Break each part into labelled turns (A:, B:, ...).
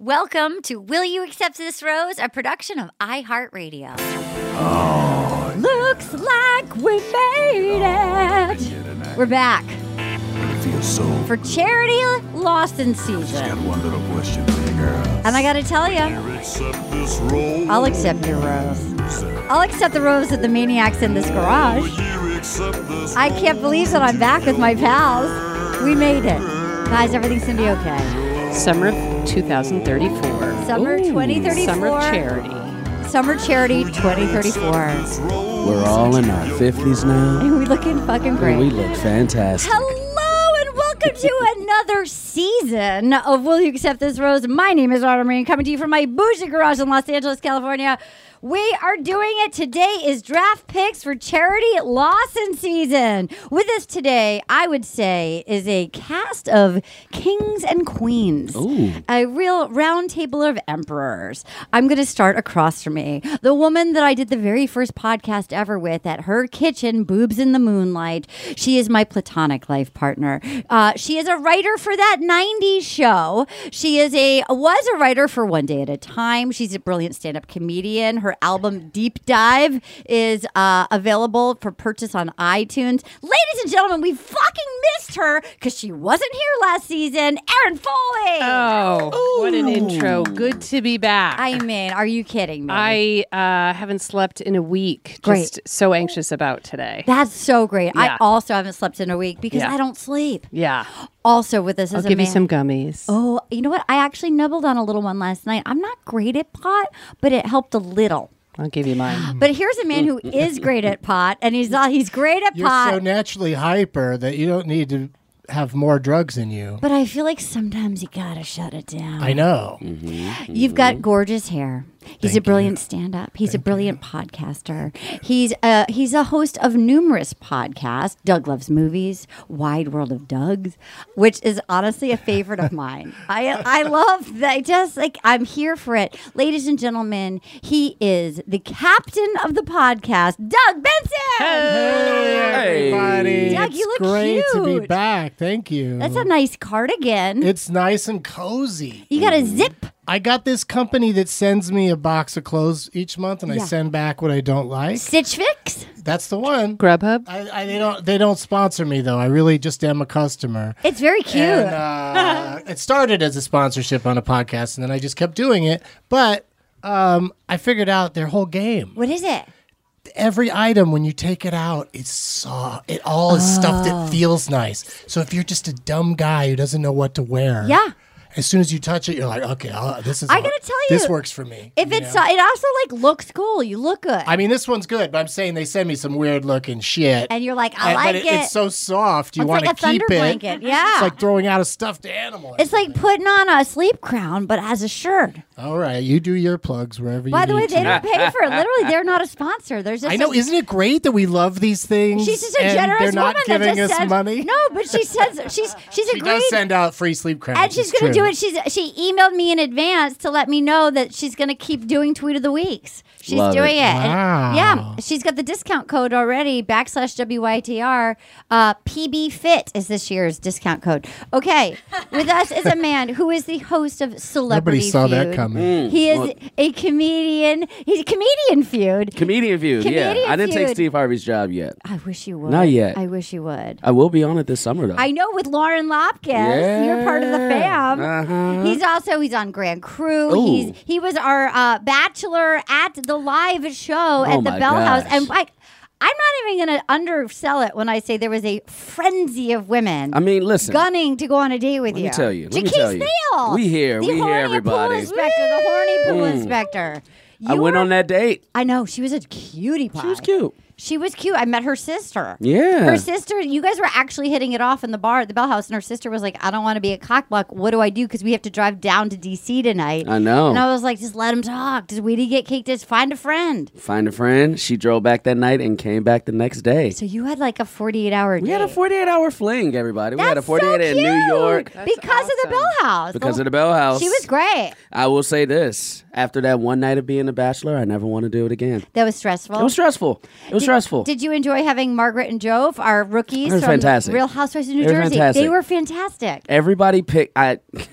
A: Welcome to Will You Accept This Rose, a production of iHeartRadio. Oh. Looks like we
B: Oh,
A: made it. We're back
B: Feels so.
A: for charity Lawson season.
B: one little question for you, girl.
A: And I gotta tell you,
B: Accept this role.
A: I'll accept your rose. I'll accept the rose of the maniacs in this garage.
B: You accept this.
A: I can't believe that I'm back with my pals. We made it. Guys, everything's gonna be okay.
C: Summer of 2034.
A: Summer 2034.
C: Summer of charity.
A: Summer Charity 2034.
D: We're all in our 50s now.
A: And we looking fucking great.
D: We look fantastic.
A: Hello and welcome to another season of Will You Accept This Rose? My name is Autumn Marine, coming to you from my bougie garage in Los Angeles, California. We are doing it. Today is draft picks for charity Lawson season. With us today, I would say, is a cast of kings and queens, a real round table of emperors. I'm going to start across from me. The woman that I did the very first podcast ever with at her kitchen, Boobs in the Moonlight. She is my platonic life partner. Uh, she is a writer for that 90s show. She is a was a writer for One Day at a Time. She's a brilliant stand-up comedian. Her album Deep Dive is uh, available for purchase on iTunes. Ladies and gentlemen, we fucking missed her because she wasn't here last season. Erin Foley.
C: Oh, what an intro. Good to be back.
A: I mean, are you kidding me?
C: I uh, haven't slept in a week.
A: Great.
C: Just so anxious about today.
A: That's so great. I
C: Yeah.
A: also haven't slept in a week because
C: Yeah.
A: I don't sleep.
C: yeah.
A: Also, with this
C: I'll
A: as a
C: give you
A: man-
C: some gummies.
A: Oh, you know what? I actually nibbled on a little one last night. I'm not great at pot, but it helped a little.
C: I'll give you mine.
A: But here's a man who is great at pot, and he's not, he's great at
E: You're
A: pot.
E: so naturally hyper that you don't need to have more drugs in you.
A: but I feel like sometimes you gotta shut it down.
E: I know.
A: You've
E: Mm-hmm.
A: got gorgeous hair. He's a brilliant stand-up. He's a brilliant podcaster. He's a, he's a host of numerous podcasts. Doug loves movies, Wide World of Doug's, which is honestly a favorite of mine. I I love that. I just like I'm here for it, ladies and gentlemen. He is the captain of the podcast, Doug Benson.
E: Hey, everybody.
A: Doug,
E: it's
A: you look
E: great to be
A: cute.
E: back. Thank you.
A: That's a nice cardigan.
E: it's nice and cozy. Mm-hmm.
A: you got a zip.
E: I got this company that sends me a box of clothes each month, and
A: Yeah.
E: I send back what I don't like.
A: Stitch Fix.
E: That's the one.
C: Grubhub?
E: I, I, they don't. They don't sponsor me though. I really just am a customer.
A: It's very cute.
E: And, uh, it started as a sponsorship on a podcast, and then I just kept doing it. But um, I figured out their whole game.
A: what is it?
E: every item when you take it out it's soft it all is stuff
A: Oh.
E: that feels nice so if you're just a dumb guy who doesn't know what to wear
A: Yeah.
E: as soon as you touch it you're like okay I'll, this is
A: I
E: what-
A: gotta tell
E: this
A: you,
E: works for me
A: If
E: you
A: it's uh,
E: know?
A: it also like looks cool, you look good,
E: i mean this one's good but i'm saying they send me some weird looking shit
A: and you're like, I
E: And-
A: like
E: but
A: it.
E: it's so soft you
A: It's
E: want
A: like a
E: to keep
A: thunder
E: it
A: blanket, yeah.
E: Oh, it's like throwing out a stuffed animal
A: It's like putting on a sleep crown, but as a shirt.
E: All right, you do your plugs wherever you.
A: By the way,
E: need
A: they
E: to.
A: don't pay for it. Literally, they're not a sponsor. There's just
E: I know.
A: a-
E: Isn't it great that we love these things?
A: She's just a
E: and
A: generous
E: They're not
A: woman
E: giving
A: that just
E: us
A: sends,
E: money.
A: No, but she sends. She's she's a
E: She
A: great.
E: does send out free sleep credits.
A: and she's
E: it's
A: going to
E: true.
A: do it. She's she emailed me in advance to let me know that she's going to keep doing tweet of the weeks. She's
D: Love it.
A: doing it. And-
E: Wow.
A: yeah, she's got the discount code already. Backslash WYTR. Uh, PB Fit is this year's discount code. Okay, with us is a man who is the host of Celebrity.
E: Nobody saw that
A: Feud.
E: coming.
D: Mm,
A: He is a comedian. He's a comedian feud.
D: Comedian feud. yeah,
A: Comedian
D: I didn't
A: feud.
D: take Steve Harvey's job yet.
A: I wish you would.
D: Not yet.
A: I wish you would.
D: I will be on it this summer though.
A: I know with Lauren Lopkins, you're part of the
D: Yeah.
A: fam.
D: Uh-huh.
A: He's also he's on Grand Crew.
D: Ooh.
A: He's he was our uh, bachelor at the live show at the
D: Oh my
A: Bell House,
D: gosh.
A: and like I'm not even going to undersell it when I say there was a frenzy of women.
D: I mean, listen.
A: gunning to go on a date with
D: Let
A: you.
D: me tell you. Let me
A: Jaquise
D: tell you.
A: Nail,
D: We here.
A: the
D: We here,
A: horny
D: everybody. Mm.
A: Pool inspector, the horny pool inspector.
D: I
A: You
D: went
A: were-
D: on that date.
A: I know she was a cutie pie.
D: She was cute.
A: She was cute. I met her sister.
D: Yeah.
A: Her sister, you guys were actually hitting it off in the bar at the Bell House, and her sister was like, I don't want to be a cockblock. What do I do? Because we have to drive down to DC tonight.
D: I know.
A: And I was like, just let him talk. Just wait to get kicked. Just find a friend.
D: Find a friend. She drove back that night and came back the next day.
A: So you had like a 48 hour
D: We had a 48 hour fling, everybody. we had a
A: That's
D: 48
A: so
D: in New
A: cute.
D: York
A: because of the Bell House.
D: because of the Bell House.
A: She was great.
D: I will say this after that one night of being a bachelor, I never want to do it again.
A: That was stressful.
D: It was stressful. It was
A: Did-
D: stressful.
A: Did you enjoy having Margaret and Jove, our rookies
D: They were
A: from
D: fantastic.
A: Real Housewives of New
D: They were
A: Jersey? They
D: fantastic.
A: were fantastic.
D: everybody picked, I.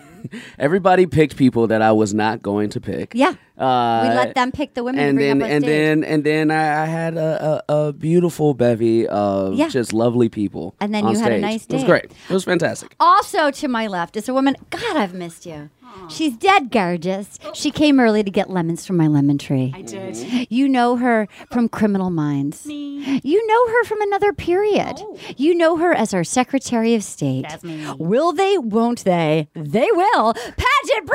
D: Everybody picked people that I was not going to pick.
A: Yeah.
D: Uh,
A: we let them pick the women to
D: and
A: bring
D: then
A: up on
D: and
A: stage.
D: then and then I, I had a, a, a beautiful bevy of
A: Yeah.
D: just lovely people.
A: And then
D: on
A: you had a
D: stage.
A: nice
D: It was
A: day.
D: great. It was fantastic.
A: Also to my left is a woman. God, I've missed you. She's dead gorgeous. She came early to get lemons from my lemon tree. I did. You know her from Criminal Minds. Me. You know her from another period. You know her as our Secretary of State. That's me. Will they? Won't they? They will. Paget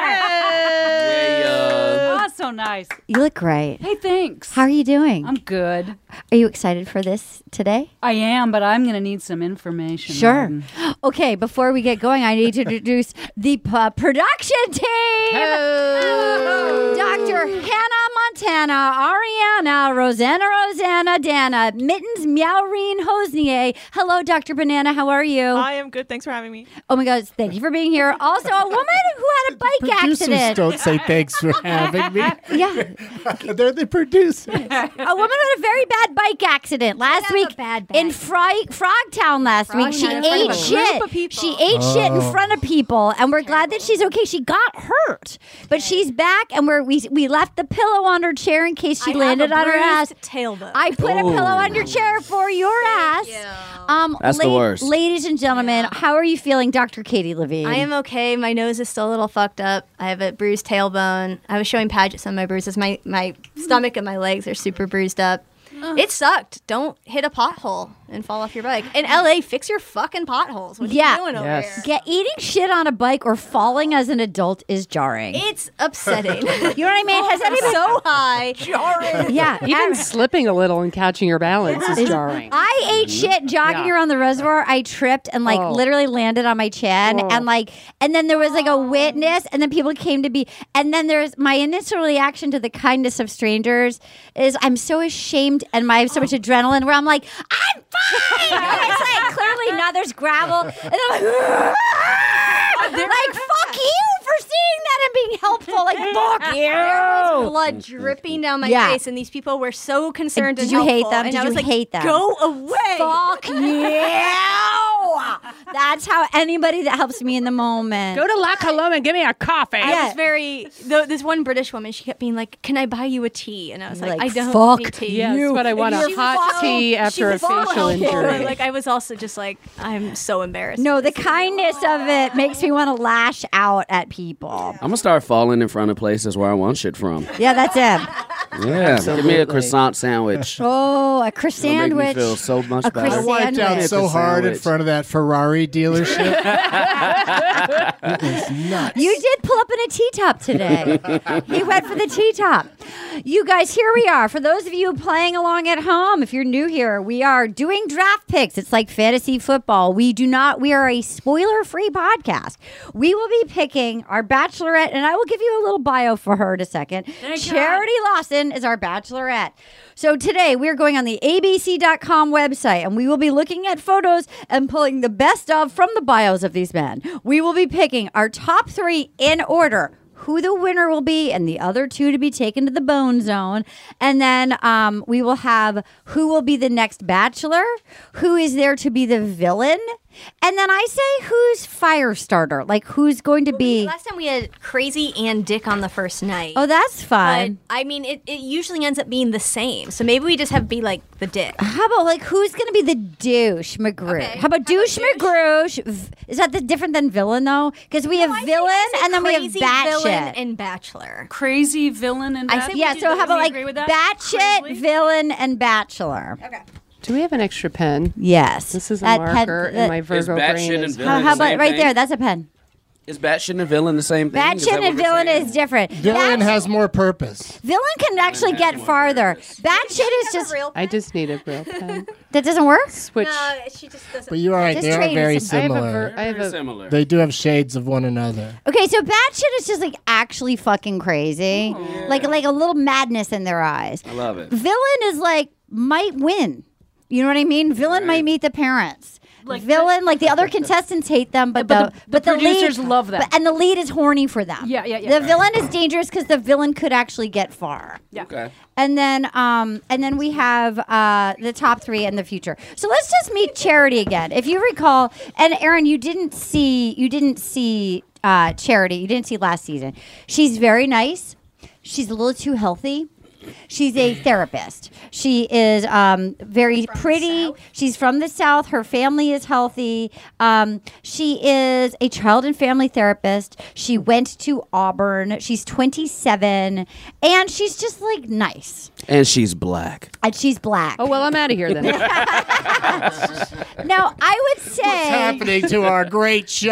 A: Brewster.
D: Yeah.
F: Oh,
C: That's so nice.
A: you look great.
C: Hey, thanks.
A: How are you doing?
C: I'm good.
A: are you excited for this today?
C: I am, but I'm going to need some information.
A: Sure.
C: Martin.
A: Okay, before we get going, I need to introduce the uh, production team. Dr. Hannah Montana, Ariana, Rosanna, Rosanna, Dana, Mittens, Meowreen, Hosnier. Hello, Dr. Banana. How are you?
G: I am good. Thanks for having me.
A: oh my gosh, thank you for being here. Also, a woman who had a bike
E: Producers
A: accident.
E: don't say thanks for having me.
A: yeah,
E: They're the producers.
A: a woman who had a very bad bike accident last week in Fry- Frogtown last week. She
G: in front
A: ate
G: of a group of
A: shit.
G: people.
A: She ate shit
E: Oh.
A: in front of people, and we're glad that she's okay. She got hurt, but she's back, and we're, we we left the pillow on her chair in case she landed on her ass.
G: Tail bone.
A: I put a pillow
E: Oh.
A: on your chair for your ass. Um,
D: That's the worst.
A: Ladies and gentlemen, how are you feeling, Dr. Katie Levine?
G: I am okay. My nose is still a little fucked up. I have a bruised tailbone. I was showing Paget some of my bruises. My my stomach and my legs are super bruised up. It sucked. Don't hit a pothole and fall off your bike. In LA, fix your fucking potholes. What are
A: Yeah.
G: you doing over
D: Yes.
G: here?
A: Get eating shit on a bike or falling as an adult is jarring.
G: It's upsetting.
A: you know what I mean? Has anybody?
G: so high.
A: Yeah.
C: Even
A: ever-
C: slipping a little and catching your balance is jarring.
A: I ate shit jogging
C: Yeah.
A: around the reservoir. I tripped and like
C: Oh.
A: literally landed on my chin and like and then there was like a
G: Oh.
A: witness and then people came to be and then there's my initial reaction to the kindness of strangers is I'm so ashamed and my I have so much adrenaline where I'm like I'm fine. and it's like clearly now there's gravel and I'm like like fuck you for seeing that and being helpful like fuck
G: There was
A: you.
G: blood dripping down my
A: Yeah.
G: face, and these people were so concerned.
A: Did
G: and
A: you hate
G: helpful,
A: them?
G: And
A: Did
G: I
A: you
G: was like,
A: hate them?
G: Go away.
A: Fuck you. That's how anybody that helps me in the moment.
C: Go to La Colombe and give me a coffee.
G: I
A: Yeah.
G: was very. Though this one British woman, she kept being like, "Can I buy you a tea?" And I was
A: You're
G: like,
A: like,
G: "I don't
A: fuck
G: need tea."
C: Yeah, that's what I want.
G: She
C: A
G: was
C: hot
G: so-
C: tea
G: she
C: after a
G: was so
C: facial
G: helpful.
C: injury.
G: Like I was also just like, I'm so embarrassed.
A: no, the kindness of it makes me want to lash out at people.
D: I'm gonna start falling in front of places where I want shit from.
A: Yeah, that's it.
D: Yeah, give me a croissant sandwich.
A: Oh, a crisp
D: It'll make me
A: sandwich.
D: feel so much
A: a
D: better.
A: crisp
D: I
E: wiped out
A: sandwich.
E: so
D: Sandwich.
E: hard in front of that Ferrari dealership. it was nuts.
A: You did pull up in a tea top today. he went for the tea top. You guys, here we are. For those of you playing along at home, if you're new here, we are doing draft picks. It's like fantasy football. We do not, we are a spoiler free podcast. We will be picking our bachelorette, and I will give you a little bio for her in a second. Charity Lawson is our bachelorette. So today we're going on the abc.com website and we will be looking at photos and pulling the best of from the bios of these men. We will be picking our top three in order who the winner will be and the other two to be taken to the bone zone. And then um, we will have who will be the next bachelor, who is there to be the villain. And then I say who's fire starter, like who's going to be.
G: Last time we had crazy and dick on the first night.
A: Oh, that's
G: But
A: fun.
G: I mean, it, it usually ends up being the same. So maybe we just have be like the dick.
A: How about like who's gonna be the douche McGrew? How about douche McGrew? V- Is that the different than villain though? Because we have villain and then we have
G: crazy villain
A: batshit.
G: and bachelor.
H: Crazy villain and
A: I
H: bat-
A: said, yeah.
H: Did
A: So
H: that-
A: how about
H: we
A: like
H: agree with that?
A: batshit, villain, and bachelor? Okay.
C: Do we have an extra pen?
A: Yes.
C: This is a
A: That pen-
C: marker in
A: that-
C: my
A: Is
C: Virgo
D: batshit
C: brain.
D: and
C: is-
D: villain
A: How,
D: the
A: how about
D: same
A: right
D: thing?
A: there? That's a pen.
D: Is batshit and villain the same thing? Is that
A: Batshit
D: what
A: and
D: we're
A: villain is different.
E: Villain has more purpose.
A: Villain can actually get farther. Batshit is just
C: I just need a real pen.
A: that doesn't work.
C: Switch.
G: she just doesn't.
E: um, But you're right.
A: Just
E: they are
A: trade
E: very
A: us some- I have a
E: similar.
A: ver- I have a- Similar.
E: They do have shades of one another.
A: Okay, so batshit is just like actually fucking crazy, like like a little madness in their eyes.
D: I love it.
A: Villain is like might win. You know what I mean? Villain might meet the parents. villain, like the other contestants hate them, but, the, but the,
H: producers
A: lead,
H: love them.
A: but- and the lead is horny for them. Yeah, yeah, yeah. The villain is dangerous because the villain could actually get far. Yeah.
D: Okay.
A: And then, um, and then we have uh, the top three in the future. So let's just meet Charity again. If you recall, and Aaron, you didn't see, you didn't see uh, Charity. You didn't see last season. She's very nice. She's a little too healthy. She's a therapist. She is um, very pretty. She's from the South. Her family is healthy. Um, she is a child and family therapist. She went to Auburn. She's 27. And she's just like nice.
D: And she's black.
A: And she's black.
C: Oh well, I'm out of here then.
A: Now, I would say.
E: What's happening to our great show?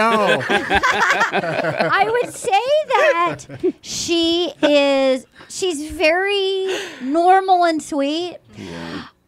A: I would say that she is she's very normal and sweet.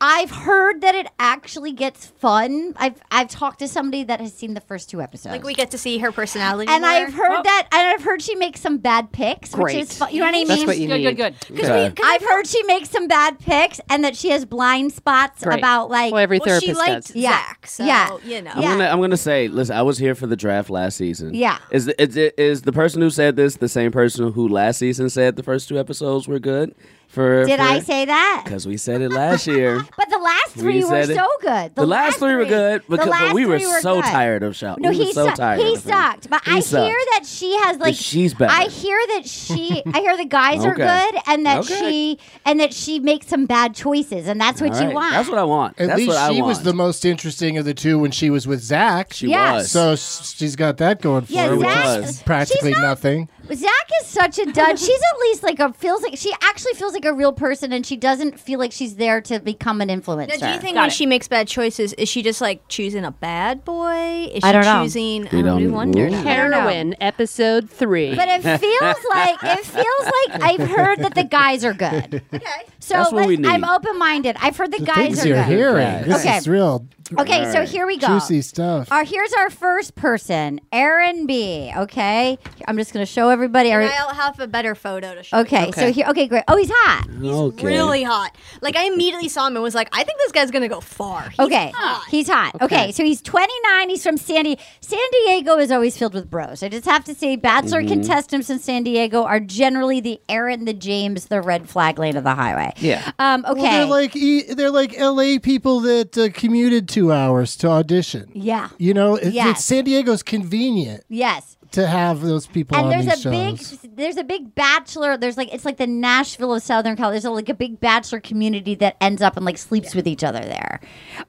A: I've heard that it actually gets fun. I've I've talked to somebody that has seen the first two episodes.
G: Like we get to see her personality.
A: and
G: more.
A: I've heard that and I've heard she makes some bad picks, which
C: Great.
A: is fun. You know what I mean?
C: That's what you
H: Good,
C: need.
H: good, good.
D: Okay.
A: I've heard she makes some bad picks and that she has blind spots
C: Great.
A: about like
C: Well, every
G: Well, she
C: therapist
G: liked
C: does.
A: Yeah.
G: Zach, so
A: Yeah.
G: you know.
D: I'm
A: Yeah.
D: gonna I'm gonna say, listen, I was here for the draft last season.
A: Yeah.
D: Is the, is it is the person who said this the same person who last season said the first two episodes were good? For
A: Did I say that?
D: Because we said it last year.
A: But the last
D: We
A: three were
D: said it.
A: so good.
D: The, last three were good,
A: the
D: because, but
A: last
D: we were
A: three were
D: so
A: good.
D: tired of Shaw.
A: No,
D: we were
A: he
D: so
A: sucked.
D: tired.
A: he
D: of him.
A: sucked. But
D: He
A: I
D: sucked.
A: hear that she has like
D: she's better.
A: I hear that she. I hear the guys are
D: Okay.
A: good, and that
D: Okay.
A: she and that she makes some bad choices, and that's what
D: All
A: you
D: right.
A: want.
D: That's what I want.
E: At
D: That's
E: least
D: what I
E: she
D: want.
E: was the most interesting of the two when she was with Zach.
D: She
A: Yeah.
D: was.
E: so s- she's got that going for
A: Yeah,
E: her, which
D: Zach-
E: is practically
A: she's not-
E: nothing.
A: Zach is such a dud. She's at least like a feels like she actually feels like a real person, and she doesn't feel like she's there to become an influencer.
G: Now, do you think
H: Got
G: when
H: it.
G: she makes bad choices, is she just like choosing a bad boy? Is she
A: I don't know.
G: choosing?
D: We
G: I don't,
D: don't-
G: do wonder.
D: Ooh.
G: I don't know.
C: Heroin, episode three.
A: But it feels like it feels like I've heard that the guys are good. Okay. So
D: That's what we
A: let's- I'm
D: need.
A: open minded. I've heard the,
E: The
A: guys
E: things
A: are
E: you're
A: good.
E: hearing, this
A: Okay.
E: is real
A: Okay, so here we go.
E: juicy stuff.
A: Our, here's our first person, Aaron B. Okay, I'm just gonna show everybody.
G: And
A: Aaron-
G: I'll have a better photo to show. you.
A: Okay, so here. Okay, great. Oh, he's hot.
D: Okay.
G: Really hot. Like I immediately saw him and was like, I think this guy's gonna go far. He's
A: okay, he's hot. Okay. so he's 29. He's from San Diego. San Diego is always filled with bros. I just have to say, bachelor
D: Mm-hmm.
A: contestants in San Diego are generally the Aaron, the James, the red flag lane of the highway.
D: Yeah.
A: Um. Okay.
E: Well, they're like e- they're like L.A. people that uh, commuted two hours to audition.
A: yeah.
E: You know, it,
A: Yes.
E: it's San Diego's convenient
A: Yes.
E: to have those people
A: and
E: on
A: there's a
E: these shows.
A: big there's a big bachelor there's like it's like the nashville of southern california there's like a big bachelor community that ends up and like sleeps with each other there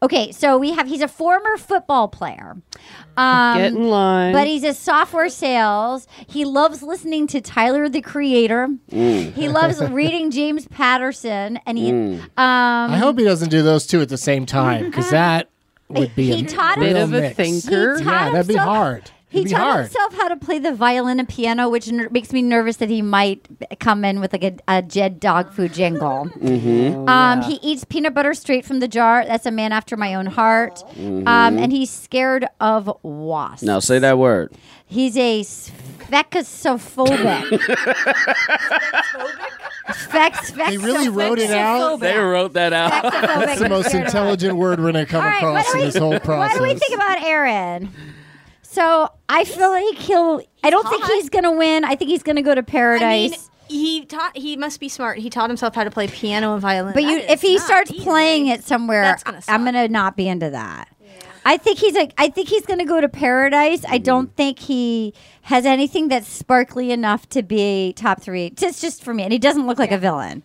A: okay so we have he's a former football player um,
C: Get in line.
A: but he's a software sales he loves listening to tyler the creator he
D: Mm.
A: loves reading james patterson and he um
E: Mm. I hope he doesn't do those two at the same time because that would be
A: He
E: a
A: taught
E: real
C: him- Bit of a
E: mix.
C: thinker. He
A: taught
E: Yeah, that'd be
A: himself-
E: hard.
A: He
E: It'd be
A: taught
E: hard.
A: himself how to play the violin and piano, which ner- makes me nervous that he might come in with like a, a Jed dog food jingle.
D: Hmm?
H: Mm-hmm.
A: Um, He eats peanut butter straight from the jar. That's a man after my own heart.
E: Mm-hmm.
A: Um,
D: Mhm.
A: and he's scared of wasps.
D: Now say that word.
A: He's a specosophobic. Specs,
E: They really wrote it out.
D: They wrote that out.
E: That's the most intelligent word we're going to come across in this whole
A: What
E: process.
A: do we think about Aaron? So I feel like he'll. I don't think he's gonna win. I think he's gonna go to paradise.
G: I mean, he taught. He must be smart. He taught himself how to play piano and violin.
A: But you,
G: That
A: if
G: is
A: he
G: not
A: starts
G: easy.
A: playing it somewhere,
G: That's
A: I- I'm gonna not be into that. I think he's like. I think he's gonna go to paradise. I
E: Mm-hmm.
A: don't think he has anything that's sparkly enough to be top three. It's just for me, and he doesn't look like a villain.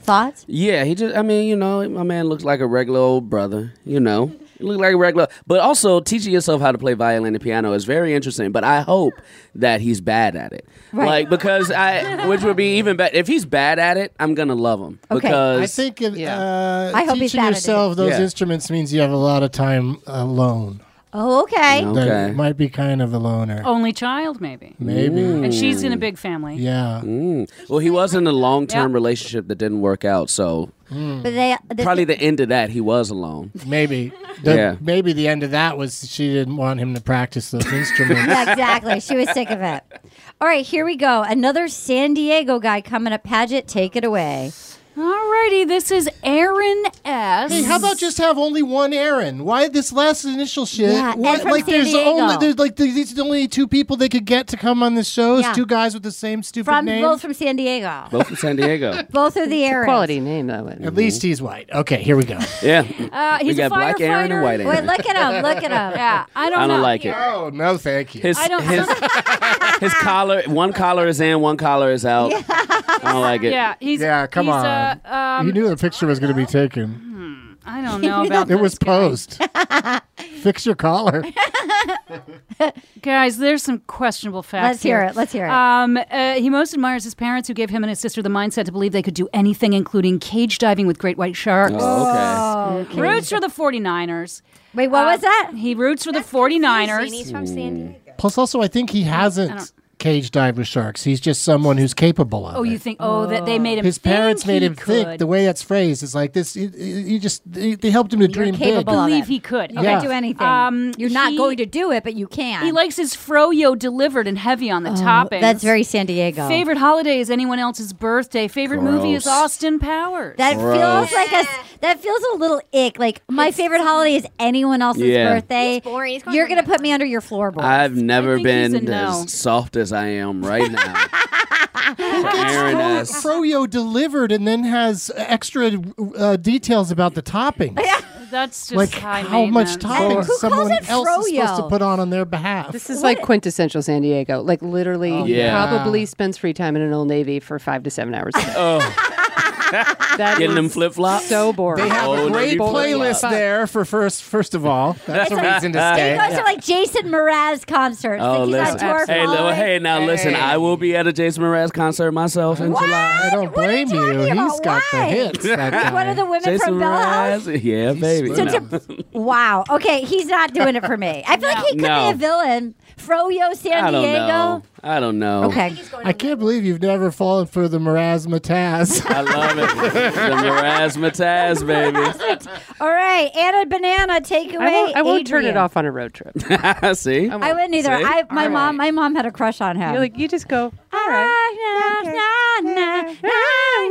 A: Thoughts?
D: Yeah, he just, I mean, you know, my man looks like a regular old brother, you know. He look like a regular. But also, teaching yourself how to play violin and piano is very interesting, but I hope that he's bad at it.
E: Right.
D: Like, because I, which would be even better. If he's bad at it, I'm going to love him. Because
E: I think it, uh,
A: I hope he's
E: teaching
A: bad at it.
E: yourself those
D: Yeah.
E: instruments means you have a lot of time alone.
A: Oh, okay.
E: That you might be kind of a loner.
F: Only child, maybe.
E: Maybe. Mm.
F: And she's in a big family.
E: Hmm. Yeah.
D: Mm. Well, he was in a long term
F: Yeah. Uh,
D: relationship that didn't work out, so
A: Oh, But they, the-
D: probably the end of that, he was alone.
E: Hmm. Maybe. The-
D: Yeah.
E: Maybe the end of that was she didn't want him to practice those instruments.
A: yeah, exactly. She was sick of it. All right, here we go. Another San Diego guy coming up. Paget, take it away.
F: Alrighty, this is Aaron S.
E: Hey, how about just have only one Aaron? Why this last initial shit?
F: Yeah,
E: Why-
F: and from
E: like
F: San
E: there's
F: Diego.
E: only there's like th- these are the only two people they could get to come on this show. is
A: Yeah.
E: Two guys with the same stupid
A: From
E: name.
A: both from San Diego.
D: Both in San Diego.
A: Both are the Aaron.
E: Quality name that one. At least he's white. Okay, here we go.
D: yeah.
F: Uh, he's
D: we got
F: a firefighter.
D: black Aaron and white Aaron.
A: Wait, look at him. Look at him.
F: Yeah, I don't,
D: I don't
F: know.
D: like it.
E: Oh no, thank you.
D: His
F: I don't-
D: his his collar. One collar is in, one collar is out. I don't like it.
F: Yeah, he's
E: yeah, come
F: he's,
E: on.
F: uh, um,
E: you knew the picture was going to be taken.
F: I don't know about
E: it
F: this
E: was posed. Fix your collar.
F: Guys, there's some questionable facts.
A: Let's hear
F: here.
A: it. Let's hear it.
F: Um, uh, he most admires his parents, who gave him and his sister the mindset to believe they could do anything, including cage diving with great white sharks.
D: Oh,
A: okay.
F: Roots for the 49ers. Um,
A: Wait, what was that?
F: He roots for the 49ers.
G: He's from San Diego.
E: Plus, also, I think he hasn't cage dived with sharks. He's just someone who's capable of.
F: Oh, you think? Oh, that they made him.
E: His parents
F: think
E: made
F: he
E: him think.
F: could.
E: The way that's phrased is like this. You, you just they they helped him to dream big.
F: I believe he could. Um,
E: You can Yeah. do
A: anything. You're not going to do it, but you can. Oh,
F: He likes his froyo delivered and heavy on the toppings.
A: That's very San Diego.
F: Favorite holiday is anyone else's birthday. Favorite movie is
A: Gross.
F: Austin Powers.
A: That feels like a that feels a little ick. Like my favorite holiday is anyone else's
D: Yeah.
A: birthday. You're gonna put me under your floorboard.
D: I've never
A: he's a
D: been
A: no.
D: as soft as I am right now. Aaron
E: Fro-
D: S.
E: Froyo delivered and then has extra uh, details about the topping.
F: That's just
E: like
F: high
E: how much
F: maintenance.
E: topping someone
F: it
E: else is supposed to
F: froyo?
E: put on on their behalf.
H: This is like quintessential San Diego. Like literally,
E: Oh, yeah.
H: probably spends free time in an Old Navy for five to seven hours. a day.
E: Oh.
D: Getting them flip flops.
H: So boring.
E: Uh, They have
D: Oh,
E: a great
D: no, you-
E: playlist there for first. First of all, that's a reason to
A: He
E: stay.
A: goes to like Jason Mraz concerts.
D: Oh,
A: like he's
D: listen.
A: on tour for
D: Hey,
A: all
D: li-
A: of-
D: hey, now listen. I will be at a Jason Mraz concert myself in July.
E: I don't blame you. He's got the hits. That guy.
A: One of the women
D: Jason
A: from Bella House.
D: Mraz. Yeah, baby.
A: So
D: No.
A: to- wow. Okay, he's not doing it for me. I feel like he could
D: No.
A: be a villain. Froyo San
D: I don't
A: Diego.
D: know. I don't know.
A: Okay.
E: Oh. I can't believe you've never fallen for the marasmataz.
D: I love it. the Marasmataz, baby.
A: All right, Anna Banana, take away.
H: I won't, I won't turn it
A: Adrian.
H: off on a road trip.
D: See?
A: I wouldn't either.
D: See?
A: I my
H: All
A: mom my mom had a crush on him. Ah,
H: You're like you just go.
A: all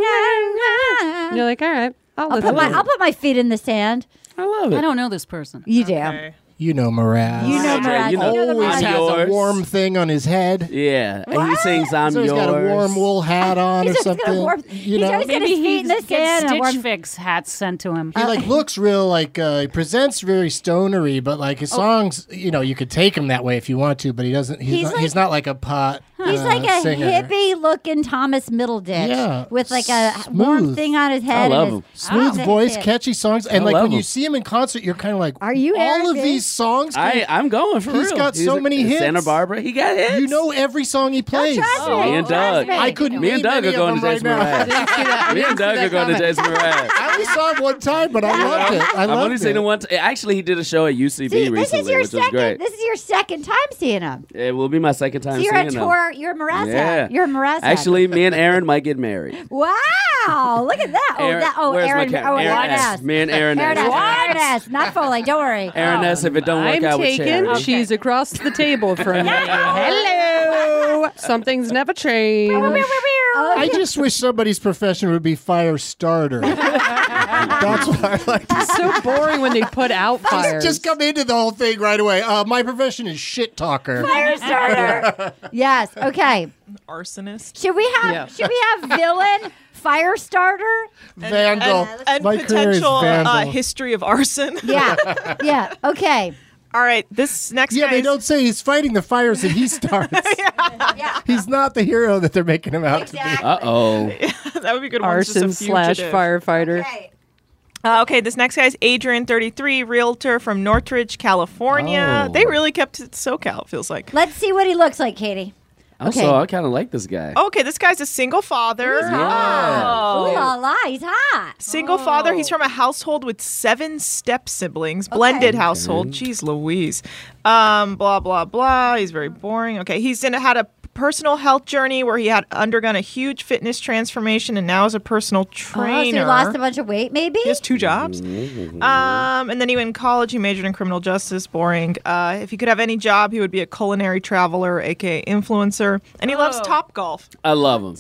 A: right.
H: You're like all right. I'll,
A: I'll
H: listen
A: put my
H: to
A: I'll put my feet in the sand.
D: I love
F: I don't know this person.
A: You do.
E: You know Mraz.
A: You know Mraz.
D: you know
A: the
E: always
D: I'm
E: has
D: yours.
E: a warm thing on his head.
D: Yeah, and he sings "I'm
E: so he's
D: Yours."
E: got a warm wool hat on or
A: He's always
E: something.
A: got a warm-
E: you
A: he's
E: know,
A: always got his
F: Maybe
A: feet in
F: he
A: the
F: gets
A: sand. and a
F: Stitch
A: warm-
F: Fix hats sent to him.
E: he like looks real like uh, he presents very stonery, but
A: Oh.
E: like his songs, you know, you could take him that way if you want to, but he doesn't. He's,
A: He's
E: not,
A: like-
E: he's not like a pot.
A: He's
E: uh,
A: like a
E: singer.
A: hippie looking Thomas Middleditch
E: Yeah,
A: with like a warm
E: smooth.
A: thing on his head. and
D: love
A: his-
D: him.
E: Smooth
A: That's
E: voice,
A: it.
E: catchy songs, and
D: I
E: like
D: love
E: when you
D: him.
E: see him in concert, you're kind of like,
A: Are you
E: all
A: Eric
E: of
A: B?
E: these songs?
D: I, I'm going for
E: He's
D: real.
E: got so many hits.
D: Santa Barbara, he got hits.
E: You know every song he plays.
A: trust
D: Oh, me and Doug.
E: I couldn't.
D: Me and
E: name
D: Doug
E: any
D: are
E: of
D: going to
E: them right
D: Jason
E: now.
D: Mraz. Me and Doug are going to Jason Mraz.
E: I only saw it one time, but I loved it. I
D: I've
E: loved
D: only
E: it.
D: seen it once. Actually, he did a show at UCB
A: See,
D: recently,
A: this is your
D: which
A: second.
D: was great.
A: This is your second time seeing him.
D: it will be my second time
A: so you're
D: seeing
A: a
D: him.
A: tour. You're a Mrazek.
D: Yeah.
A: You're a Mrazek.
D: Actually, me and Aaron might get married.
A: Wow! Look at that. Oh,
D: Aaron-
A: that. Oh,
D: where's my
A: Aaron.
D: cat?
A: Oh,
D: Aaron S. Me and Aaron
A: Aaron
D: S.
A: S. Aaron S. Not Foley. Don't worry.
D: Aaron S. If it don't work
C: I'm
D: out with
C: taken.
D: Cherry.
C: She's across the table from me.
A: Hello.
C: Something's never changed.
E: I just wish somebody's profession would be fire starter. That's what I like to
C: It's so boring when they put out
E: Just-
C: fires.
E: Just come into the whole thing right away. Uh, my profession is shit talker.
A: Fire starter. yes. Okay.
I: Arsonist.
A: Should we have?
E: Yeah.
A: Should we have villain? Fire starter.
I: And, And, and potential Uh, history of arson.
A: Yeah. Yeah. Okay.
I: All right. This next
E: yeah,
I: guy.
E: they
I: is-
E: don't say he's fighting the fires that he starts. He's not the hero that they're making him out to be.
D: Uh oh.
I: that would be a good. one. It's
C: Arson
I: just a
C: slash
I: fugitive.
C: firefighter.
I: Uh, okay, this next guy's Adrian, 33, realtor from Northridge, California.
D: Oh.
I: They really kept it SoCal, it feels like.
A: Let's see what he looks like, Katie.
D: Also,
A: Okay. Oh.
D: I kind of like this guy.
I: Okay, this guy's a single father.
A: Ooh la
I: Oh.
A: la, he's hot. Oh.
I: Single father. He's from a household with seven step siblings, blended household. Jeez Louise. Um, blah, blah, blah. He's very boring. Okay, he's in, had a personal health journey where he had undergone a huge fitness transformation and now is a personal trainer.
A: Oh, so he lost a bunch of weight, maybe? He
I: has two jobs. Um, and then he went in college. He majored in criminal justice. Boring. Uh, if he could have any job, he would be a culinary traveler, aka influencer. And he loves Top Golf.
D: I love him.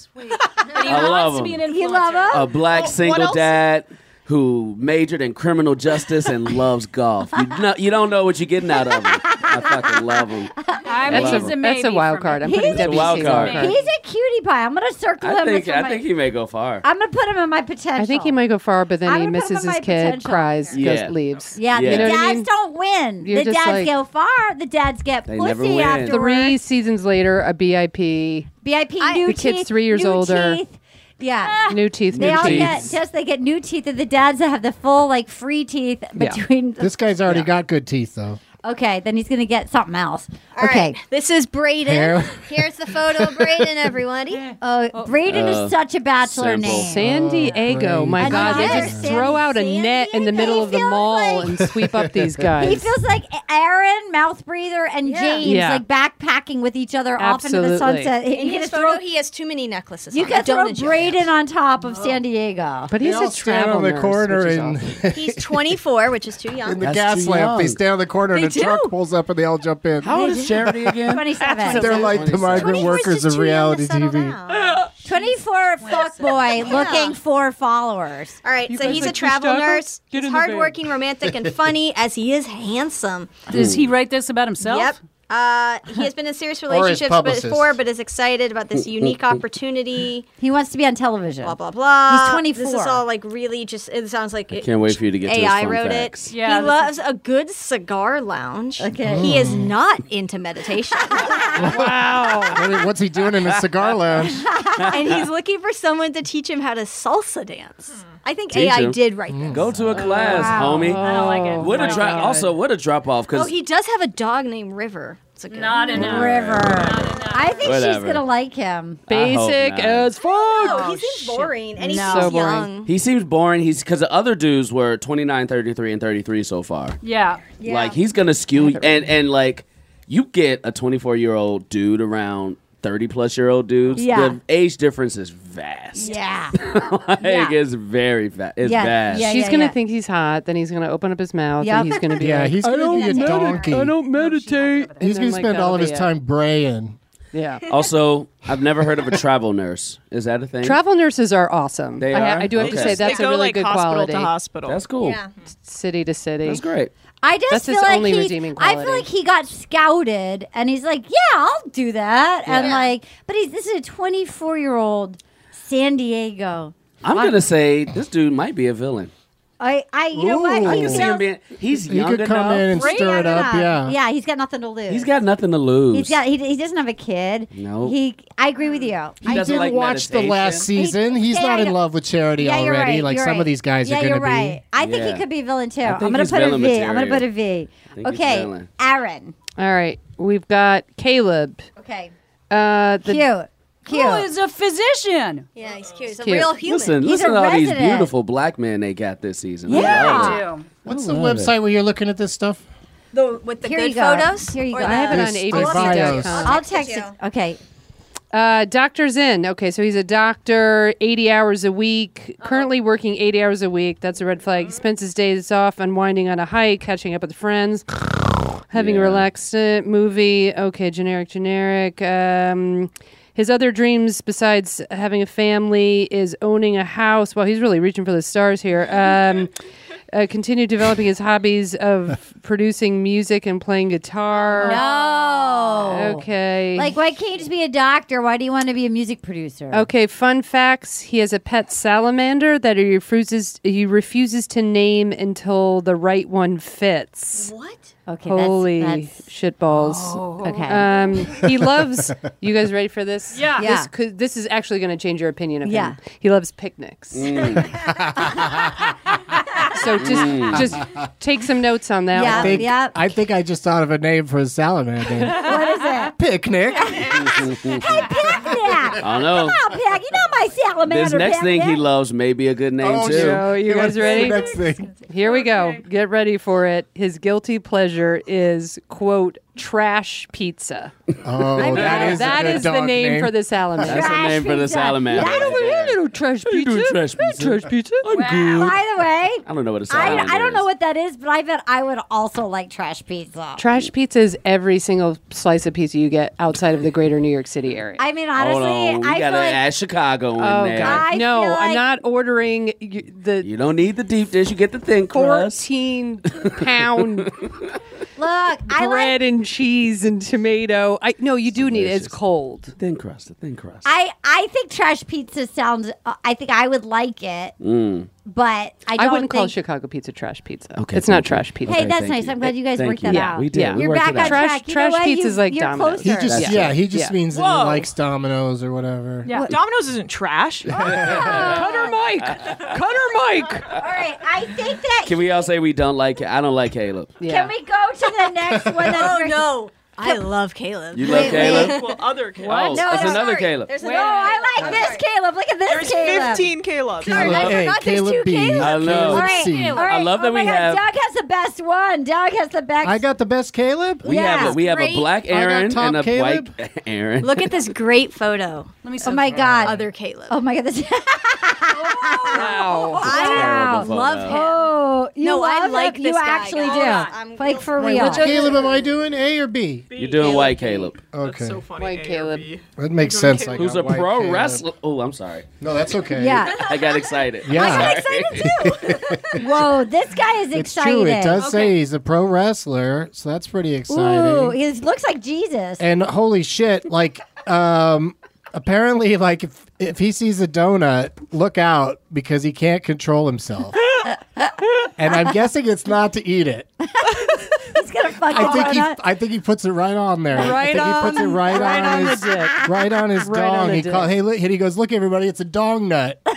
D: I love him.
A: You love him?
D: a black single dad who majored in criminal justice and loves golf. You, no, you don't know what you're getting out of him. I fucking love him.
F: I'm
D: That's a-
F: he's
D: that's a
F: maybe
D: wild
F: for
D: card.
F: me.
D: I'm putting He's a WC wild card. card.
A: He's a cutie pie. I'm gonna circle
D: I
A: him. as
D: think
A: one of
D: I
A: my-
D: think he may go far.
A: I'm gonna put him in my potential.
C: I think he might go far, but then
A: I'm
C: he
A: gonna put him
C: misses
A: in
C: his
A: my
C: kid,
A: potential.
C: cries,
D: Yeah.
C: goes, leaves.
A: Yeah,
C: You
A: the
C: know what
A: dads
C: I mean?
A: don't win.
C: You're
A: the
C: just
A: dads
C: like-
A: go far. The dads get
C: They
A: pussy
C: never win.
A: afterwards.
C: Three seasons later, a BIP,
A: BIP new
C: The
A: teeth.
C: kid's three years
A: new
C: older.
A: Teeth.
G: Ah.
A: Yeah.
C: new teeth,
A: They
C: new
A: all
C: teeth.
A: get just they get new teeth, and the dads that have the full like free teeth between.
E: This guy's already got good teeth, though.
A: Okay, then he's gonna get something else. okay,
G: This is
E: Hair.
G: Braden. Here's the photo of Braden, everybody.
A: Oh, Braden
C: Uh,
A: is such a bachelor
C: simple.
A: name.
D: Uh,
C: San Diego. My
A: Braden.
C: God, they
A: Another
C: just
A: San-
C: throw out a net in the middle of the mall and sweep up these
A: He
C: guys.
A: feels like Aaron, mouth breather, and James
C: Yeah.
A: like backpacking with each other off into
C: Absolutely.
A: the sunset.
G: In
A: You
G: his
A: could throw-
G: photo, he has too many necklaces.
A: you
G: on. I
A: could
G: don't
A: throw
G: enjoy Oh.
A: Braden on top of San Diego.
C: But
E: They
C: he's
E: all
C: a
E: stand on
C: travel
E: the
C: nurse,
E: corner
C: which is
E: and
G: it. He's 24, which is too young.
E: in the gas lamp. They stand on the corner
G: They
E: and a truck
G: do.
E: pulls up and they all jump in.
D: How old is Charity again?
A: 27.
E: They're like the migrant workers of reality TV.
A: 24 fuck boy looking for followers.
G: All right,
A: You
G: so
A: guys
G: he's a
A: like
G: travel
A: Gustavo?
G: nurse.
A: Get
G: He's
A: in the van.
G: hardworking, romantic, and funny, as he is handsome.
F: Does he write this about himself?
G: Yep. Uh, he has been in serious
F: Or his
G: relationships
F: publicist.
G: before, but is excited about this unique opportunity.
A: He wants to be on television.
G: Blah blah blah.
A: He's 24.
G: This is all like really just. It sounds like it,
D: can't wait for you to get to his
G: AI
D: fun
G: wrote
D: facts.
G: it.
F: Yeah,
G: he
F: this
G: loves a good cigar lounge.
A: Okay.
G: He is
D: Mm.
G: not into meditation,
E: Wow. What's he doing in a cigar lounge?
G: and he's looking for someone to teach him how to salsa dance. I think
D: Teach
G: AI
D: him. Mm.
G: did write this.
D: Go to a class, homie.
G: I don't like it.
D: What a
G: Oh,
D: drop.
G: God.
D: Also, what a drop off.
G: Oh,
D: Because
G: he does have a dog named River. It's a good
F: not
G: an
A: River. I think she's
D: Whatever.
A: gonna like him.
D: Basic not. as
C: fuck.
G: No, he seems boring, and he's Oh, so young.
D: He seems boring. He's because the other dudes were 29, 33, and 33 so far.
F: Yeah.
D: Like he's gonna skew and and like you get a 24 year old dude around 30 plus year old dudes.
A: Yeah.
D: The age difference is vast.
A: Yeah.
D: like it's very fast. It's
C: Yeah,
D: vast.
C: She's gonna think he's hot. Then he's gonna open up his mouth,
E: Yep.
C: and he's gonna be
E: Yeah,
C: like,
E: he's
C: "I
E: gonna
C: don't
E: be a
C: medit-
E: donkey."
C: I don't meditate.
E: He's
C: And then,
E: going to
C: like,
E: spend all
C: that'll
E: of his
C: be it.
E: time braying.
C: Yeah.
D: Also, I've never heard of a travel nurse. Is that a thing?
C: Travel nurses are awesome.
D: They
C: I, ha-
D: are?
C: I do have to
D: Okay.
C: say
D: They
C: that's a
D: go,
C: really
D: like,
C: good
D: hospital
C: quality.
D: to hospital. That's cool. Yeah.
C: S- City to city.
D: That's great.
A: I just
C: That's
A: feel
C: his
A: like
C: only
A: he,
C: redeeming
A: I feel
C: quality.
A: like he got scouted, and he's like, "Yeah, I'll do that," and
D: Yeah.
A: like, but he's this is a 24 year old San Diego.
D: I'm gonna say this dude might be a villain.
A: I, I, you know what?
D: Ooh. I
A: He
D: can see him being- he's
A: He
D: young
E: could come
D: enough.
E: in and Right. stir it up, yeah.
A: Yeah, he's got nothing to lose.
D: He's got nothing to lose.
A: He's got. He, he doesn't have a kid.
D: No.
A: He. I agree with you.
E: I didn't watch the last season. He's
A: yeah,
E: not
A: I
E: in
A: know.
E: love with charity
A: Yeah, you're
E: already.
A: right,
E: like
A: you're
E: some
A: right.
E: of these guys
A: yeah,
E: are going
A: you're
E: to
A: right. I think
E: Yeah.
A: he could be a villain too.
E: I
A: I'm
E: think
A: gonna
E: he's
A: put a V.
E: villain
A: am gonna put a V.
E: think he's
A: Okay,
E: villain.
A: Aaron.
C: All right, we've got Caleb.
A: Okay.
C: Uh, the,
A: Cute. cute.
F: Who is a physician?
G: Yeah, he's cute. He's a
D: Cute.
G: real human.
D: Listen,
G: he's
D: listen
G: a
D: to all
G: resident.
D: these beautiful black men they got this season. I
A: Yeah.
D: love it.
E: What's
D: I
E: the
D: love it.
E: website where you're looking at this stuff?
G: The, with the
A: Here
G: good
A: you go.
G: photos.
A: Here you
G: or
A: go.
G: The,
A: I have it on
E: This-
A: ABC.
E: the bios.
A: I'll text it. Okay.
C: Uh, Dr. Zinn. Okay, so he's a doctor, 80 hours a week, currently working 80 hours a week. That's a red
A: Uh-huh.
C: flag. He spends his days off unwinding on a hike, catching up with friends, having a relaxant movie. Okay, generic, generic. Um, his other dreams, besides having a family, is owning a house. Well, he's really reaching for the stars here. Um, uh, continue developing his hobbies of producing music and playing guitar.
A: No.
C: Okay.
A: Like, why can't you just be a doctor? Why do you want to be a music producer?
C: Okay, fun facts. He has a pet salamander that he refuses he refuses to name until the right one fits.
G: What?
A: Okay, that's-
C: Holy
A: that's-
C: shitballs.
A: Oh. Okay.
C: Um, he loves. You guys ready for this?
F: Yeah.
C: This
F: Yeah.
C: could, this is actually going to change your opinion of
F: Yeah.
C: him. He loves picnics.
A: Mm.
C: so just
E: Mm.
C: just take some notes on that.
E: I
C: one.
E: think, I think I just thought of a name for a salamander.
A: what is it?
E: Picnic.
A: Yeah.
D: I know.
A: Come on, Peg. You know my salamander.
D: This next
A: Peg.
D: thing he loves may be a good name
C: Oh,
D: too.
C: So you guys ready? Here we go. Get ready for it. His guilty pleasure is quote trash pizza.
E: Oh,
C: I
E: that
C: mean,
E: is a
C: that
E: good
C: is the
E: dog
C: name,
E: name.
C: for the salamander.
D: That's the name for the salamander.
C: That over here, little trash pizza.
D: trash pizza.
C: Trash pizza.
A: By the way,
D: I don't know what a salamander
A: I, I don't
D: is.
A: know what that is, but I bet I would also like trash pizza.
C: Trash pizza is every single slice of pizza you get outside of the greater New York City area.
A: I mean,
D: Hold
A: honestly,
D: on, we
A: I feel
D: gotta
A: like
D: add Chicago in
C: Oh,
D: there.
C: God. no,
A: feel
C: I'm
A: like-
C: not ordering y- the
D: You don't need the deep dish. You get the thin crust.
C: 14 pound
A: look
C: bread and cheese and tomato i no you do need it it's cold
D: thin crust the thin crust
A: I I think trash pizza sounds. Uh, I think I would like it,
C: mm.
A: but I
C: I,
A: don't
C: wouldn't call
A: think.
C: Chicago pizza trash pizza.
D: Okay,
C: it's not
D: thank you.
C: trash pizza.
A: Hey, that's nice. I'm glad you guys worked that out.
D: we did.
C: Yeah.
D: We
A: You're
D: worked
A: back
D: it
A: on
D: out.
A: track. You
C: Trash-
A: know
C: trash
A: what?
C: pizza
A: You-
C: is like
A: you're
C: Domino's.
E: He
A: closer.
E: just
C: That's
E: yeah,
C: right.
E: he just
C: Yeah.
E: means that
C: Whoa.
E: he likes Domino's or whatever.
C: Yeah.
I: Domino's isn't trash.
C: Cutter Mike. Cutter Mike.
A: All right, I think that.
D: Can we all say we don't like? I don't like Caleb.
A: Can we go to the next one? That's
G: Oh
A: very-
G: no, I love Caleb.
D: You love Caleb?
I: well, other Caleb.
D: Oh,
A: No,
D: that's
A: no,
D: another
A: sorry.
D: Caleb.
G: There's
A: No,
G: another
A: I like this Caleb. Oh, Look at this
I: There's
A: Caleb.
I: 15 Caleb.
E: Caleb
A: I
E: A,
A: forgot there's
E: Caleb
A: two
E: B,
A: Calebs.
D: I love-
E: Caleb
A: All right,
E: C.
A: all right.
D: I love that
A: oh my
D: we
A: God,
D: have-
A: Doug has the best one. Doug has the best.
E: I got the best Caleb.
D: We
A: Yeah.
D: have a, we have a
G: Great.
D: black
E: got
D: Aaron
E: top
D: and a
E: Caleb.
D: white Aaron.
G: Look at this great photo.
F: Let me see.
A: oh my God.
G: Other Caleb.
A: Oh my God. This.
D: wow.
G: I
D: Terrible
G: love
D: photo.
G: him.
A: oh, you
G: No, I
A: love
G: like
A: him.
G: this
A: You
G: guy,
A: actually
G: guys.
A: do.
G: Hold on, I'm
A: like
G: real-
A: for
E: Wait,
A: real.
E: which Caleb am I doing? A or B?
D: You're doing white Caleb.
E: Okay,
I: So funny.
C: White
I: A or
C: Caleb.
I: B.
E: that makes sense. I
D: Who's
E: got
D: a
E: white
D: pro
E: Caleb.
D: wrestler? Oh, I'm sorry.
E: No, that's okay.
A: Yeah.
D: I got excited.
E: Yeah. I got
A: Whoa, this guy is
E: It's
A: excited.
E: true. It does say he's a pro wrestler, so that's pretty exciting.
A: Ooh, he looks like Jesus.
E: And holy shit, like um apparently like if, if he sees a donut, look out because he can't control himself. and I'm guessing it's not to eat it.
A: He's gonna fuck
E: I think he
A: donut.
E: I think he puts it right on there. I
C: Right
E: think he puts it
C: on-
E: right,
C: right
E: on,
C: on the
E: his
C: dick.
E: right on his
C: Right
E: dong.
C: on the
E: he call,
C: dick.
E: hey look, and he goes, "Look everybody, it's a dong nut." Uh,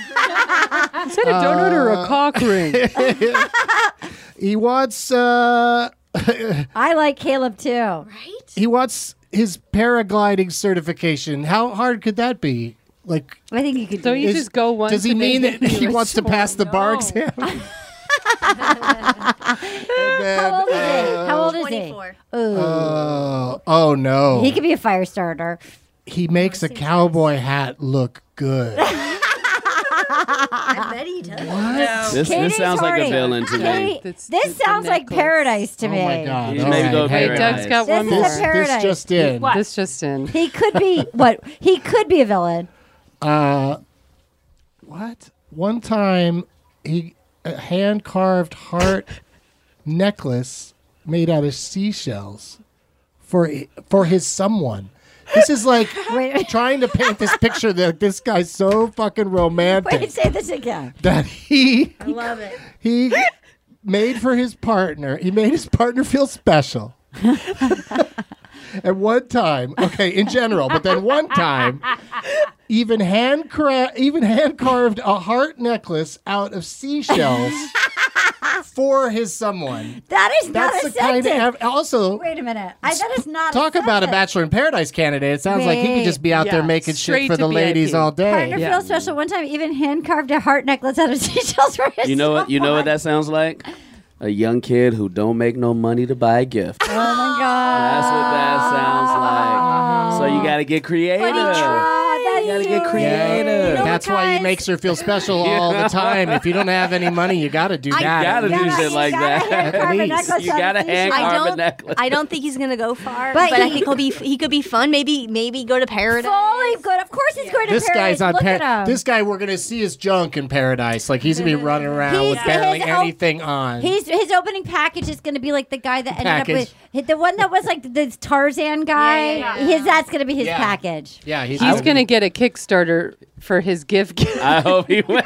C: Is that a donut or a cock ring?
E: he wants uh
A: I like Caleb too.
E: he wants his paragliding certification. How hard could that be? Like
A: I think you could.
C: So
A: do
C: you
E: Is-
C: just go once.
E: Does he
C: and they
E: mean that
C: give you
E: he
C: a
E: wants to
C: score?
E: pass the bar
C: No.
E: exam?
A: it. How old is he? How old is
G: Twenty-four.
A: he? Ooh.
E: Oh, oh no.
A: he
E: He,
A: could be a fire starter.
E: makes a cowboy hat look good.
G: I bet he does.
E: What?
D: This, this
A: Katie's
D: sounds like
A: horny.
D: a villain to me.
A: Katie,
C: That's-
A: this
C: that's the
A: sounds like
C: necklace.
A: paradise to
E: Oh
A: me.
E: my god.
D: He's
E: All
D: maybe
E: right,
D: go
E: hey,
C: Hey,
D: Very
C: Doug's
D: nice.
C: got
A: This
C: one
A: is a
C: more.
E: This, this
A: paradise.
E: just in.
C: This just in.
A: He could be what? He could be a villain.
E: Uh, what? One time, he a hand carved heart necklace made out of seashells for for his someone. This is like
A: Wait.
E: trying to paint this picture that this guy's so fucking romantic
A: Wait, say this again.
E: that he
G: I love it.
E: he made for his partner. He made his partner feel special. At one time, okay, in general, but then one time, even hand cra- even hand carved a heart necklace out of seashells for his someone.
A: That is not
E: That's
A: a
E: the kind
A: sentence.
E: of ev- also-
A: wait a minute. I, that is not
E: Talk
A: a
E: about a
A: sentence.
E: Bachelor in Paradise candidate. It sounds like he could just be out there
A: Yeah,
E: making shit
A: straight
E: for
A: to
E: the
A: VIP.
E: ladies all day.
A: Partner feels special. One time, even hand carved a heart necklace out of seashells for his.
D: You know what? You know what that sounds like? A young kid who don't make no money to buy a gift.
A: Oh my god.
D: That's what that sounds like. So you gotta get creative.
A: you
D: gotta get creative.
E: That's why he makes her feel special
D: Yeah.
E: all the time. If you don't have any money, you got to do
D: I-
E: that.
D: You gotta do shit like that.
E: At least.
G: I
E: carve a
G: don't,
E: necklace.
G: I don't think he's gonna go far,
A: But
G: but, I
A: he-
G: think he'll be. He could be fun. Maybe maybe go to paradise.
A: Fully good. Of course he's going
E: This guy's on
G: Look at
E: par-
G: him.
E: this guy we're gonna see his junk in paradise. Like he's gonna be running around with barely
A: his own-
E: anything on.
A: His his opening package is going to be like the guy that ended
E: Package.
A: up with the one that was like the Tarzan guy. His that's going to be his
C: Yeah.
A: package.
E: Yeah,
C: he's,
E: he's-
C: going to get a Kickstarter for his gift.
D: I hope he will.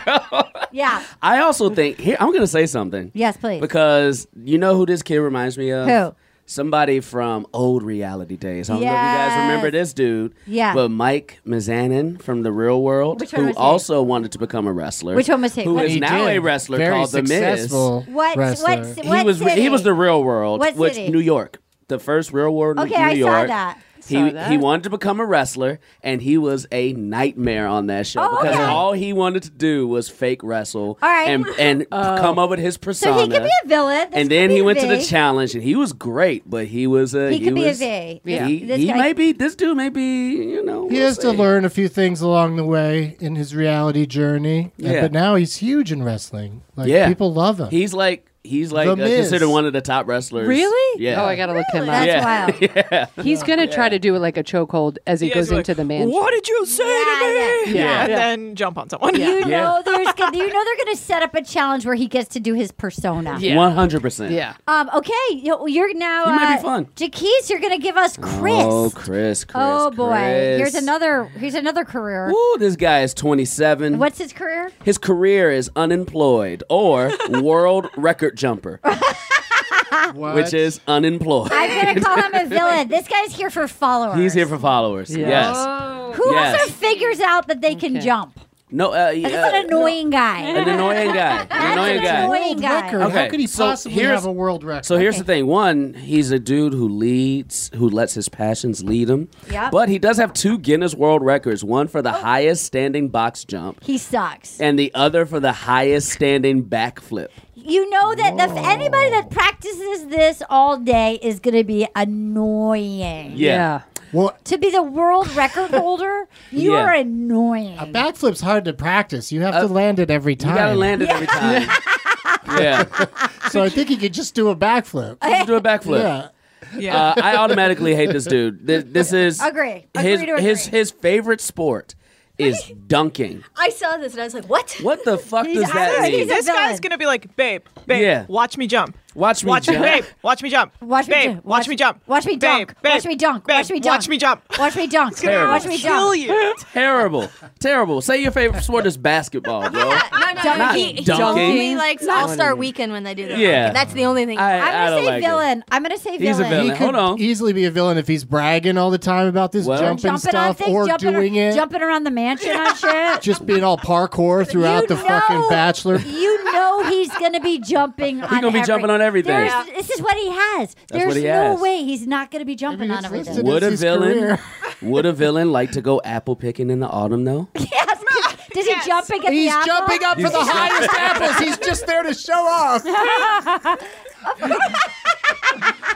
A: Yeah.
D: I also think here I'm gonna say something.
A: Yes, please.
D: Because you know who this kid reminds me of?
A: Who?
D: Somebody from old reality days. I don't know if you guys remember
A: Yes.
D: this dude.
A: Yeah.
D: But Mike Mizanin from The Real World,
A: Which one
D: who
A: was he?
D: also wanted to become a wrestler.
A: Which one was he?
D: Who
A: What-
D: is
A: He
D: now
A: did.
D: a wrestler
E: Very
D: called The Miz.
E: successful
A: What- wrestler. what-
D: he
A: what
D: was re-
A: city?
D: he was the Real World,
A: What
D: which
A: city?
D: New York. The first Real World
A: Okay,
D: New
A: I saw
D: York.
A: that.
D: He,
A: Saw that.
D: he wanted to become a wrestler, and he was a nightmare on that show because
A: Oh, okay.
D: all he wanted to do was fake wrestle
A: All right.
D: and and
A: Oh.
D: come up with his persona.
A: So he could be a villain. This
D: and then
A: could be
D: he
A: a
D: went to the
A: big-
D: challenge, and he was great, but he was a
A: He could be a
D: was-
A: V.
D: Yeah.
A: This-
D: He,
A: this
D: he
A: guy-
D: may be this dude may be you know
E: He has to learn a few things along the way in his reality journey. And-
D: Yeah.
E: But now he's huge in wrestling. Like
D: yeah
E: people love him.
D: He's like he's like
E: The
D: uh,
E: Miz.
D: considered one of the top wrestlers.
C: Really?
D: Yeah.
C: Oh, I gotta look him up. That's
D: Really? yeah. wild. yeah.
C: He's going to try to do like a chokehold as he
I: Yeah,
C: goes
I: he's like,
C: into the mansion.
I: What did you say to me?
C: Yeah. Yeah.
I: And
C: Yeah.
I: then jump on someone.
A: You know there's gonna- you know they're going to set up a challenge where he gets to do his persona.
D: One hundred percent.
A: Um, okay, you- you're now.
D: He might be
A: uh,
D: fun.
A: Jaquez, you're gonna give us Chris.
D: Oh, Chris, Chris.
A: Oh, boy, here's
D: Chris.
A: another. Here's another career.
D: Ooh, this guy is 27.
A: What's his career?
D: His career is unemployed or world record jumper, which is unemployed.
A: I'm gonna call him a villain. This guy's here for followers.
D: He's here for followers.
A: Yeah. Oh.
D: Yes.
A: Who
D: Yes.
A: also figures out that they can jump?
D: No. Uh,
A: Like,
D: yeah,
A: That's an annoying guy.
D: An annoying guy. An annoying guy.
A: Annoying guy.
E: Record. How could he
D: so
E: possibly
D: here's-
E: have a world record?
D: So here's the thing. One, he's a dude who leads, who lets his passions lead him.
A: Yep.
D: But he does have two Guinness World Records, one for the highest standing box jump
A: He sucks.
D: and the other for the highest standing backflip.
A: You know that the, anybody that practices this all day is gonna be annoying.
D: Yeah.
E: Well,
A: To be the world record holder, you
E: Yeah.
A: are annoying.
E: a backflip's hard to practice. You have to land it every time.
D: Uh, You gotta land it every time. yeah.
E: so I think he could just do a backflip.
D: Just do a backflip.
E: Yeah.
I: Yeah.
D: Uh, I automatically hate this dude. This, this is
G: Agree. Agree
D: His
G: to agree.
D: his his favorite sport is dunking.
G: I saw this and I was like, what?
D: What the fuck does that
I: Honestly,
D: mean?
I: this guy's gonna be like, babe, babe,
D: Yeah.
I: watch me jump.
D: Watch me
I: watch
D: jump.
I: Me, babe, watch me jump.
A: Watch me
I: babe,
A: jump.
I: Watch me jump.
A: Watch me dunk.
I: Babe, babe,
A: watch me dunk. watch me
I: babe,
A: dunk.
I: watch me jump.
A: Watch me dunk.
D: Terrible.
A: Watch me
D: Kill
A: dunk.
I: you.
D: Terrible, terrible. Say your favorite sport is basketball, bro.
G: No, no,
D: Not
G: he, he
D: dunking.
G: only likes
D: Not-
G: All Star Weekend when they do that.
D: Yeah.
G: that's the only thing.
D: I- I'm gonna I don't say like it. villain.
A: I'm gonna say
D: He's a villain.
E: He could
D: Hold on.
E: easily be a villain if he's bragging all the time about this
D: Well-
E: jumping,
A: Jumping on
E: stuff
A: things,
E: or
A: jumping,
E: doing it.
A: jumping around the mansion on shit.
E: Just being all parkour throughout the fucking Bachelor.
A: You know he's gonna be jumping. on
D: gonna be
A: every-
D: jumping on everything.
A: There's-
D: Yeah.
A: This is what he has.
D: That's
A: There's
D: what he
A: no
D: has.
A: way he's not gonna be jumping on everything.
D: Would a
E: his
D: villain
E: career.
D: would a villain like to go apple picking in the autumn though?
A: Yes. Does he jump and get
E: He's
A: the apple?
E: jumping up for the
D: He's-
E: highest apples. He's just there to show off.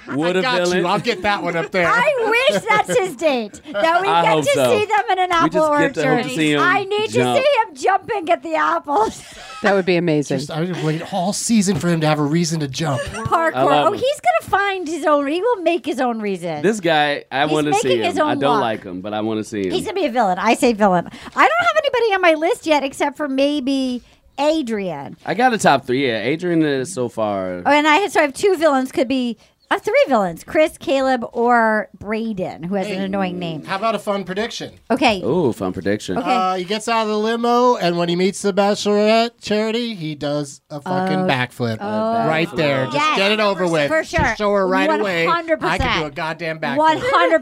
D: Would a
E: Got
D: villain?
E: you. I'll get that one up there.
A: I wish that's his date. That we
D: I
A: get
D: hope
A: to
D: so.
A: see them in an
D: We
A: apple
D: just get
A: orchard.
D: to hope to see him
A: I need
D: jump.
A: to see him jumping at the apples.
C: That would be amazing.
E: Just, I would wait all season for him to have a reason to jump.
A: Parkour.
D: I love
A: Oh,
D: him.
A: he's gonna find his own. He will make his own reason.
D: This guy, I
A: He's
D: want to see
A: making his
D: him. I
A: own
D: don't
A: luck.
D: like him, but I want to see him.
A: He's gonna be a villain. I say villain. I don't have anybody on my list yet except for maybe Adrian.
D: I got a top three. Yeah, Adrian is so far.
A: Oh, and I had so I have two villains. Could be Uh, three villains Chris, Caleb, or Braden, who has an annoying name.
E: How about a fun prediction?
A: Okay.
D: Ooh, fun prediction.
E: Uh, he gets out of the limo, and when he meets the bachelorette charity, he does a fucking
A: Oh.
E: backflip
A: Oh.
E: right there. Just
A: Yes.
E: get it over with.
A: For sure.
E: Just show her right away. I
A: 100%.
E: can do a goddamn backflip.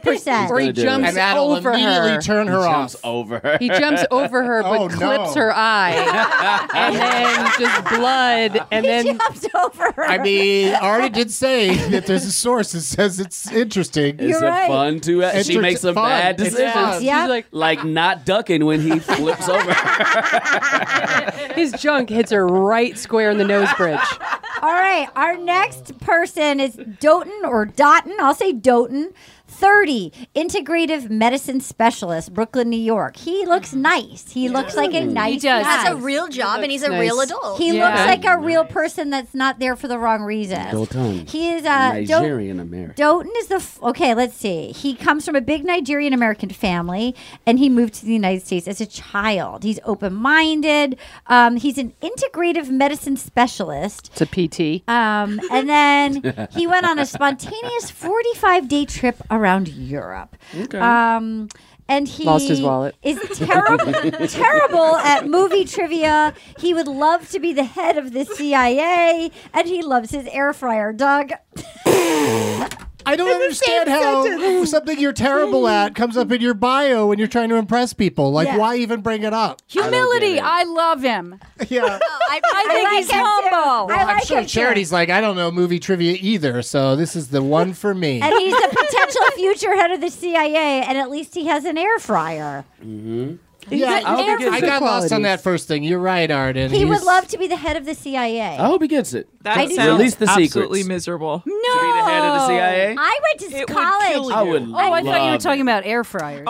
A: 100%.
C: Or he jumps
E: and that'll
C: over
E: immediately
C: her.
E: turn her
D: He
E: off.
D: jumps over her.
C: He jumps over her, but
E: Oh, no.
C: clips her eye, and then just blood, and then
A: jumps over her.
E: I mean, I already did say that there's a source that says it's interesting.
D: It's a fun too. She
E: Inter-
D: makes some
E: fun.
D: bad
E: It's
D: decisions.
E: fun.
C: Yeah. She's like-
D: like not ducking when he flips over.
C: his junk hits her right square in the nose bridge.
A: All right. Our next person is Doughton or Doughton. I'll say Doughton. 30, integrative medicine specialist, Brooklyn, New York. He looks nice. He looks like a nice
G: does.
A: guy.
G: Has a real He job and he's a looks real nice. adult.
A: He
G: Yeah.
A: looks like a real person that's not there for the wrong reasons.
D: Dotan.
A: He is uh, Doughton.
D: Nigerian American.
A: Doughton is the f- okay. Let's see. He comes from a big Nigerian American family, and he moved to the United States as a child. He's open-minded. Um, he's an integrative medicine specialist.
C: It's a PT.
A: Um, and then he went on a spontaneous 45 day trip around Europe.
C: Okay.
A: Um, and he
C: Lost his wallet.
A: Is terrible, terrible at movie trivia. He would love to be the head of the CIA, and he loves his air fryer, Doug.
E: I don't understand how something you're terrible at comes up in your bio when you're trying to impress people. Like,
F: Yeah.
E: why even bring it up?
F: Humility. I, love him.
E: Yeah.
G: I,
F: think he's humble.
E: Well, I'm sure Charity's like, I don't know movie trivia either, so this is the one for me.
A: And he's a potential future head of the CIA, and at least he has an air fryer.
E: mm-hmm.
A: He's
E: Yeah,
A: got
E: I,
A: air
E: I got lost on
A: qualities.
E: that first thing. You're right, Arden.
A: He would
E: He's-
A: love to be the head of the CIA.
D: I hope he gets it.
A: That I do. sounds
D: Release the
I: absolutely
D: secrets.
I: miserable.
F: No.
D: To be the head of the CIA.
A: I went to college.
D: I would.
F: Oh, I thought you were
D: love
F: talking about air fryers.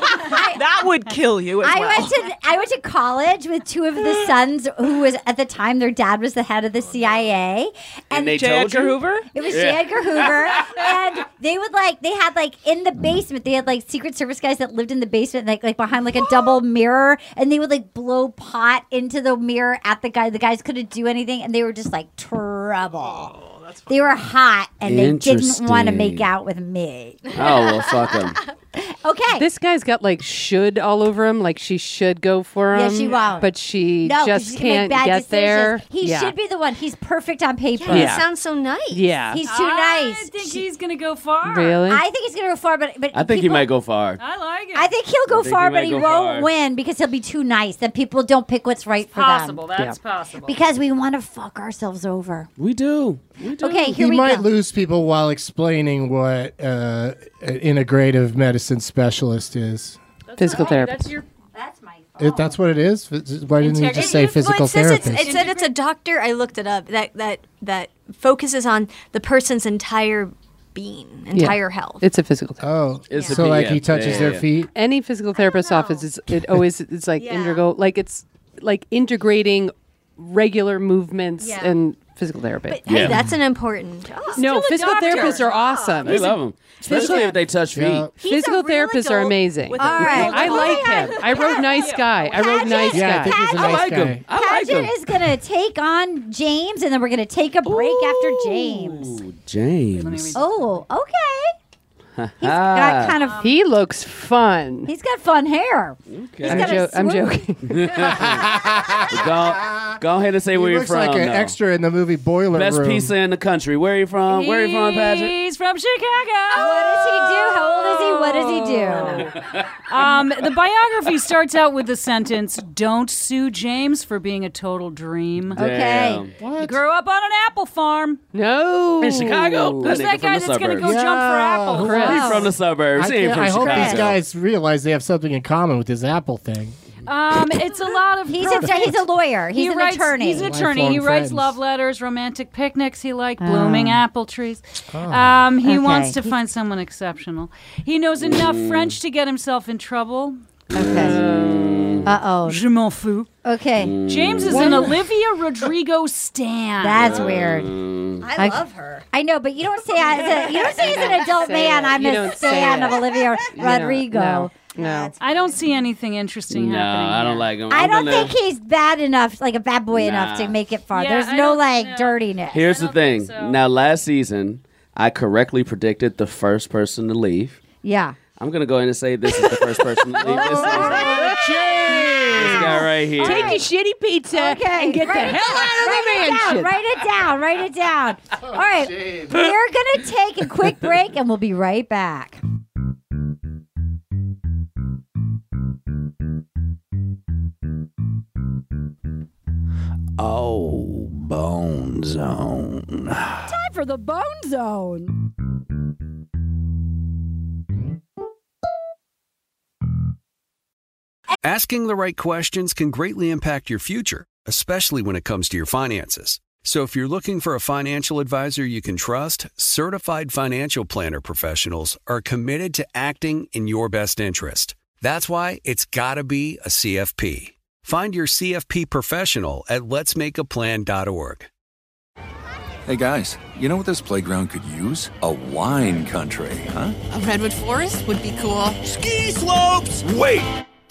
I: that would kill you. As
A: I
I: well.
A: went to I went to college with two of the sons who was at the time their dad was the head of the CIA.
D: Oh, And they J. told Edgar you? Hoover?
A: It was
D: Yeah.
A: J. Edgar Hoover. and they would like they had like in the basement, they had like Secret Service guys that lived in the basement, like like behind like a double mirror, and they would like blow pot into the mirror at the guy. The guys couldn't do anything and they were just like trouble.
D: Oh,
A: They were hot and they didn't want to make
C: Interesting.
A: out with me.
D: Oh well, fuck him.
A: Okay.
C: This guy's got like should all over him. Like she should go for
A: Yeah,
C: him.
A: she won't.
C: But she
A: No, 'cause
C: just
A: she
C: can't
A: make bad
C: get
A: decisions.
C: there.
A: He
C: Yeah.
A: should be the one. He's perfect on paper.
C: Yeah, he Yeah. sounds
A: so nice.
C: Yeah.
A: he's too
F: I
A: nice.
F: think he's gonna go far.
C: Really?
A: I think he's gonna go far, but but
D: I think he
A: people-
D: might go far.
F: I like it.
A: I think he'll go
D: I think he
A: far,
D: might
A: but he
D: go
A: won't
D: far.
A: win because he'll be too nice. Then people don't pick what's right for
F: possible.
A: them.
F: That's possible.
A: Because we want to fuck ourselves over.
D: We do.
A: Okay, here
E: he
A: we
E: might
A: go.
E: lose people while explaining what uh, an integrative medicine specialist is.
C: Physical therapist.
F: your.
E: It, that's what it is. Phys- Why didn't you
G: Integrity-
E: just say physical
G: Well, it says it's-
E: therapist?
G: It said it's a doctor. I looked it up. That that that focuses on the person's entire being,
C: Yeah.
G: entire health.
C: It's a physical
E: therapist.
D: It's a
E: so
D: bee,
E: like
D: yeah.
E: he touches
D: Oh. Yeah,
E: their
D: yeah.
E: feet.
C: Any physical therapist's office is it always it's like integral like it's like integrating regular movements
G: Yeah.
C: and physical therapy.
G: But hey, that's an important job.
C: no, physical therapists are awesome.
D: They love him, especially if they touch feet.
C: Physical therapists are amazing.
G: with a All real right.
C: I like him. I wrote nice guy. I wrote nice guy.
E: Yeah, I think he's a nice guy.
D: I like
A: Pageant
D: him.
A: is gonna take on James, and then we're gonna take a break after James.
D: Ooh, James.
A: Oh, okay.
D: Ah.
A: Got kind of.
C: He looks fun.
A: He's got fun hair. He's
C: I'm,
A: got a
C: jo- I'm
A: swoop.
C: joking.
D: go, go ahead and say where
E: He
D: you're
E: looks
D: from.
E: like an
D: though.
E: extra in the movie Boiler
D: Best
E: Room.
D: pizza in the country. Where are you from? Where are you from, Patrick?
F: He's from Chicago.
A: What does he do? How old is he? What does he do?
F: Um, the biography starts out with the sentence, "Don't sue James for being a total dream."
A: Okay.
F: He grew up on an apple farm.
C: No.
D: In Chicago?
F: Who's
D: nigga
F: that
D: from
F: guy
D: the
F: that's gonna go
D: suburbs.
F: jump for apples?
E: Chris.
D: He's from the suburbs.
E: I,
D: He ain't
E: can't-
D: from
E: I hope
D: Chicago.
E: these guys realize they have something in common with this Apple thing.
F: Um, it's a lot of.
A: He's a, he's a lawyer. He's
F: he
A: an
F: writes,
A: attorney.
F: He's an attorney. He
E: Lifelong
F: writes
E: friends.
F: love letters, romantic picnics. He liked blooming apple trees. Um, he
A: Oh. Okay.
F: wants to
A: He-
F: find someone exceptional. He knows enough French to get himself in trouble.
A: Uh oh.
F: Je m'en fous.
A: Okay.
D: Mm.
F: James is an Olivia Rodrigo stan.
A: That's weird.
D: Mm.
G: I love her.
A: I know, but you don't say as a, you don't say as an adult
C: say
A: man.
C: it.
A: I'm
C: You
A: a
C: don't say
A: fan
C: it.
A: of Olivia
C: You don't-
A: Rodrigo.
C: No. no.
F: I don't see anything interesting
D: No,
F: happening.
D: I don't
F: here.
D: like him.
A: I
D: I'm
A: don't
D: gonna-
A: think he's bad enough, like a bad boy enough
D: Nah.
A: to make it far.
F: Yeah,
A: There's
F: I
A: no
F: don't-
A: like
F: no.
A: dirtiness.
D: Here's the thing. Now, last season, I correctly predicted the first person to leave.
A: Yeah.
D: I'm gonna go in and say this is the first person to
H: Oh,
D: leave. This,
F: Oh.
D: this guy right here.
A: Take
H: a shitty pizza and get the hell out of the mansion.
A: Write it down. Write it down.
D: Oh,
A: All right. We're going to take a quick break and we'll be right back.
J: Oh, Bone Zone.
K: Time for the Bone Zone.
L: Asking the right questions can greatly impact your future, especially when it comes to your finances. So if you're looking for a financial advisor you can trust, certified financial planner professionals are committed to acting in your best interest. That's why it's got to be a CFP. Find your CFP professional at letsmakeaplan.org.
B: Hey guys, you know what this playground could use? A wine country, huh?
M: A redwood forest would be cool. Ski
B: slopes! Wait!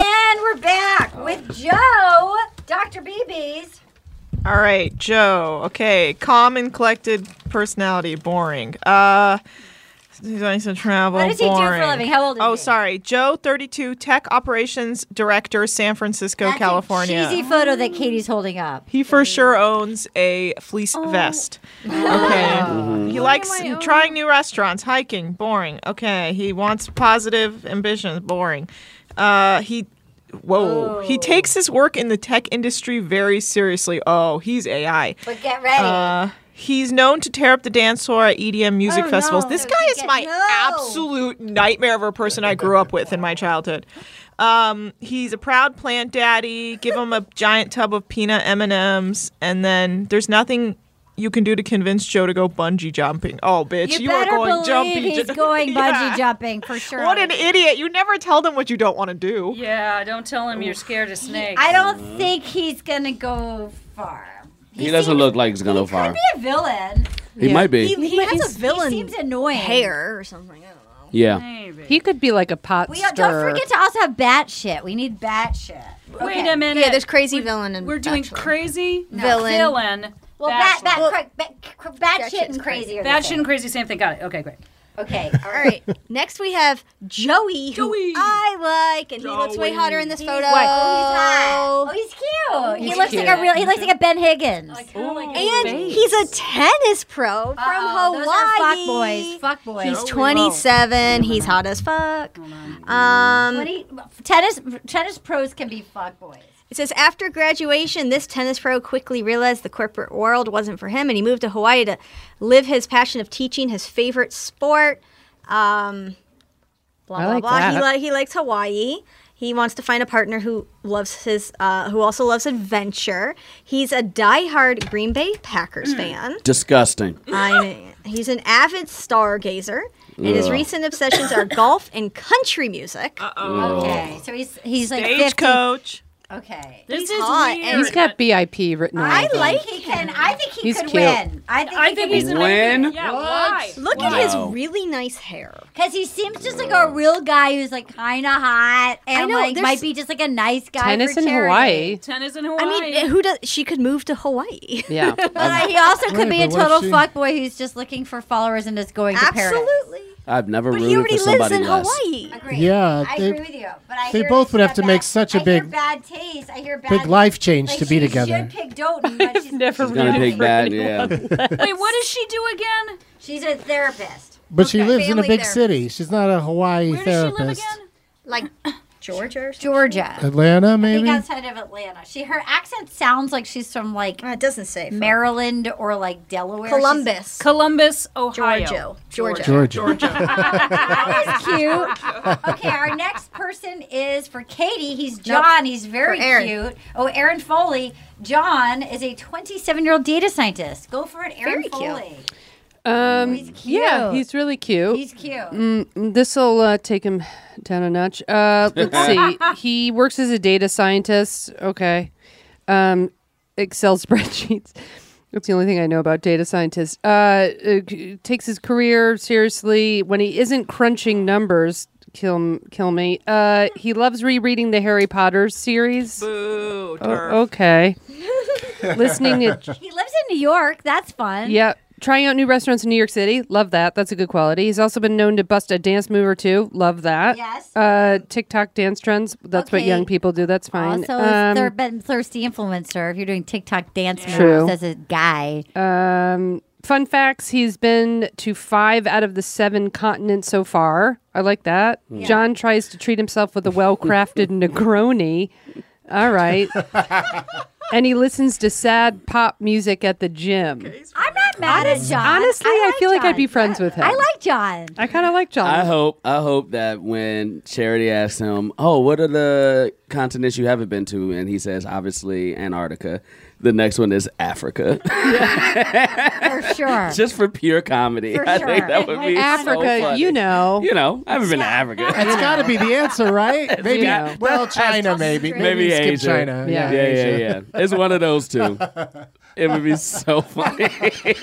A: And we're back with Joe, Dr. BB's.
I: All right, Joe. Okay, calm and collected personality. Boring. Uh, he's going to travel.
A: What does he do for a
I: boring.
A: living? How old is
I: Oh,
A: he?
I: sorry, Joe, thirty-two, tech operations director, San Francisco, California.
A: Cheesy photo that Katie's holding up. Oh.
I: He for sure owns a fleece vest. Okay. Oh. Mm-hmm.
F: Mm.
I: He likes trying new restaurants, hiking, boring. Okay. He wants positive ambitions, boring. Uh, he, whoa.
A: Oh.
I: He takes his work in the tech industry very seriously. Oh, he's AI.
A: But get ready.
I: Uh, he's known to tear up the dance floor at EDM music
A: Oh,
I: festivals.
A: no.
I: This guy is my absolute nightmare of a person I grew up with in my childhood. Um, he's a proud plant daddy. Give him a giant tub of peanut M and M's, and then there's nothing you can do to convince Joe to go bungee jumping. Oh, bitch, you, are
A: better
I: going
A: believe
I: jumping.
A: he's going
I: Yeah.
A: bungee jumping for sure.
I: What an idiot! You never tell them what you don't want to do.
K: Yeah, don't tell him you're scared of snakes.
A: I don't think he's gonna go far.
D: He doesn't look like he's gonna go
A: Could
D: far.
A: be a villain.
D: He might be.
A: He, he has a villain.
G: He
A: seems annoying.
G: Hair or something.
D: Yeah.
C: He could be like a pot
A: We uh,
C: stirrer.
A: don't forget to also have bat shit. We need bat shit.
G: Wait a minute. Yeah, there's crazy villain and
K: We're doing crazy
G: No.
K: villain.
A: Well, bat, bat, cra- bat, cra- bat shit and crazy. are the
K: Bad shit
A: same.
K: and crazy, same thing. Got it. Okay, great.
A: Okay. All
G: right. Next we have Joey, who I like, and he looks way hotter in this
A: He's
G: photo.
A: white. Oh, he's hot. Oh, he's cute.
G: He's
A: he looks like a
G: cute.
A: real. He looks like a Ben Higgins.
G: and he's a tennis pro from
A: those are fuck boys.
G: Hawaii.
A: Fuck boys.
G: He's 27. He's hot as fuck. Um,
A: 20 tennis tennis pros can be fuck boys.
G: It says after graduation, this tennis pro quickly realized the corporate world wasn't for him, and he moved to Hawaii to live his passion of teaching his favorite sport. Um, blah
A: I
G: blah
A: like
G: blah. He,
A: that.
G: li- he likes Hawaii. He wants to find a partner who loves his, uh, who also loves adventure. He's a diehard Green Bay Packers
A: Mm.
G: fan.
D: Disgusting.
G: I mean, he's an avid stargazer, and his
D: Ugh.
G: recent obsessions are golf and country music.
D: Ugh.
A: Okay, so he's he's like
I: Stagecoach.
A: Okay,
G: This
A: He's
G: is
A: hot.
G: weird.
C: He's got BIP written all
A: I
C: over him.
A: like he can. I think he
C: He's
A: could
C: cute.
A: win. I think,
K: I
A: he
K: think
A: could
K: he's
A: win.
K: an Win? Yeah,
A: What?
K: why?
G: Look at his
A: Wow.
G: really nice hair.
A: Because he seems just like a real guy who's like kind of hot and
G: know,
A: like
G: there's-
A: might be just like a nice guy.
C: Tennis
A: for
C: in
A: charity.
C: Hawaii.
K: Tennis in
G: I mean, who does? She could move to Hawaii.
C: Yeah.
A: But he also could
D: Wait,
A: be a
D: but what
A: total
D: if she-
A: fuckboy who's just looking for followers and just going to Paris. Absolutely.
D: I've never
G: But he
D: rooted
G: already
D: for somebody
G: lives in
D: less.
G: Hawaii.
A: Agreed.
E: Yeah,
A: I
E: they-
A: agree with you. But I
E: they
A: hear
E: both would
A: she's
E: have
A: got
E: to make
A: bad-
E: such a
A: I hear
E: big-
A: bad taste. I hear bad.
E: big life change
A: like
E: to be
A: she
E: together.
A: Should pick Doughton, but she's never
D: She's gonna rooted pick for bad, anyone yeah.
K: Wait, what does she do again?
A: She's a therapist.
E: But she lives in a
A: Family
E: big
A: therapist.
E: city. She's not a Hawaii therapist.
A: Like Georgia. Georgia.
E: Atlanta,
A: I
E: maybe.
A: think outside of Atlanta. She her accent sounds like she's from like it
G: doesn't say
A: Maryland or like Delaware.
G: Columbus.
K: Columbus, Ohio.
G: Georgia. Georgia.
E: Georgia.
A: She's- that was cute. okay, our next person is for Katie. He's John. He's very
G: For Aaron.
A: cute. Oh, Aaron Foley. John is a 27 year old data scientist. Go for it, Aaron
G: Very cute.
A: Foley.
C: Um, Yeah,
A: cute.
C: he's really cute.
A: He's cute.
C: Mm, this will uh, take him down a notch. Uh, let's see. He works as a data scientist. Okay. Um, Excel spreadsheets. That's the only thing I know about data scientists. Uh, uh, c- takes his career seriously. When he isn't crunching numbers, kill m- kill me. Uh, he loves rereading the Harry Potter series. Boo. okay. Listening to
A: He lives in New York. That's fun.
C: yeah. Trying out new restaurants in New York City. Love that. That's a good quality. He's also been known to bust a dance move or two. Love that. Yes. Uh, TikTok dance trends. That's what
A: Okay.
C: young people do. That's fine.
A: Also,
C: Um,
A: they're been thirsty influencer. If you're doing TikTok dance
C: True.
A: moves as a guy,
C: um, fun facts he's been to five out of the seven continents so far. I like that.
A: Yeah.
C: John tries to treat himself with a well crafted Negroni. All right. and he listens to sad pop music at the gym.
A: I'm not mad at John.
C: Honestly, I, feel like I'd be friends with him.
A: I like John.
C: I kind of like John.
D: I hope I hope that when Charity asks him, "Oh, what are the continents you haven't been to?" and he says, "Obviously Antarctica." The next one is Africa.
A: for sure.
D: Just for pure comedy,
A: For
D: I think
A: sure.
D: that would be so
C: Africa,
D: funny.
C: you know.
D: You know, I haven't been to Africa.
E: That's got to be the answer, right? Maybe.
D: Yeah.
E: Well, China, maybe.
D: Maybe
E: skip
D: Asia.
E: China.
D: Yeah, yeah, yeah, yeah. It's one of those two. It would be so funny.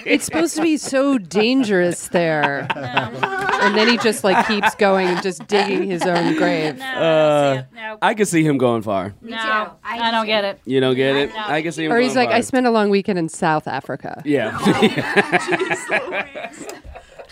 C: it's supposed to be so dangerous there. and then he just like keeps going and just digging his own grave.
D: Uh, I could see him going far.
K: No, I, don't get it.
D: You don't get it? I can see him
C: Or
D: going
C: he's like,
D: far.
C: I spent a long weekend in South Africa.
A: Oh,
D: Yeah.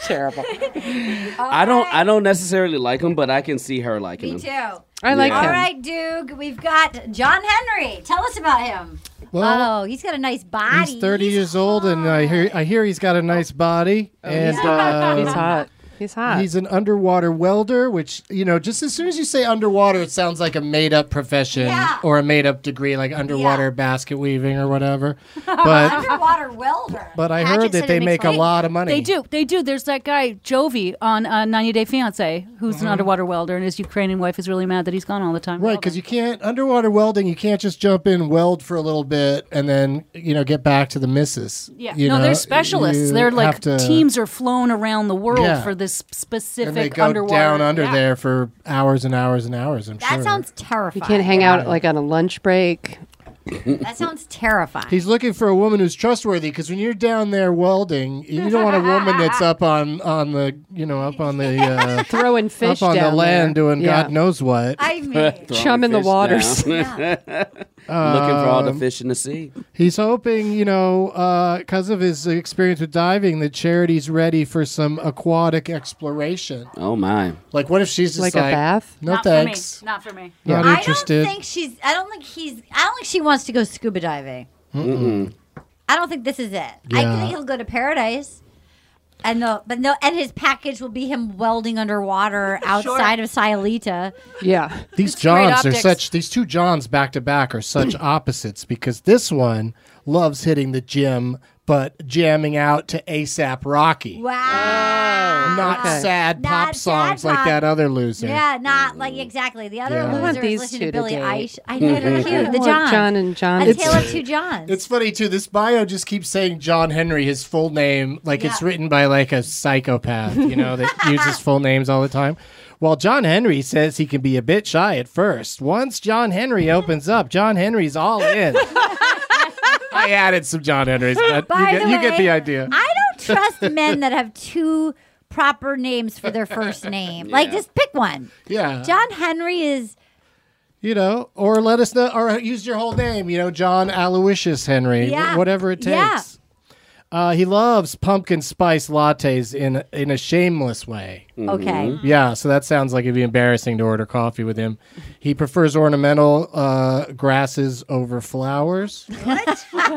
C: Terrible.
D: I don't I don't necessarily like him, but I can see her liking
A: Oh, Me
D: him.
A: too.
D: I like
A: All
D: him.
A: right, Duke. We've got John Henry. Tell us about him.
E: Well,
A: oh, he's got a nice body.
E: He's 30 years old, and I hear I hear he's got a nice body.
C: Oh,
E: and
C: he's hot.
E: um,
C: He's hot. He's hot.
E: He's an underwater welder, which you know, just as soon as you say underwater, it sounds like a made-up profession or a made-up degree, like underwater basket weaving or whatever. But
A: underwater welder.
E: but I heard that they make a lot of money.
F: They do. They do. There's that guy Jovi on uh, 90 Day Fiance, who's an underwater welder, and his Ukrainian wife is really mad that he's gone all the time.
E: Mm-hmm. Right, because you can't underwater welding. You can't just jump in, weld for a little bit, and then you know get back to the missus.
F: Yeah.
E: You
F: no,
E: know,
F: they're specialists.
E: you
F: They're like
E: have to-
F: teams are flown around the world
E: Yeah.
F: for this specific
E: and they go
F: underwater.
E: down under
F: Yeah.
E: there for hours and hours and hours. I'm that sure.
C: You
A: terrifying.
C: can't hang out like on a lunch break.
A: That sounds terrifying.
E: He's looking for a woman who's trustworthy because when you're down there welding, you don't want a woman that's up on on the you know up on the uh,
C: Throwing fish
E: up on the
C: down
E: land
C: there.
E: doing
C: Yeah.
E: God knows what.
A: I
D: Throwing
C: Chum in the
D: fish
C: waters.
D: down. Looking for all the
E: Um,
D: fish in the sea.
E: He's hoping, you know, because of his experience with diving, that Charity's ready for some aquatic exploration.
D: Oh my.
E: Like, what if she's just
C: Like
E: like,
C: a bath?
E: No
F: Not for me.
E: thanks.
F: Not for me.
E: Not
A: I
E: interested.
A: don't think she's. I don't think he's. I don't think she wants to go scuba diving.
D: Mm-mm.
A: I don't think this is it. I
D: Yeah.
A: think he'll go to paradise. And the but no, and his package will be him welding underwater outside of Sayulita.
C: Yeah.
E: These
A: great
E: Johns are
A: optics.
E: such. These two Johns back to back are such opposites because this one loves hitting the gym, but jamming out to ASAP Rocky,
A: Wow.
E: not sad pop songs like
A: pop.
E: that other loser.
A: Yeah, not like exactly. The other
E: Yeah. I want
A: loser is
E: these
A: listening
E: two
A: to
E: to
A: Billy
E: date.
A: Eilish. I know they're cute. The
C: Well,
A: John.
C: John and John.
A: A tale of two Johns.
E: It's funny too. This bio just keeps saying John Henry, his full name, like it's written by like a psychopath, you know, that uses full names all the time. While John Henry says he can be a bit shy at first, once John Henry opens up, John Henry's all in. I added some John Henrys, but you
A: By
E: get,
A: the
E: you get
A: way,
E: the idea.
A: I don't trust men that have two proper names for their first name. Like
E: Yeah.
A: just pick one.
E: Yeah.
A: John Henry is
E: you know, or let us know, or use your whole name, you know, John Aloysius Henry, wh-
A: Yeah.
E: whatever it takes.
A: Yeah.
E: Uh, he loves pumpkin spice lattes in in a shameless way.
A: Mm-hmm. Okay.
E: Yeah, so that sounds like it'd be embarrassing to order coffee with him. He prefers ornamental uh, grasses over flowers.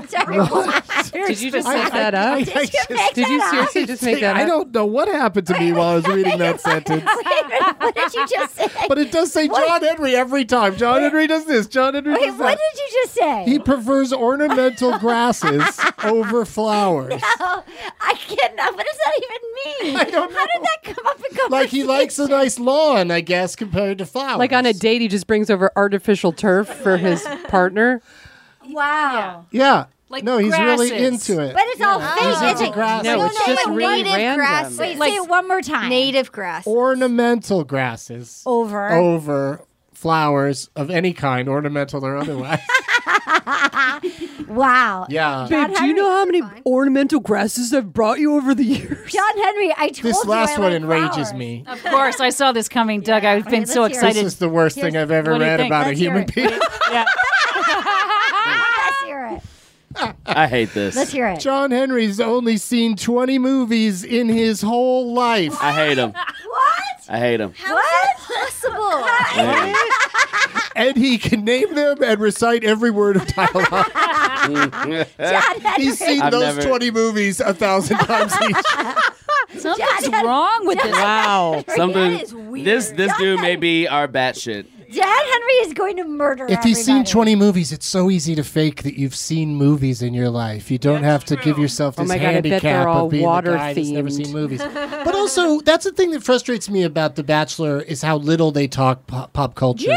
C: Did you just
E: I-
C: make
E: I-
C: that up?
E: I- I
C: Did
E: just-
C: you seriously just make that up?
E: I don't know what happened to me while I was reading that sentence.
A: what did you just say?
E: But it does say John Henry every time. John Henry does this. John Henry
A: Wait,
E: does that.
A: what did you just say?
E: He prefers ornamental grasses over flowers.
A: No, Oh, I cannot. What does that even mean? I don't know. How did that come up in conversation?
E: Like he likes a nice lawn, I guess, compared to flowers.
C: Like on a date, he just brings over artificial turf for his partner.
A: Wow.
E: Yeah.
A: Like
E: no, he's really
A: grasses.
E: into it.
A: But it's all fake.
E: He's into
A: isn't it?
E: grasses.
A: No, it's just
E: like
A: really
E: native random. grasses.
A: Wait,
E: Like-
A: say it one more time. Native grass.
E: ornamental grasses
A: Over.
E: over flowers of any kind, ornamental or otherwise.
A: Wow.
E: Yeah.
A: Babe, do you
C: know how many ornamental grasses I've brought you over the years?
A: John Henry, I told
E: this
A: you
E: last
A: I
E: one
A: like
E: enrages me.
F: Of course, I saw this coming, Doug. I've been so
E: let's hear it.
F: excited.
E: This is the worst thing I've ever
F: What do you
E: read
F: think?
E: about a human being.
F: yeah.
A: Let's hear it.
D: I hate this.
A: Let's hear it.
E: John Henry's only seen 20 movies in his whole life.
D: I hate him.
A: What?
D: I hate him.
A: How what? possible?
E: and he can name them and recite every word of dialogue. He's seen
D: I've
E: those
D: never-
E: 20 movies a thousand times each.
F: Something's wrong with this.
D: Wow. Something.
A: That is weird.
D: This this dude may be our bat shit.
A: Dad Henry is going to murder
E: If he's seen 20 movies, it's so easy to fake that you've seen movies in your life. You don't have to give yourself
C: Oh
E: this
C: my God, I bet
E: handicap
C: they're all
E: of being
C: water
E: the guy that's never
C: themed.
E: seen movies. but also, that's the thing that frustrates me about The Bachelor is how little they talk pop, pop culture t-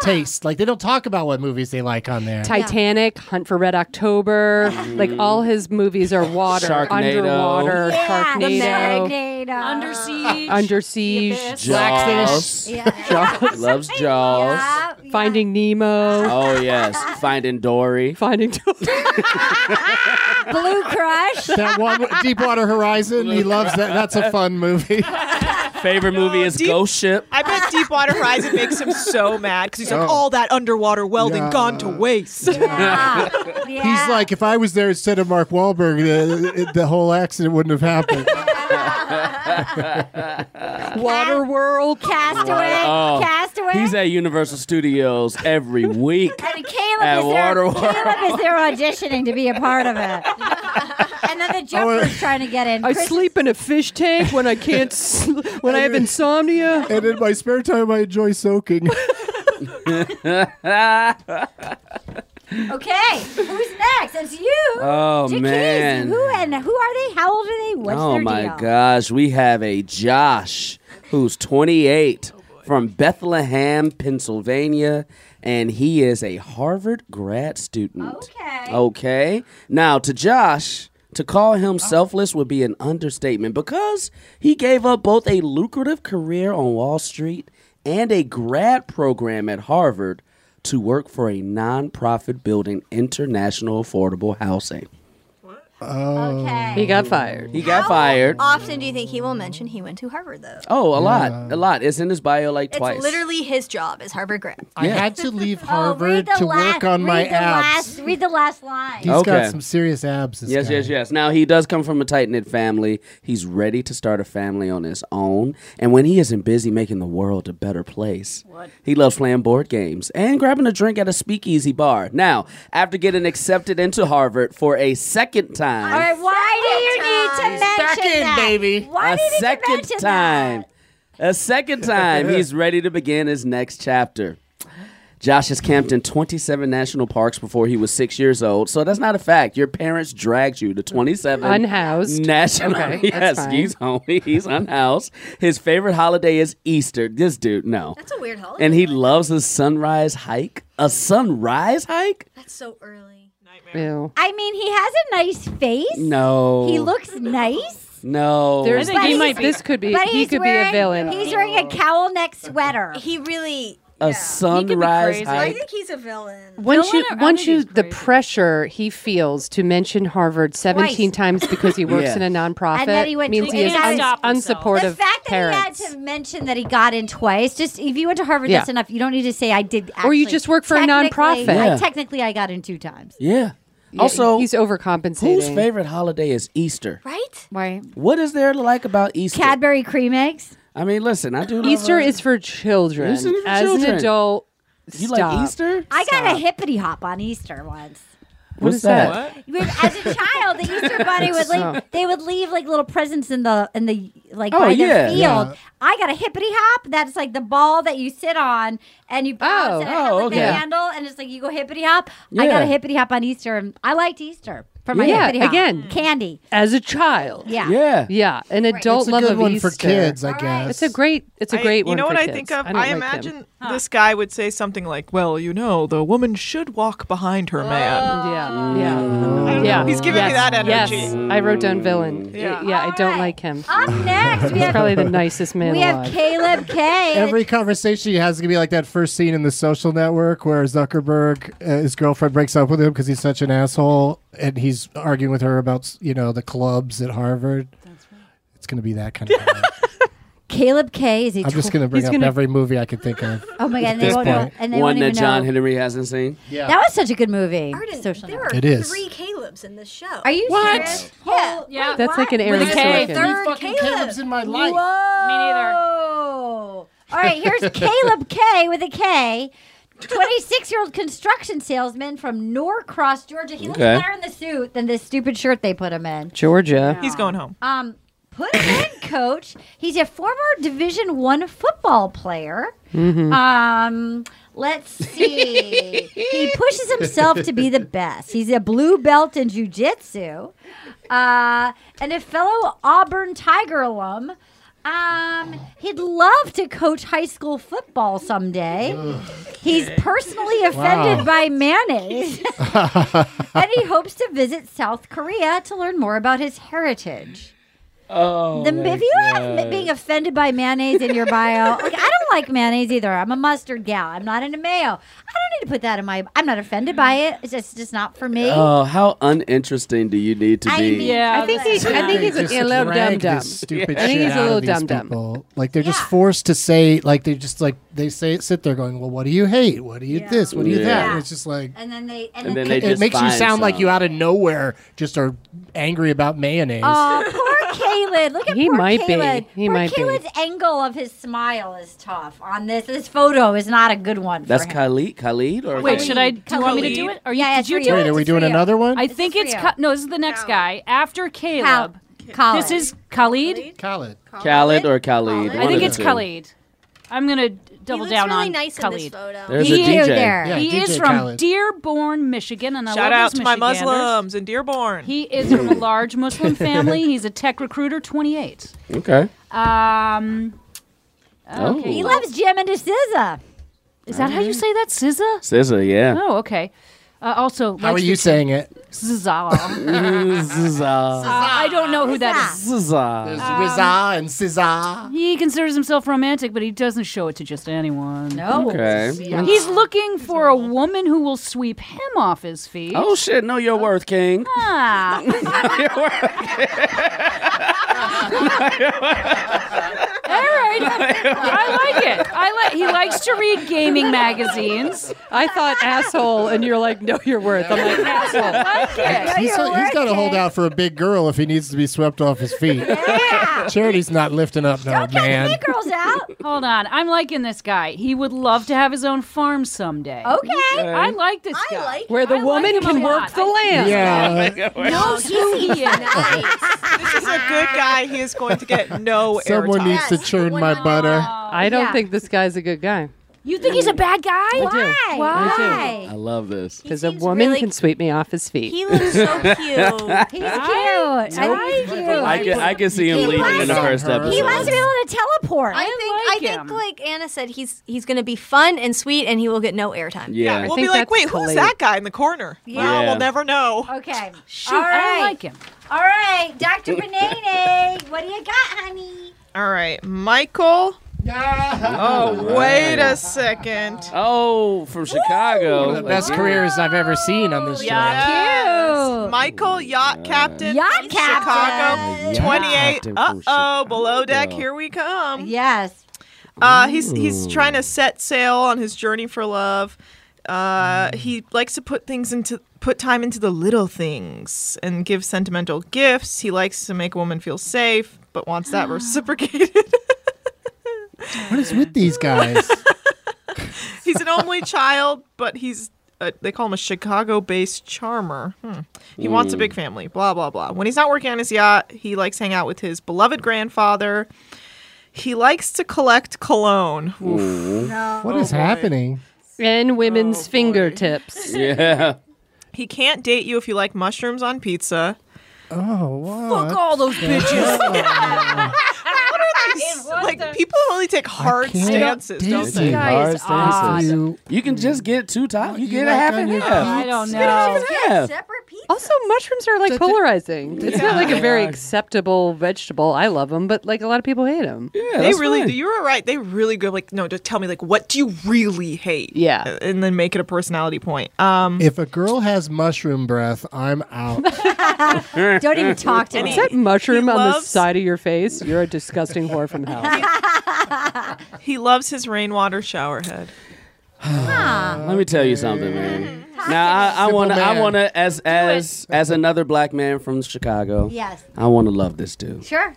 E: taste. Like, they don't talk about what movies they like on there.
C: Titanic, Hunt for Red October, like all his movies are water,
E: Mm. Sharknado.
C: underwater,
A: Yeah, the
C: Sharknado,
A: Sharknado. Under siege.
C: Under Siege,
D: Jaws.
C: Jaws.
D: Loves Jaws.
C: Finding Nemo.
D: Oh yes. Finding Dory.
C: Finding Dory.
A: Blue Crush.
E: that one, Deepwater Horizon, he loves that. That's a fun movie.
D: Favorite movie is Ghost Ship.
I: I bet Deepwater Horizon makes him so mad because he's like,
E: Oh.
I: all that underwater welding
E: Yeah.
I: gone to waste.
E: He's like, if I was there instead of Mark Wahlberg, the, the whole accident wouldn't have happened.
C: Water World.
A: Castaway.
D: Oh.
A: Castaway.
D: He's at Universal Studios every week.
A: and Caleb
D: At
A: is, there,
D: Waterworld.
A: Caleb is there auditioning to be a part of it. and then the
E: Oh, uh,
A: jumper's trying to get in.
C: I
A: Chris-
C: sleep in a fish tank when I can't, sl- when I have insomnia.
E: and in my spare time, I enjoy soaking.
A: Okay, who's next? It's you.
D: Oh,
A: Jack Casey.
D: man.
A: Who and who are they? How old are they? What's
D: oh
A: their
D: my
A: deal?
D: gosh, we have a Josh who's
A: Oh,
D: 28 from Bethlehem, Pennsylvania, and he is a Harvard grad student. Okay. Okay. Now, to Josh, to call
A: Oh.
D: him selfless would be an understatement because he gave up both a lucrative career on Wall Street and a grad program at Harvard to work for a nonprofit building international affordable housing.
G: Okay.
C: He got fired.
D: He got fired.
G: Often do you think he will mention he went to Harvard though?
D: Oh, a lot, a lot. It's in his bio like twice.
G: It's literally his job is Harvard grad.
E: I had to leave Harvard
A: Read Oh, the
E: to
A: la-
E: work on my
A: read the
E: abs.
A: Last, read the last line.
E: He's
D: Okay.
E: got some serious abs. This
D: yes,
E: guy.
D: yes, yes. Now he does come from a tight knit family. He's ready to start a family on his own, and when he isn't busy making the world a better place, he loves playing board games and grabbing a drink at a speakeasy bar. Now, after getting accepted into Harvard for a second time,
A: All right, why do you need to mention that?
E: baby.
A: Why
D: a
A: did he
D: second
A: mention
D: time. A second time, he's ready to begin his next chapter. Josh has camped in 27 national parks before he was six years old, so that's not a fact. Your parents dragged you to 27
C: Unhoused.
D: national.
C: Okay, that's
D: yes,
C: fine.
D: he's home. He's unhoused. His favorite holiday is Easter. This dude, no,
G: That's a weird holiday.
D: and he loves a sunrise hike. A sunrise hike?
G: That's so early.
C: Ew.
A: I mean, he has a nice face.
D: No. Oh.
A: He looks nice.
D: no.
C: There's-
A: but
C: he
A: he's-
C: might. This could be.
A: but
C: He
A: he's
C: could
A: wearing,
C: be a villain.
A: He's wearing a cowl neck sweater.
G: He really
D: a sunrise
G: I
D: hike.
G: think he's a villain.
C: Once you, once you, the pressure he feels to mention Harvard 17 times because he works
D: Yeah.
C: in a nonprofit
A: And then he went
C: means
A: to-
C: he is
A: and he
C: un-
A: stopped
C: unsupportive
A: the fact that
C: parents.
A: he had to mention that he got in twice. Just if you went to Harvard,
C: Yeah.
A: that's enough. You don't need to say I did. Actually,
C: Or you just work for a
A: technically-
C: nonprofit.
A: I-
D: Yeah.
A: technically, I got in two times.
D: Yeah.
C: Yeah,
D: Also,
C: he's overcompensating.
D: Whose favorite holiday is Easter?
G: Right?
C: Right.
D: What is there to like about Easter?
A: Cadbury cream eggs.
D: I mean, listen, I do. love
C: Easter
D: a-
C: is for children.
D: Easter is for
C: As an
D: children.
C: adult,
D: You
C: stop.
D: like Easter?
A: I got a hippity hop on Easter once.
D: What
C: is that?
A: When- As a child, the Easter bunny would
C: Oh.
A: like they would leave like little presents in the in the like
D: Oh,
A: by
D: yeah.
A: their field.
D: Yeah.
A: I got a hippity hop. That's like the ball that you sit on and you bounce
C: Oh,
A: and it has
D: oh,
A: like
D: okay.
A: the handle and it's like you go hippity hop. I got
D: Yeah.
A: a hippity hop on Easter and I liked Easter. from my
C: Yeah,
A: hippity hop.
C: again.
A: Candy.
C: As a child.
A: Yeah.
C: Yeah. Yeah. An adult
E: It's a
C: love
E: good
C: of
E: one for
C: Easter.
E: kids, I All right. guess.
C: It's a great. It's a
I: I-
C: great
I: you
C: one.
I: know
C: for
I: what I
C: kids.
I: think of?
C: I,
I: I,
C: don't like them.
I: imagine this guy would say something like, "Well, you know, the woman should walk behind her man."
C: Yeah. Yeah.
I: know. He's giving me that energy.
C: Yes. I wrote down villain. Yeah. yeah I don't like him. I'm next. He's probably the nicest man
A: We
C: alive.
A: have Caleb K.
E: Every conversation he has is gonna be like that first scene in The Social Network where Zuckerberg, uh, his girlfriend, breaks up with him because he's such an asshole, and he's arguing with her about you know the clubs at Harvard. That's right. It's gonna be that kind of. thing.
A: Caleb K. Is he?
E: I'm just
A: tw-
E: gonna bring up every movie I could think of.
A: Oh my god! And
E: At
A: they
E: this
A: won't know.
E: point.
A: And they
D: One
A: won't
D: that
A: even
D: John
A: know.
D: Henry hasn't seen.
E: Yeah.
A: That was such a good movie. Social
G: There
A: Network.
G: are
D: It is.
G: three Calebs in this show.
A: Are you
G: What?
A: serious?
G: Yeah.
A: Yeah.
C: That's like an
A: With
C: Aaron
A: a K.
C: Sorkin.
A: Third
E: fucking
A: Caleb.
E: Calebs in my life.
A: Whoa.
K: Me neither.
A: All right, here's Caleb K with a K. 26 year old construction salesman from Norcross, Georgia. He looks
C: Okay.
A: better in the suit than this stupid shirt they put him in.
C: Georgia.
I: He's going home.
A: Um, put him in, coach. He's a former Division One football player.
C: Mhm.
A: Um, let's see. he pushes himself to be the best. He's a blue belt in jujitsu, uh, and a fellow Auburn Tiger alum. Um, he'd love to coach high school football someday. He's personally offended
E: Wow.
A: by mayonnaise, and he hopes to visit South Korea to learn more about his heritage.
D: Oh,
A: The, if you have m- being offended by mayonnaise in your bio, like I don't like mayonnaise either. I'm a mustard gal. I'm not into mayo. I don't need to put that in my. I'm not offended by it. It's just, it's just not for me.
D: Oh, how uninteresting do you need to
A: I
D: be?
A: mean, Yeah,
C: I think he's. I think he's
E: Just
C: a little dumb
E: drag this
C: dumb.
E: Stupid
C: I think
E: shit
C: he's a
E: out
C: little
E: of these
C: dumb dumb.
E: people. Like they're just forced to say like they just like they say sit there going, well, what do you hate? What do you this? What do you
D: Yeah.
E: that?
D: Yeah.
E: And it's just like
A: and then they
D: And then they
E: it
D: just
E: makes you
D: find
E: sound like
D: some.
E: you out of nowhere just are angry about mayonnaise.
A: Oh, poor Caleb. Look at
C: He
A: poor
C: might be.
A: Caleb.
C: He
A: poor
C: might be.
A: Caleb's angle of his smile is tough on this. This photo is not a good one.
D: That's
A: for him.
D: Khalid. Khalid or
F: Wait, should I? Do you want me to do
A: Khalid.
F: it? Or you, yeah, did you
A: it's
F: do
E: Wait,
F: it?
E: are we doing another one?
F: I think it's
A: trio.
F: Ka- no. This is the next guy after Caleb.
A: Khalid.
F: This is Khalid.
E: Khalid.
D: Khalid or Khalid?
F: I
D: one
F: think
D: of the
F: it's
D: two.
F: Khalid. I'm gonna double
G: looks
F: down
G: really
F: on
G: nice in
F: Khalid.
G: this photo.
D: There's
F: he
D: a DJ.
F: is,
D: there.
E: Yeah,
F: he is
E: DJ
F: from
E: Khaled.
F: Dearborn, Michigan, and I
I: Shout
F: love
I: out
F: those
I: to my
F: Michiganders.
I: Muslims in Dearborn.
F: He is from a large Muslim family. He's a tech recruiter, 28.
D: Okay.
F: Um,
D: Oh.
F: okay.
A: He loves Jim and SZA.
F: Is that how you say that, SZA?
D: SZA, yeah.
F: Oh, okay. Uh, also,
E: How are
F: likes
E: you
F: to-
E: saying it?
F: SZA. Uh,
D: SZA.
F: I don't know who that is. Um,
D: SZA.
E: There's
A: Uh,
E: Rizza and SZA.
F: He considers himself romantic, but he doesn't show it to just anyone.
A: No.
D: Okay.
F: He's looking for a woman who will sweep him off his feet.
D: Oh shit! Know your worth, King.
F: Ah. All right. I like it. I like. He likes to read gaming magazines.
C: I thought asshole, and you're like, no, you're worth. I'm like asshole.
E: He's, he's got to hold out for a big girl if he needs to be swept off his feet. Charity's not lifting up no man.
A: Girls out.
F: Hold on. I'm liking this guy. He would love to have his own farm someday.
A: Okay.
F: I like this guy.
C: Where the
F: I like
C: woman
F: him a
C: can
F: lot.
C: work the land.
E: Yeah,
F: knows who he is.
I: this is a good guy. He is going to get no
E: someone
I: airtime.
E: needs to churn my butter.
C: I don't
A: Yeah.
C: think this guy's a good guy.
F: You think he's a bad guy?
A: Why?
C: I
D: I love this.
C: Because a woman can sweep me off his feet.
G: He looks so cute.
A: He's cute. I think he's cute.
D: I can I can see him
A: He
D: leaving in the
A: likes
D: first
E: her.
D: episode.
A: he wants to be able to teleport.
G: I think
F: like
G: I
F: him.
G: think like Anna said, he's he's gonna be fun and sweet, and he will get no airtime.
D: Yeah.
I: We'll
C: think
I: be like,
C: that's
I: wait, who's
C: Khalid.
I: that guy in the corner?
A: Yeah.
I: Well,
D: Yeah.
I: we'll never know.
A: okay.
F: Shoot,
A: All
F: I
A: right.
F: don't like him.
A: All right, Dr. Benene, what do you got, honey?
I: All right, Michael. Oh, wait a second.
D: Oh, from Chicago.
E: the best careers I've ever seen on this show.
I: Yes. Michael, yacht captain,
A: Yacht
I: Chicago,
A: captain.
I: twenty-eight.
D: captain
I: Uh
D: from
I: oh, below deck,
D: Chicago.
I: here we come.
A: Yes.
I: Uh, he's he's trying to set sail on his journey for love.
D: Mm.
I: Uh, he likes to put things into put time into the little things and give sentimental gifts. He likes to make a woman feel safe, but wants that reciprocated.
E: What is with these guys?
I: he's an only child, but he's uh, they call him a Chicago-based charmer. Hmm. He wants a big family. Blah blah blah. When he's not working on his yacht, he likes to hang out with his beloved grandfather. He likes to collect cologne. Oof.
E: What is happening?
D: Oh,
C: And women's fingertips.
D: Yeah.
I: He can't date you if you like mushrooms on pizza.
E: Oh, wow.
I: Fuck all those bitches. What are they
E: It
I: s- like people really take hard
E: can't
I: stances,
E: date
I: don't they?
E: you. Hard Guys, stances.
D: You, can just get two times. You, get
E: like
D: a half
E: on
D: and
E: your
D: half.
E: I don't
D: Get a half and half.
C: Also, mushrooms are like polarizing. It's not like a
I: Yeah.
C: very acceptable vegetable. I love them, but like a lot of people hate them.
I: they really do. You were right. They really go like, no, just tell me like, what do you really hate? Yeah, and then make it a personality point. Um,
E: If a girl has mushroom breath, I'm out.
I: Don't even talk to
C: Is
I: me.
C: that mushroom
I: He
C: on the
I: loves-
C: side of your face? You're a disgusting whore from hell.
I: he loves his rainwater shower head.
D: Let me tell you something, man. Now I, I
I: Simple
D: want to. I
I: man.
D: want to as as as another black man from Chicago.
G: Yes.
D: I want to love this dude.
G: Sure.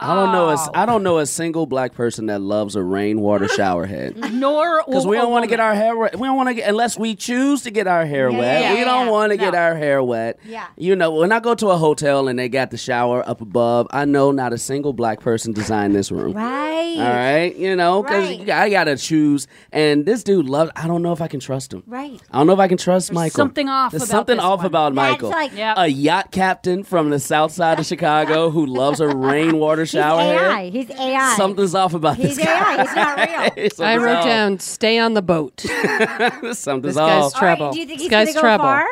D: I don't know.
F: Oh.
D: A, I don't know a single black person that loves a rainwater shower head.
F: Nor
D: Because we don't want to get our hair wet. We don't want to get unless we choose to get our hair
F: Yeah,
D: wet.
F: yeah,
D: we
F: yeah,
D: don't
F: yeah.
D: want to get
F: No.
D: our hair wet.
F: Yeah.
D: You know, when I go to a hotel and they got the shower up above, I know not a single black person designed this room.
A: Right.
D: All right. You know, because I gotta choose. And this dude loves. I don't know if I can trust him.
A: Right.
D: I don't know if I can trust Michael.
F: something off
D: There's
F: about
D: something
F: this
D: off
F: one.
D: about
F: That's
D: Michael.
F: like- Yep.
D: A yacht captain from the south side of Chicago who loves a rainwater shower
A: AI.
D: head.
A: He's AI.
D: Something's off about
A: He's
D: this guy.
A: AI. He's not real.
D: Something's
C: I wrote
D: off.
C: down, stay on the boat.
D: Something's
C: This guy's
D: off.
C: trouble.
A: Do you think
C: This
A: he's
C: guy's
A: gonna go
C: trouble.
A: far?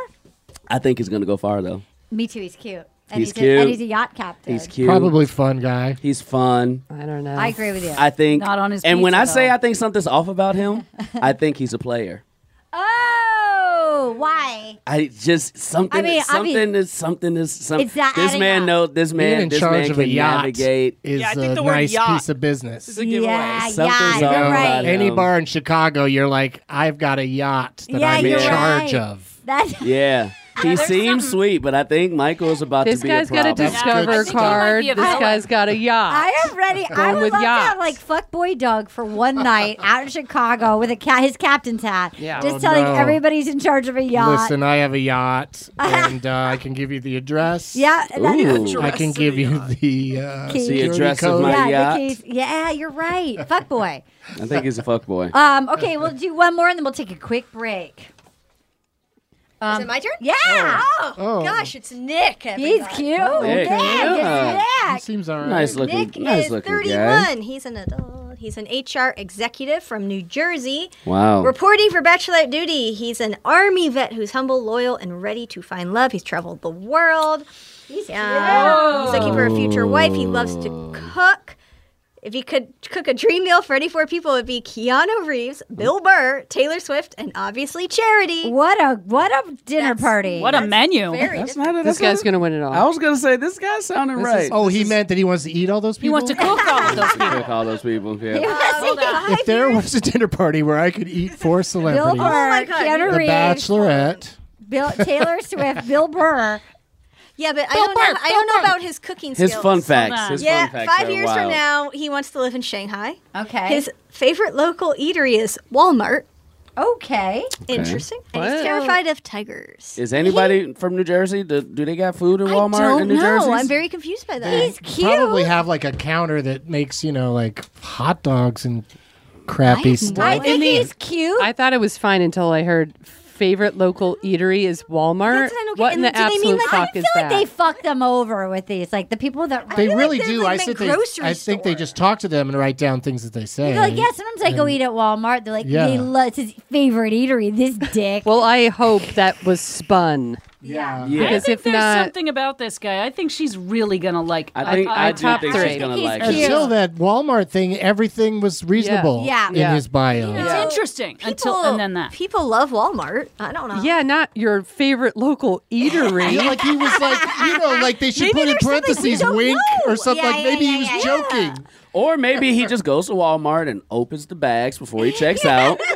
D: I think he's gonna go far though.
A: Me too. He's cute. And
D: He's
A: he's, A,
D: cute.
A: and he's a yacht captain.
D: He's cute.
E: Probably fun guy.
D: He's fun.
C: I don't know.
A: I agree with you.
D: I think.
A: Not on his
D: And when
A: pizza,
D: I say
A: though.
D: I think something's off about him, I think he's a player.
A: Oh, why?
D: I just something.
A: I mean, I mean-
D: something is something is something.
A: It's not
D: This
A: adding
D: man
A: up.
D: knows. This man.
E: Being in
D: this
E: charge
D: man
E: of a
D: can
E: yacht
D: navigate.
E: is
D: Yeah, I
E: a
D: think the word
E: nice
D: yacht
E: piece of business.
D: a giveaway. Yeah,
E: You
D: Something's
E: know,
D: yacht, you're right.
E: Any
D: Yeah.
E: bar in Chicago, you're like, I've got a yacht that
D: Yeah,
E: I'm in
D: you're
E: charge
D: right.
E: of.
A: That's
D: Yeah. He seems sweet, but I think Michael's about
C: This
D: to be
C: guy's
D: a problem.
C: got a Discover card. This guy's got a yacht.
A: I am ready. I
C: Going
A: would
C: with
A: love to have
C: yachts.
A: like fuckboy Doug for one night out in Chicago with a cat, his captain's hat.
E: Yeah.
A: Just
E: Oh,
A: telling
E: no.
A: everybody's in charge of a yacht.
E: Listen, I have a yacht, and uh, I can give you the address.
A: Yeah, that is- Ooh.
E: I can give you the uh,
A: Key.
E: security
D: address of
E: code.
D: my
A: yeah,
D: yacht.
A: The keys. yeah, you're right. Fuckboy.
D: I think he's a fuckboy.
A: Um, okay, we'll do one more and then we'll take a quick break. Um,
G: Is it my turn?
A: Yeah.
G: Oh, gosh, it's Nick.
A: He's
G: everybody.
A: cute.
D: Nick. Yeah.
A: yeah.
E: He seems alright.
D: Nice looking.
G: Nick
D: nice
G: is
D: looking
G: 31.
D: guy.
G: He's an adult. He's an HR executive from New Jersey.
D: Wow.
G: Reporting for Bachelorette Duty. He's an Army vet who's humble, loyal, and ready to find love. He's traveled the world. He's, He's looking for a future wife. He loves to cook. If he could cook a dream meal for any four people, it would be Keanu Reeves, Bill Burr, Taylor Swift, and obviously Charity.
A: What a what a dinner party.
F: What a menu.
G: Very
F: That's
D: not
C: This guy's going to win it all.
D: I was gonna say this guy sounded right.
E: oh, he meant that he wants to eat all those people.
F: He wants to cook all of those people.
D: Fuck all those people. Yeah.
E: If there was a dinner party where I could eat four
A: Bill
E: celebrities,
A: Burr, Keanu
E: the
A: Reeves,
E: Bachelorette,
A: Bill, Taylor Swift, Bill Burr.
G: Yeah, but I
A: Bill
G: don't
A: Burr,
G: know. I
A: Bill
G: don't know
A: Burr.
G: about his cooking
D: His
G: skills.
D: fun facts, Hold on. his fun
G: yeah,
D: facts
G: five
D: are
G: years
D: wild.
G: from now, he wants to live in Shanghai.
A: Okay.
G: His favorite local eatery is Walmart.
A: Okay.
G: Interesting. And he's
D: Wow.
G: terrified of tigers.
D: Is anybody from New Jersey? Do, do they got food in Walmart in New Jersey?
G: No, I'm very confused by that.
A: He's
E: probably have like a counter that makes you know like hot dogs and crappy stuff.
A: think he's cute.
C: I thought it was fine until I heard favorite local eatery is Walmart. What in the
A: do they mean
C: absolute
A: like
C: fuck
A: I
C: is
A: feel like
C: that?
A: they fuck them over with these? Like the people that
E: They really do. I said they, I think they just talk to them and write down things that they say.
A: They're like, yeah, sometimes I go
E: And-
A: eat at Walmart. They're like,
E: Yeah.
A: they love it's his favorite eatery, this dick.
C: well, I hope that was spun.
E: Yeah.
F: I
C: Yeah. Because
F: think
C: if
F: there's
C: not,
F: something about this guy. I think she's really gonna like.
D: I think I, do
F: top
D: think
F: three.
D: she's gonna
F: He's
D: like.
F: cute.
D: it.
E: Until that Walmart thing, everything was reasonable
G: Yeah.
E: in
G: Yeah.
E: his bio.
F: It's interesting until and then that.
G: People love Walmart. I don't know.
C: yeah, not your favorite local eatery.
E: Yeah, like he was like, you know, like they should
G: Maybe
E: put in
G: there's something we
E: parentheses
G: don't
E: wink
G: know.
E: or something.
G: Yeah,
E: like
G: yeah,
E: maybe
G: yeah,
E: he was
G: yeah,
E: joking.
D: Or maybe he just goes to Walmart and opens the bags before he checks out.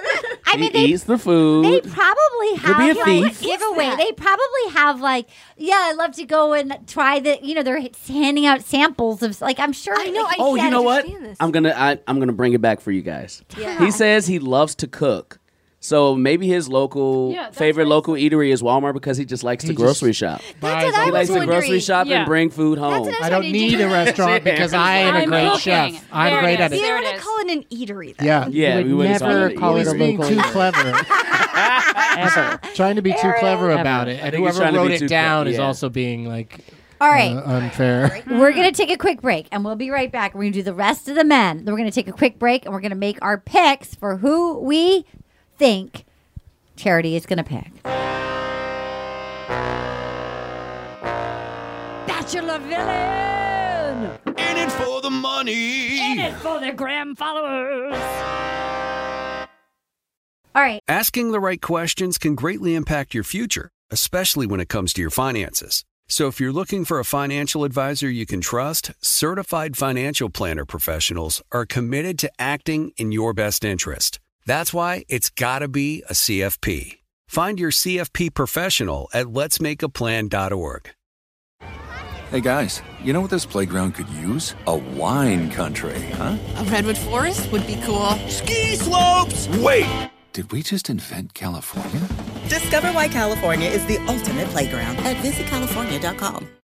A: I
D: he
A: mean, they-
D: eats the food.
A: They probably
D: Could be
A: have
D: a
A: like
D: thief.
A: giveaway. They probably have like, yeah, I love to go and try the. You know, they're handing out samples of like. I'm sure. I know. Like,
D: oh, you
A: can't
D: know what?
A: understand this.
D: I'm gonna I, I'm gonna bring it back for you guys. He says he loves to cook. So maybe his local
A: Yeah, that's
D: favorite local eatery is Walmart because he just likes to grocery shop.
E: Buys
G: what I
D: he
E: all
G: was
D: likes
E: that.
D: to grocery shop
F: Yeah.
D: and bring food home.
G: what I was
E: I don't
G: Did
E: need a
G: you-
E: restaurant because I am a
F: I'm
E: great
F: cooking.
E: chef. I'm
F: There it
E: great
F: is.
E: at
G: You
E: it.
G: don't want to call it an eatery, though.
E: Yeah.
D: Yeah,
C: would
D: we wouldn't
C: never
D: it
C: call it
E: He's
C: a
E: being
C: local
E: too
C: eatery.
E: clever.
H: Ever.
E: trying to be too clever
H: Ever.
E: about it,
H: I think
E: and
H: he's
E: whoever
H: trying to
E: wrote
H: be
E: it
H: too
E: down
H: clever,
E: is
H: yeah.
E: also being like,
A: All right.
E: uh, unfair.
A: We're going to take a quick break and we'll be right back. We're going to do the rest of the men. Then we're going to take a quick break and we're going to make our picks for who we think Charity is going to pick. Bachelor villain!
M: In it for the money!
A: In it for the gram followers! All right.
L: Asking the right questions can greatly impact your future, especially when it comes to your finances. So if you're looking for a financial advisor you can trust, certified financial planner professionals are committed to acting in your best interest. That's why it's got to be a CFP. Find your CFP professional at letsmakeaplan.org.
B: Hey guys, you know what this playground could use? A wine country, huh?
M: A redwood forest would be cool. Ski slopes! Wait!
B: Did we just invent California?
N: Discover why California is the ultimate playground at visitcalifornia.com.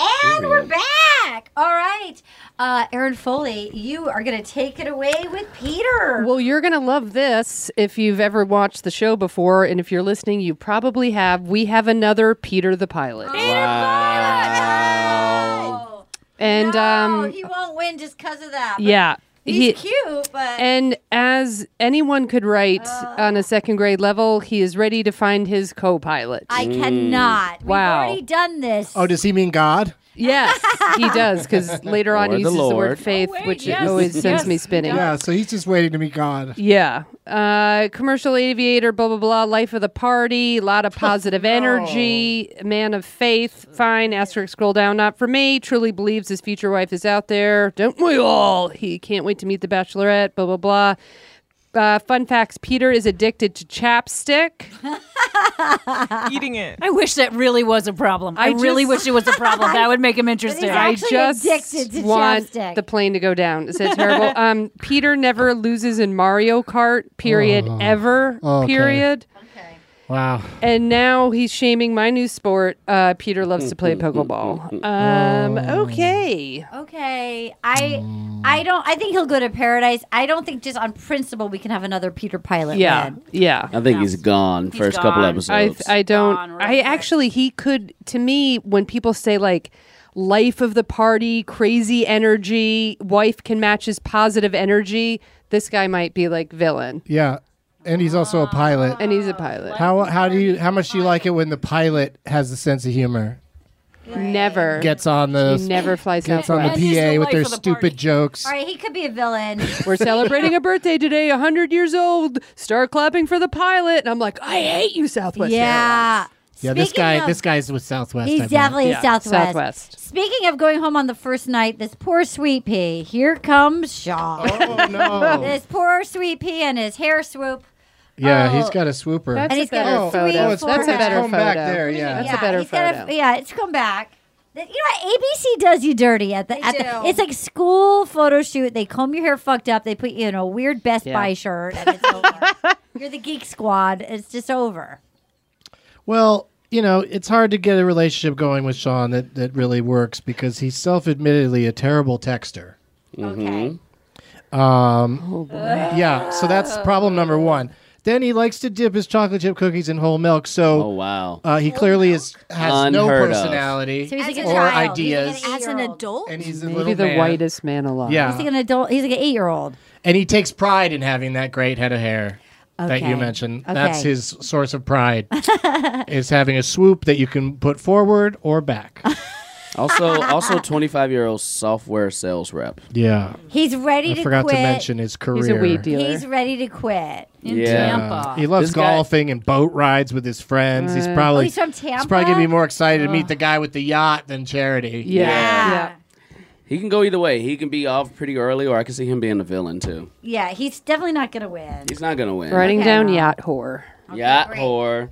A: And we're back. All right. Uh, Aaron Foley, you are going to take it away with Peter.
C: Well, you're going to love this if you've ever watched the show before. And if you're listening, you probably have. We have another Peter the Pilot.
M: Oh.
C: And um,
A: Oh, he won't win just because of that. but
C: yeah.
A: He's
C: he-
A: cute, but. Uh.
C: And as anyone could write on a second grade level, he is ready to find his co pilot.
A: I cannot.
C: Wow.
A: We've already done this.
E: oh, does he mean God?
C: Yes, he does, because later on
E: Or
C: he
E: the
C: uses the
E: Lord.
C: word
A: Oh,
C: faith, which always sends me spinning.
E: Yeah, so he's just waiting to be God.
C: Yeah. Uh, commercial aviator, blah, blah, blah. Life of the party. A lot of positive energy. Man of faith. Fine. Asterisk, scroll down. Not for me. Truly believes his future wife is out there. Don't we all? He can't wait to meet the bachelorette, blah, blah, blah. Uh, fun facts Peter is addicted to chapstick.
I: Eating it.
F: I wish that really was a problem. I,
C: I
F: really
C: just-
F: wish it was a problem. That would make him interesting.
C: I just want
F: chapstick.
C: the plane to go down. Is that terrible? um, Peter never loses in Mario Kart, period,
E: Oh.
C: ever,
E: Okay.
C: period.
E: Wow.
C: And now he's shaming my new sport. Uh, Peter loves to play pickleball.
E: Oh.
C: Um, okay.
A: Okay. I I don't I think he'll go to paradise. I don't think just on principle we can have another Peter Pilot
C: Yeah.
A: win.
C: Yeah.
D: I think he's gone. first couple episodes.
C: I, I don't. I actually, he could, to me, when people say like, life of the party, crazy energy, wife can match his positive energy, this guy might be like villain.
E: Yeah, and he's also a pilot.
C: And he's a pilot.
E: How how do you how much do you like it when the pilot has a sense of humor?
C: Never.
E: Gets on the
C: He never flies
E: gets on
C: out
E: the
C: west. And he's the
E: PA with
C: life
E: their
C: of the
E: stupid jokes.
A: All right, he could be a villain.
C: We're celebrating a birthday today, 100 years old. Start clapping for the pilot. And I'm like, I hate you, Southwest
A: Yeah.
E: Yeah, this
A: Speaking
E: guy
A: of-
E: this guy's with Southwest.
A: He's
E: I bet.
A: definitely a Southwest.
C: Southwest.
A: Speaking of going home on the first night, this poor sweet pea. Here comes Shaw. Oh
E: no.
A: this poor sweet pea and his hair swoop.
E: Yeah, he's got a swooper.
A: That's Oh. And a he's got better a photo. sweet
E: Oh, it's,
A: forehead.
E: it's come back there.
A: Yeah.
E: Yeah,
A: Yeah, he's got a- yeah, it's come back. You know what? ABC does you dirty at the, at the it's like school photo shoot. They comb your hair fucked up. They put you in a weird Best
E: Yeah.
A: Buy shirt and it's over. You're the geek squad. It's just over.
E: Well, you know, it's hard to get a relationship going with Sean that, that really works because he's self admittedly a terrible texter.
A: Okay.
E: Um,
C: Oh,
E: yeah, so that's problem number one. Then he likes to dip his chocolate chip cookies in whole milk. So, oh
D: wow,
E: uh, he clearly is has no
D: Unheard of.
E: personality
A: So he's like a
E: or
A: child. He's
E: ideas.
A: like an adult.
E: And he's a
C: Maybe
E: little
C: the
E: man.
C: whitest man alive.
E: Yeah.
A: He's like an adult. He's like an eight year old.
E: And he takes pride in having that great head of hair that
A: Okay.
E: you mentioned. That's
A: Okay.
E: his source of pride is having a swoop that you can put forward or back.
D: also, also, twenty five year old software sales rep.
E: Yeah,
A: He's ready
D: I
A: to
D: forgot to
A: quit.
D: mention his He's a career. weed dealer.
A: He's ready to quit.
E: He loves
D: This guy-
E: golfing and boat rides with his friends. he's
A: Uh,
E: probably
A: Oh, he's from
E: He's probably gonna be
A: Tampa?
E: more excited to meet
A: Ugh.
E: the guy with the yacht than Charity.
D: He can go either way. He can be off pretty early, or I can see him being a villain too.
A: Yeah, he's definitely not gonna win.
D: He's not gonna win.
C: Writing down yacht whore.
D: Yacht
A: great.
D: whore.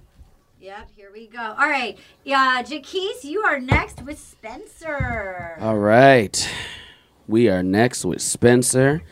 A: Yep, here we go. All right. Yeah, Jaquise, you are next with Spencer.
D: All right. We are next with Spencer.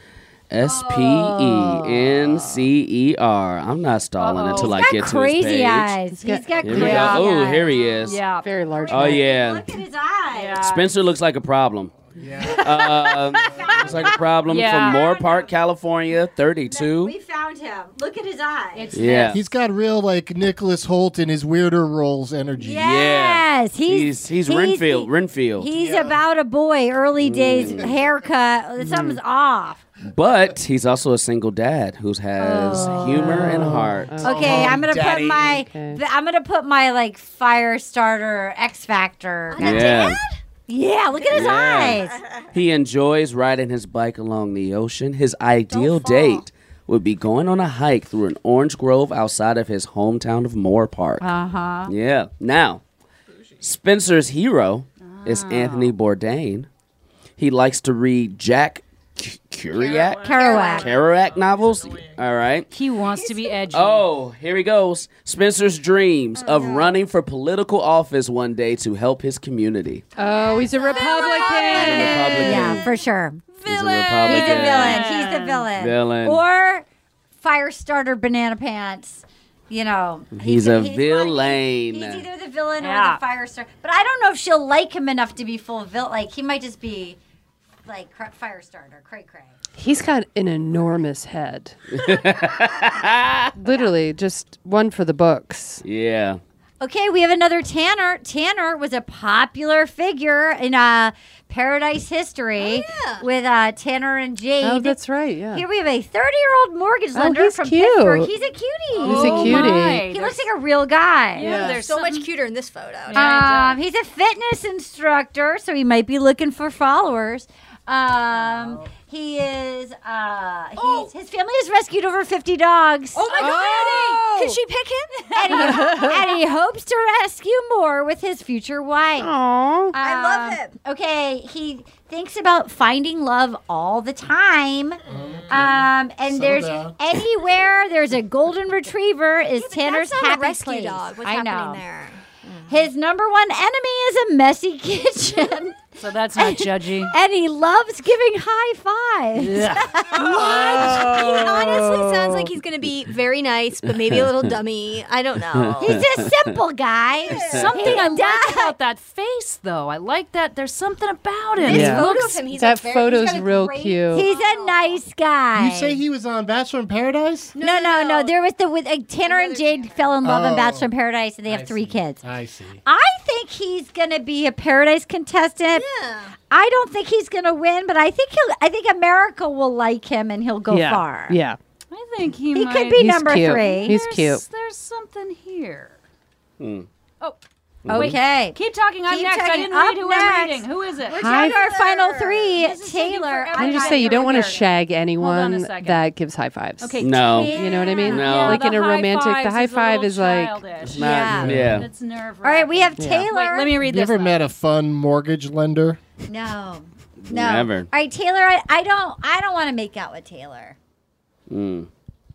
D: S P E N C E R. I'm not stalling until I
A: He's got
D: get to his
A: crazy
D: page.
A: eyes. He's got
D: Here we go.
A: crazy
D: Oh,
A: eyes.
D: here he is.
A: Yeah,
H: very large.
D: Oh yeah.
A: Look at his eyes.
D: Spencer looks like a problem. Yeah. looks like a problem
A: Yeah.
D: from Moore Park, California, 32.
A: We found him. Look at his eyes. It's
D: Yeah.
E: He's got real like Nicholas Holt in his weirder roles energy.
A: Yes, he's-
D: he's he's,
A: he's-
D: Renfield. Renfield.
A: He's about a boy, early
D: Mm.
A: days haircut. Something's off.
D: But he's also a single dad who has humor and heart.
A: Oh. Okay, I'm gonna put my th- I'm gonna put my like fire starter X Factor.
D: Yeah.
A: Yeah, look at his
D: Yeah.
A: eyes.
D: He enjoys riding his bike along the ocean. His ideal date would be going on a hike through an orange grove outside of his hometown of Moore Park.
F: Uh
A: Uh-huh.
F: huh.
D: Yeah. Now, Spencer's hero is Anthony Bourdain. He likes to read Jack K- Kerouac.
A: Kerouac.
D: Kerouac novels. All right.
F: He wants to be edgy.
D: Oh, here he goes. Spencer's dreams of running for political office one day to help his community.
C: Oh, he's a Republican.
A: Yeah, for sure.
D: He's a Republican.
A: He's a villain. He's the villain.
D: Villain.
A: Or fire starter banana pants. You know,
D: He's a villain.
A: he's either the villain or
H: Yeah.
A: the fire starter. But I don't know if she'll like him enough to be full villain. Like he might just be like cr- fire starter, cray cray.
C: He's got an enormous head. Literally, just one for the books.
D: Yeah.
A: Okay, we have another Tanner. Tanner was a popular figure in uh, Paradise history with uh, Tanner and Jade.
C: Oh, that's right. Yeah.
A: Here we have a 30 year old mortgage
C: Oh,
A: lender
C: he's
A: from
C: cute.
A: Pittsburgh. He's a cutie.
C: He's a Oh, cutie. my.
A: He
C: There's-
A: looks like a real guy.
G: Yeah, they're so much cuter in this photo.
A: Um, he's a fitness instructor, so he might be looking for followers. Um, he is. Uh, he's, his family has rescued over fifty dogs.
G: Oh my God, Oh. Annie! Can she pick him?
A: And he, and he hopes to rescue more with his future wife.
C: Aww.
G: I love
A: him. Okay, he thinks about finding love all the time. Um, and
G: Settle
A: there's
G: down.
A: anywhere there's a golden retriever is Tanner's
G: that's not a
A: happy
G: rescue
A: place.
G: dog. What's
A: I know. Mm-hmm.
G: happening there?
A: His number one enemy is a messy kitchen.
F: So that's not judgy.
A: And he loves giving high fives.
F: Yeah.
G: He honestly sounds like he's going to be very nice, but maybe a little dummy. I don't know.
A: He's a simple guy.
G: There's
F: Something
A: He
F: I
A: does-
F: like about that face, though. I like that. There's something about him.
C: This
F: It
C: photo of
F: looks-
C: him, he's That like very- photo's he's got a real great- cute.
A: He's a nice guy.
E: You say he was on Bachelor in Paradise?
A: no, no, no, There was the with uh, Tanner and Jade fell in love in
E: Oh.
A: Bachelor in Paradise, and they have three kids.
E: I see.
A: I think he's gonna be a Paradise contestant. I don't think he's gonna win, but I think he'll. I think America will like him, and he'll go
C: yeah.
A: far.
C: Yeah.
F: I think he,
A: He
F: might.
A: could be He's number cute. three.
C: He's
F: There's-
C: cute.
F: There's something here.
D: Hmm.
F: Oh. wait.
A: Okay.
F: Keep talking. I'm
A: Keep
F: next. I
A: talking.
F: didn't read
A: Up
F: who
A: next.
F: I'm reading. Who is it?
A: We're down to our final three. Taylor.
C: Can I just say you don't want to shag anyone
F: second.
C: that gives high fives?
F: Okay,
D: No.
C: You know what I mean?
D: No. Yeah,
C: like
F: the
C: in a
F: high
C: romantic, the
F: fives
C: high
F: is a
C: five
F: little
C: is like
F: childish.
D: Not- yeah.
F: It's nerve.
A: All right, we have
F: Yeah.
A: Taylor.
F: Wait, let me read
E: You ever met a fun mortgage lender?
A: No, no.
D: Never.
A: All right, Taylor. I, I don't. I don't want to make out with Taylor.
D: Mm.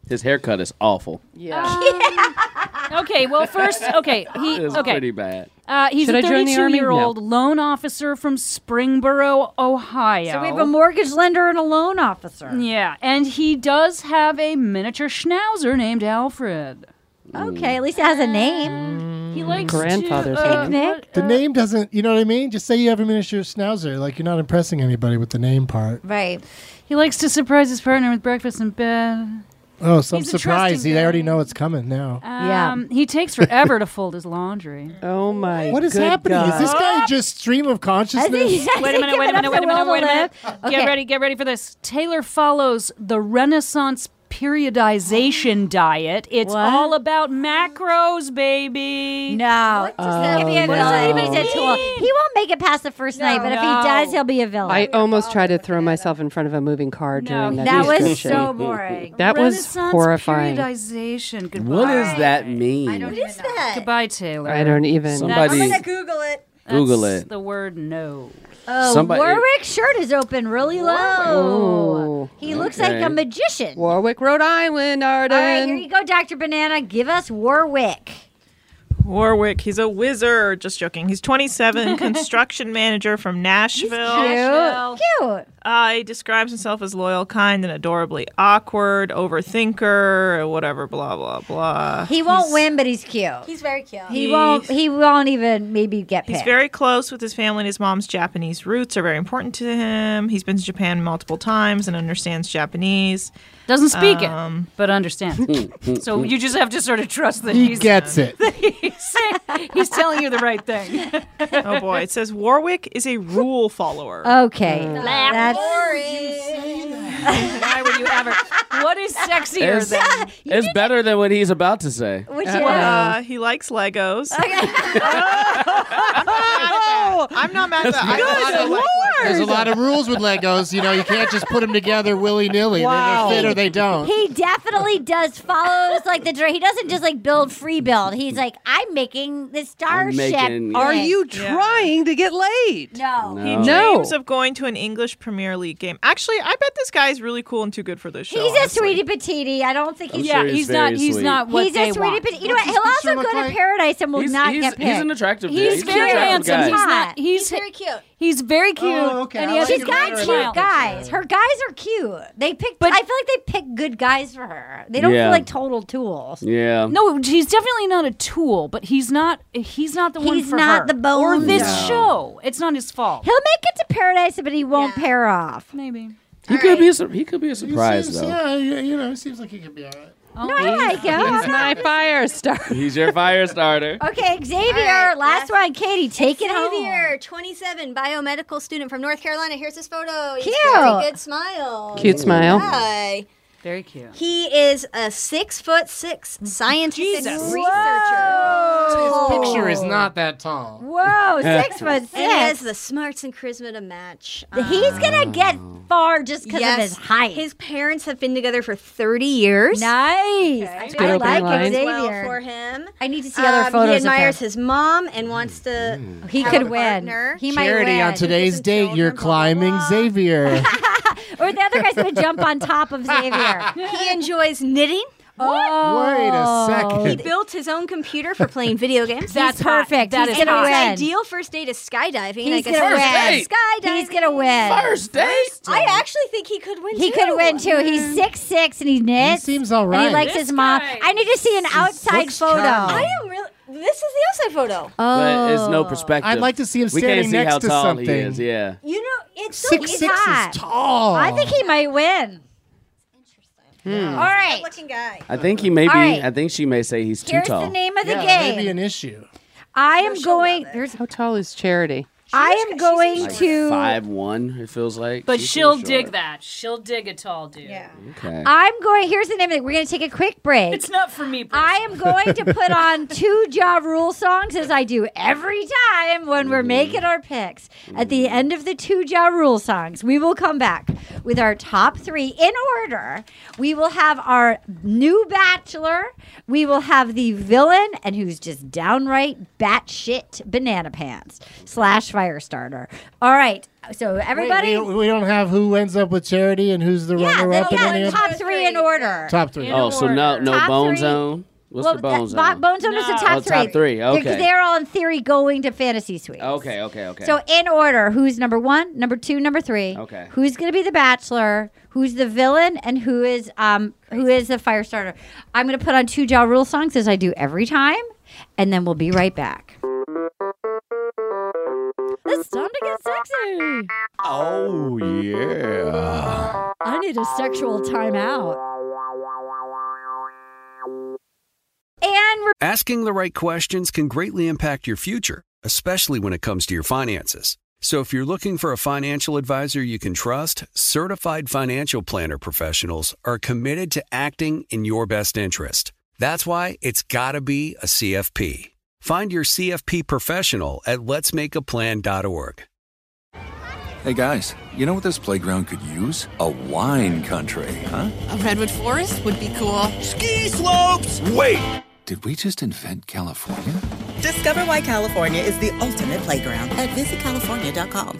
D: His haircut is awful.
F: Yeah. Um, okay. Well, first, okay. He
D: It's
F: okay.
D: pretty bad.
F: Uh, he's
D: Should
F: a
D: I join the
F: 32
D: army?
F: year old loan officer from Springboro, Ohio.
A: So we have a mortgage lender and a loan officer.
F: Yeah, and he does have a miniature schnauzer named Alfred. Mm.
A: Okay, at least it has a name.
F: He likes
C: grandfather's
F: to, uh,
A: Picnic.
E: The name doesn't, you know what I mean? Just say you have a miniature schnauzer. Like, you're not impressing anybody with the name part.
A: Right.
F: He likes to surprise his partner with breakfast in bed.
E: Oh, so I'm
F: He's a
E: surprised.
F: trusting
E: They already know it's coming now.
A: Um,
F: yeah. He takes forever to fold his laundry.
C: Oh my!
E: What is happening? Is this guy just stream of consciousness?
F: wait a minute, wait a minute, wait a minute, wait a minute. Get ready, get ready for this. Taylor follows the Renaissance periodization diet. It's
A: What?
F: all about macros, baby.
A: No. What
F: does
A: He'll be a villain. He's a tool. He won't make it past the first night, but if he does, he'll be a villain.
C: I almost tried to throw myself in front of a moving car during that.
A: that was
C: description.
A: so boring.
C: That was
F: Renaissance
C: horrifying.
F: Periodization. Goodbye.
D: What does that mean?
F: Goodbye, Taylor.
C: I don't even.
F: Somebody-
G: I'm going to Google it.
D: Google
F: That's
D: it.
F: The word no.
A: Oh,
D: Somebody-
A: Warwick shirt is open really low.
D: Ooh,
A: he looks
D: okay.
A: like a magician.
C: Warwick, Rhode Island, Arden.
A: All right, here you go, Dr. Banana. Give us Warwick.
I: Warwick, he's a wizard. Just joking. He's 27, construction manager from Nashville.
A: Cute. Cute.
I: Uh, he describes himself as loyal, kind, and adorably awkward, overthinker, whatever, blah, blah, blah.
A: He won't win, but he's cute.
G: He's very cute.
A: He won't. He won't even maybe get
I: He's
A: picked.
I: very close with his family and his mom's Japanese roots are very important to him. He's been to Japan multiple times and understands Japanese.
F: Doesn't speak
I: Um,
F: it, but understands. so you just have to sort of trust that
I: He
F: he's
I: gets it.
F: that he's, he's telling you the right thing.
I: oh boy, it says Warwick is a rule follower.
A: Okay.
I: Mm.
F: That's
A: Why
F: would you ever? What is sexier
D: It's,
F: than?
D: it's better than what he's about to say.
A: Which
I: Uh, he likes Legos. Oh! I'm not mad at that. I'm not mad at that. I also like
E: There's a lot of rules with Legos. You know, you can't just put them together willy nilly. They either fit or they don't.
A: He definitely does follows like the dra- he doesn't just like build free build. He's like I'm making this starship.
I: making-
A: Are
I: you
C: trying to get laid?
A: No.
I: He
C: No.
I: dreams of going to an English Premier League game. Actually, I bet this guy is really cool and too good for this show.
A: He's a
I: honestly.
A: sweetie patiti. I don't think
I: I'm
A: he's
I: sure he's Yeah, he's very not- he's sweet. not what
A: He's
I: they
A: a sweetie
I: want.
A: patiti. You know what? He'll also go to paradise and will
D: He's-
A: not
D: he's-
A: get picked.
D: he's an attractive dude.
F: He's,
D: He's an
F: very
D: attractive
F: handsome. He's
D: guy.
F: not. He's,
A: very cute.
F: He's very cute.
A: Oh,
F: okay. And he has
A: She's
F: a
A: got
F: great
A: cute
F: smile.
A: guys. Her guys are cute. They pick. I feel like they pick good guys for her. They don't
D: Yeah.
A: feel like total tools.
D: Yeah.
F: No, he's definitely not a tool, but he's not. He's not the one
A: He's
F: for
A: not
F: her.
A: the bone.
F: or this
A: No.
F: show. It's not his fault.
A: He'll make it to paradise, but he won't pair off.
F: Maybe.
D: He could be a sur- he could be a surprise
E: seems,
D: though.
E: Yeah, you, you know, it seems like he could be all right.
A: no, I like him.
C: He's my fire star.
D: He's your fire starter.
A: Okay, Xavier, last one. Katie, take it home.
G: Xavier, 27, biomedical student from North Carolina. Here's his photo. He's
A: Cute.
G: got a good smile.
C: Cute
G: Good
C: smile.
G: guy.
F: Very cute.
G: He is a six foot six scientific researcher.
E: His
G: Tall.
E: picture is not that tall.
A: Whoa, six foot six.
G: And he has the smarts and charisma to match. um,
A: He's gonna get far just because
G: Yes.
A: of his height.
G: His parents have been together for 30 years.
A: Nice.
G: I,
A: good opening
G: like
A: line.
G: Xavier. Well
A: Xavier.
G: for him.
A: I need to see other
G: He
A: photos of
G: admires
A: him.
G: his mom and wants to.
A: He
G: have
A: could
G: a
A: win.
G: partner.
A: He might
E: Charity on
A: win.
E: today's date, you're climbing Xavier.
A: Or the other guy's gonna jump on top of Xavier.
G: he enjoys knitting.
E: Wait a
G: He
E: second.
G: built his own computer for playing video games.
A: That's
G: He's hot.
A: perfect.
G: That
A: He's
G: is
A: gonna
G: hot.
A: win.
G: His ideal first date is skydiving. I
A: He's
G: guess
A: gonna
G: that's
A: win.
G: Skydiving.
A: He's gonna win. First
D: date.
G: I actually think he could win.
A: He
G: too.
A: could win too. He's six six and he knits. He
E: seems all
A: And he
E: right.
A: likes
G: This
A: his mom. I need to see an outside
E: looks
A: photo.
E: charming.
G: I am really. This is the outside photo.
D: But it's no perspective.
E: Oh, I'd like to see him
D: we can't
E: standing
D: see
E: next
D: how
E: to
D: tall He
E: something.
D: is. Yeah.
G: You know, it's so
E: Six
G: he's
E: six
G: hot.
E: is tall.
A: I think he might win.
D: Hmm.
A: All right.
G: Looking guy.
D: I think he may be.
A: All right.
D: I think she may say he's too
A: Here's
D: tall.
A: the name of the
E: yeah,
A: game.
E: Maybe an issue.
A: I am going. There's,
C: How tall is Charity?
A: I am going
D: Like
A: to.
D: five one. It feels like.
F: But
D: She's
F: she'll
D: pretty
F: dig
D: short.
F: that. She'll dig a tall dude. Yeah.
D: Okay.
A: I'm going. Here's the name of it. We're going to take a quick break.
F: It's not for me.
A: I am going to put on two Ja Rule songs as I do every time when we're making our picks. At the end of the two Ja Rule songs, we will come back with our top three in order. We will have our new bachelor, we will have the villain, and who's just downright batshit banana pants slash fire starter. All right. So everybody.
E: Wait, we, we don't have who ends up with charity and who's the
A: yeah,
E: runner
A: then
E: up
A: we
E: in
A: got
E: any of-
A: top three in order.
E: Top three.
D: Oh, so no, no
A: Top
D: bone
A: three.
D: zone. What's the
A: that-
D: bone zone?
A: Bo- Bone Zone is the top
D: Oh,
A: three.
D: top three, okay.
A: Because they're all in theory going to Fantasy Suite.
D: okay, okay, okay.
A: So in order, who's number one, number two, number three?
D: Okay.
A: Who's going to be the bachelor? Who's the villain? And who is um who is the fire starter? I'm going to put on two Jaw Rule songs as I do every time, and then we'll be right back. It's time to get sexy.
J: Oh, yeah.
A: I need a sexual timeout. And we're
L: Asking the right questions can greatly impact your future, especially when it comes to your finances. So if you're looking for a financial advisor you can trust, certified financial planner professionals are committed to acting in your best interest. That's why it's got to be a CFP. Find your CFP professional at letsmakeaplan.org.
B: Hey guys, you know what this playground could use? A wine country, huh?
M: A redwood forest would be cool. Ski slopes!
B: Wait! Did we just invent California?
N: Discover why California is the ultimate playground at visitcalifornia.com.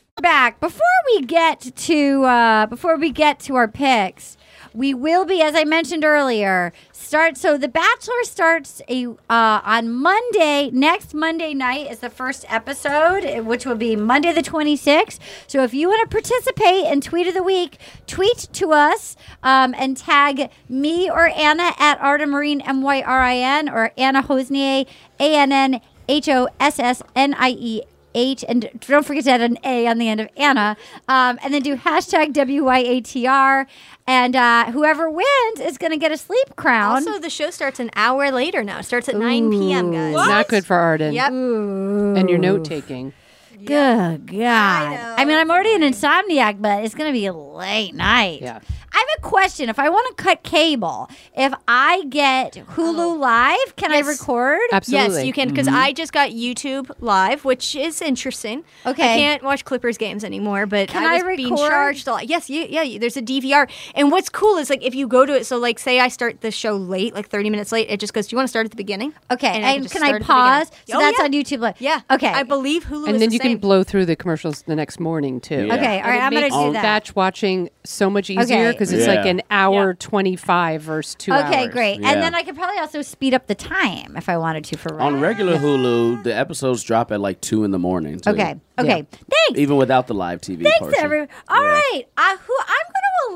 A: back before we get to uh, before we get to our picks we will be as i mentioned earlier start so the bachelor starts a uh, on monday next monday night is the first episode eh, which will be monday the 26th so if you want to participate in tweet of the week tweet to us um, and tag me or anna at artamarine m-y-r-i-n or anna hosnier a-n-n-h-o-s-s-n-i-e H and don't forget to add an A on the end of Anna. Um, and then do hashtag WYATR. And uh, whoever wins is going to get a sleep crown.
G: Also, the show starts an hour later now. It starts at 9 p.m., guys.
C: Not good for Arden.
G: Yep.
C: And your note taking.
A: Good God. I, mean, I'm already an insomniac, but it's going to be a late night.
C: Yeah.
A: I have a question. If I want to cut cable, if I get Hulu Live, can I record?
G: Oh. Yes, you can. Because
C: Mm-hmm.
G: I just got YouTube Live, which is interesting.
A: Okay.
G: I can't watch Clippers games anymore, but
A: Can
G: I
A: I
G: was being
A: record?
G: charged a lot. Yes, you, yeah. You, there's a DVR, and what's cool is like if you go to it. So like, say I start the show late, like 30 minutes late, it just goes. Do you want to start at the beginning?
A: Okay. and
G: just
A: can I
G: start at the beginning. Oh,
A: pause? So that's
G: yeah.
A: on YouTube Live.
G: Yeah.
A: Okay.
G: I believe Hulu.
C: and
G: is
C: then
G: the
C: you
G: same.
C: can blow through the commercials the next morning too.
A: Yeah. Okay,
C: And
A: all right,
C: it
A: I'm gonna
C: makes
A: do that.
C: Batch watching so much easier
A: Okay.
C: because it's like
A: Yeah.
C: an hour twenty-five versus two hours.
A: okay, great. And then I could probably also speed up the time if I wanted to for
D: On regular Hulu, the episodes drop at like two in the morning. too.
A: Okay. Okay. Thanks.
D: Even without the live TV.
A: Thanks,
D: portion.
A: everyone. All right. I, who I'm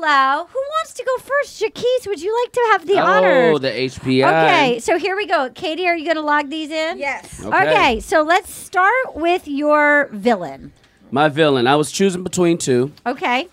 A: going to allow. Who wants to go first? Jaquise, would you like to have the
D: oh,
A: honor?
D: the HPI.
A: Okay, so here we go. Katie, are you going to log these in? Yes.
D: Okay.
A: Okay. so let's start with your villain.
D: My villain. I was choosing between two.
A: Okay.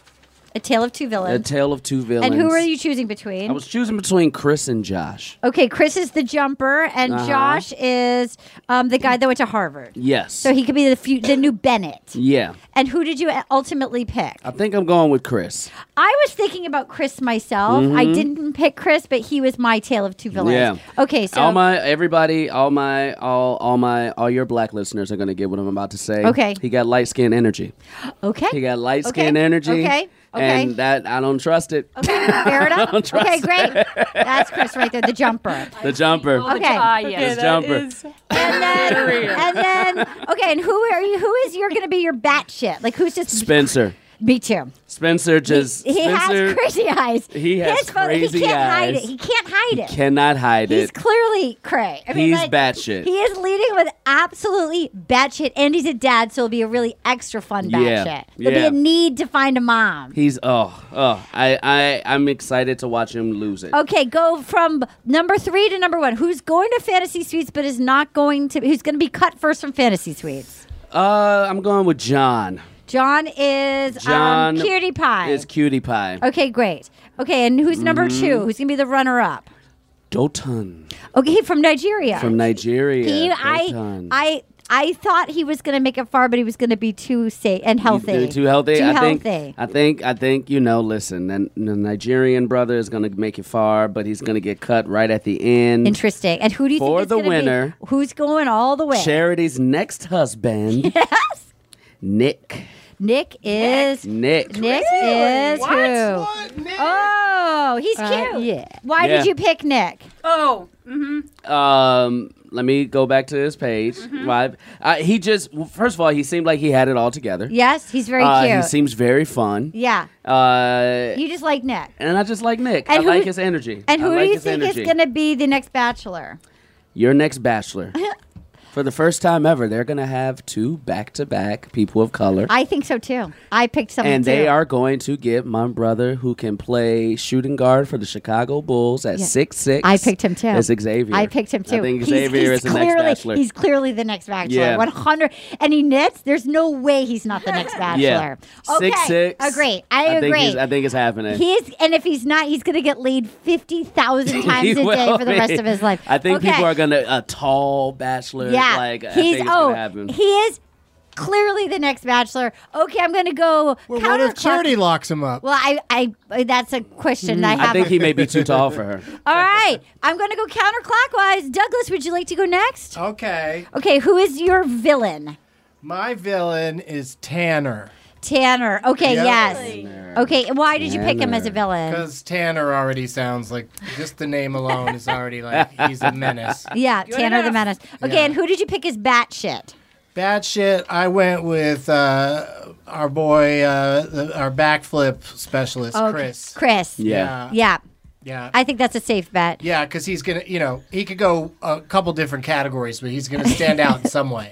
A: A Tale of Two
D: A
A: Villains.
D: tale of two villains.
A: And who are you choosing between?
D: I was choosing between Chris and Josh.
A: okay, Chris is the jumper, and
D: Uh-huh.
A: Josh is um, the guy that went to Harvard.
D: Yes.
A: So he could be the, fu- the new Bennett.
D: Yeah.
A: And who did you ultimately pick?
D: I think I'm going with Chris.
A: I was thinking about Chris myself. I
D: Mhm.
A: didn't pick Chris, but he was my Tale of Two Villains.
D: Yeah.
A: Okay, so.
D: all my everybody, all my all all my all your black listeners are gonna get what I'm about to say.
A: Okay.
D: He got light skin energy.
A: okay.
D: He got light skin energy.
A: Okay. Okay.
D: And that I don't trust it.
A: Fair enough.
D: don't trust
A: okay, great. That's Chris right there, the jumper.
D: The jumper.
A: Okay. Ah, yes.
D: The jumper.
A: and then, okay, and who are you? Who is you're going to be your bat shit? Like who's just
D: Spencer.
A: me too?
D: Spencer just
A: He
D: Spencer
A: has crazy eyes.
D: he has
A: His phone-
D: crazy
A: He can't hide
D: eyes.
A: it. He can't hide it.
D: cannot hide
A: He's
D: it.
A: clearly cray. I mean,
D: He's
A: like,
D: batshit.
A: He is leading with absolutely batshit, and he's a dad, so it'll be a really extra fun
D: Yeah.
A: batshit. There'll
D: Yeah.
A: be a need to find a mom.
D: He's oh oh I I I'm excited to watch him lose it.
A: Okay, go from number three to number one. Who's going to fantasy suites but is not going to? Who's going to be cut first from fantasy suites?
D: Uh, I'm going with John.
A: John is
D: John
A: um, cutie pie. Oh.
D: It's cutie pie.
A: okay, great. Okay, and who's number
D: Mhm.
A: two? Who's going to be the runner-up?
D: Dotun
A: Okay, from Nigeria.
D: from Nigeria.
A: He, I,
D: Dotun.
A: I, I thought he was going to make it far, but he was going to be too safe and healthy.
D: They're uh, Too healthy.
A: Too
D: I
A: healthy.
D: think. I think. I think. You know. Listen, the, the Nigerian brother is gonna make it far, but he's gonna get cut right at the end.
A: Interesting. And who do you
D: Mm. For
A: think is
D: the
A: gonna be-
D: winner.
A: Who's going all the way?
D: Charity's next husband. Yes. Nick.
A: Nick is
D: Nick.
A: Nick is who? Oh, he's cute. yeah. Why
D: Yeah.
A: did you pick Nick?
F: Uh, Oh, mm-hmm.
D: Um. Let me go back to his page.
A: Mm-hmm.
D: Right. Uh, he just. well, First of all, he seemed like he had it all together.
A: Yes, he's very
D: Uh, He
A: cute.
D: seems very fun.
A: yeah.
D: Uh,
A: You just like Nick.
D: and I just like Nick.
A: And
D: I
A: who-
D: like his energy.
A: And who
D: I
A: do
D: like
A: you
D: his
A: think
D: energy.
A: is going to be the next bachelor?
D: Your next bachelor. For the first time ever, they're going to have two back to back people of color.
A: I think so too. I picked someone
D: and they
A: too.
D: are going to get my brother who can play shooting guard for the Chicago Bulls at
A: Yeah.
D: six six.
A: I picked him too.
D: That's Xavier.
A: I picked him too.
D: I think
A: He's-
D: Xavier
A: he's
D: is the
A: clearly,
D: next bachelor.
A: He's clearly the next bachelor.
D: Yeah.
A: 100. And he knits. There's no way he's not the next
D: yeah.
A: bachelor. Okay.
D: Six six.
A: Agree. I, agree.
D: Think he's- I think it's happening.
A: He's and if he's not, he's gonna get laid fifty thousand times
D: He
A: a day
D: will
A: for the rest
D: be.
A: of his life.
D: I think
A: Okay.
D: people are gonna a uh, tall bachelor.
A: Yeah,
D: like I
A: he's
D: think it's
A: oh,
D: gonna happen.
A: he is clearly the next bachelor. Okay, I'm going to go. Well,
E: What if charity Hmm. locks him up?
A: Well, I, I, that's a question I have.
D: I think he may be too tall for her.
A: All right, I'm going to go counterclockwise. Douglas, would you like to go next?
E: Okay.
A: Okay, who is your villain?
E: My villain is Tanner.
A: Tanner. Okay,
E: Yep.
A: yes. Okay, why did you pick him as a villain?
E: Because Tanner already sounds like just the name alone is already like he's a menace.
A: Yeah, Tanner the Menace. Okay, and who did you pick as batshit?
E: Bad shit. I went with uh, our boy, uh, the, our backflip specialist,
A: Oh,
E: Chris.
A: Chris.
E: Yeah.
A: Yeah.
E: Yeah.
A: I think that's a safe bet.
E: Yeah, because he's gonna, you know, he could go a couple different categories, but he's gonna stand out in some way.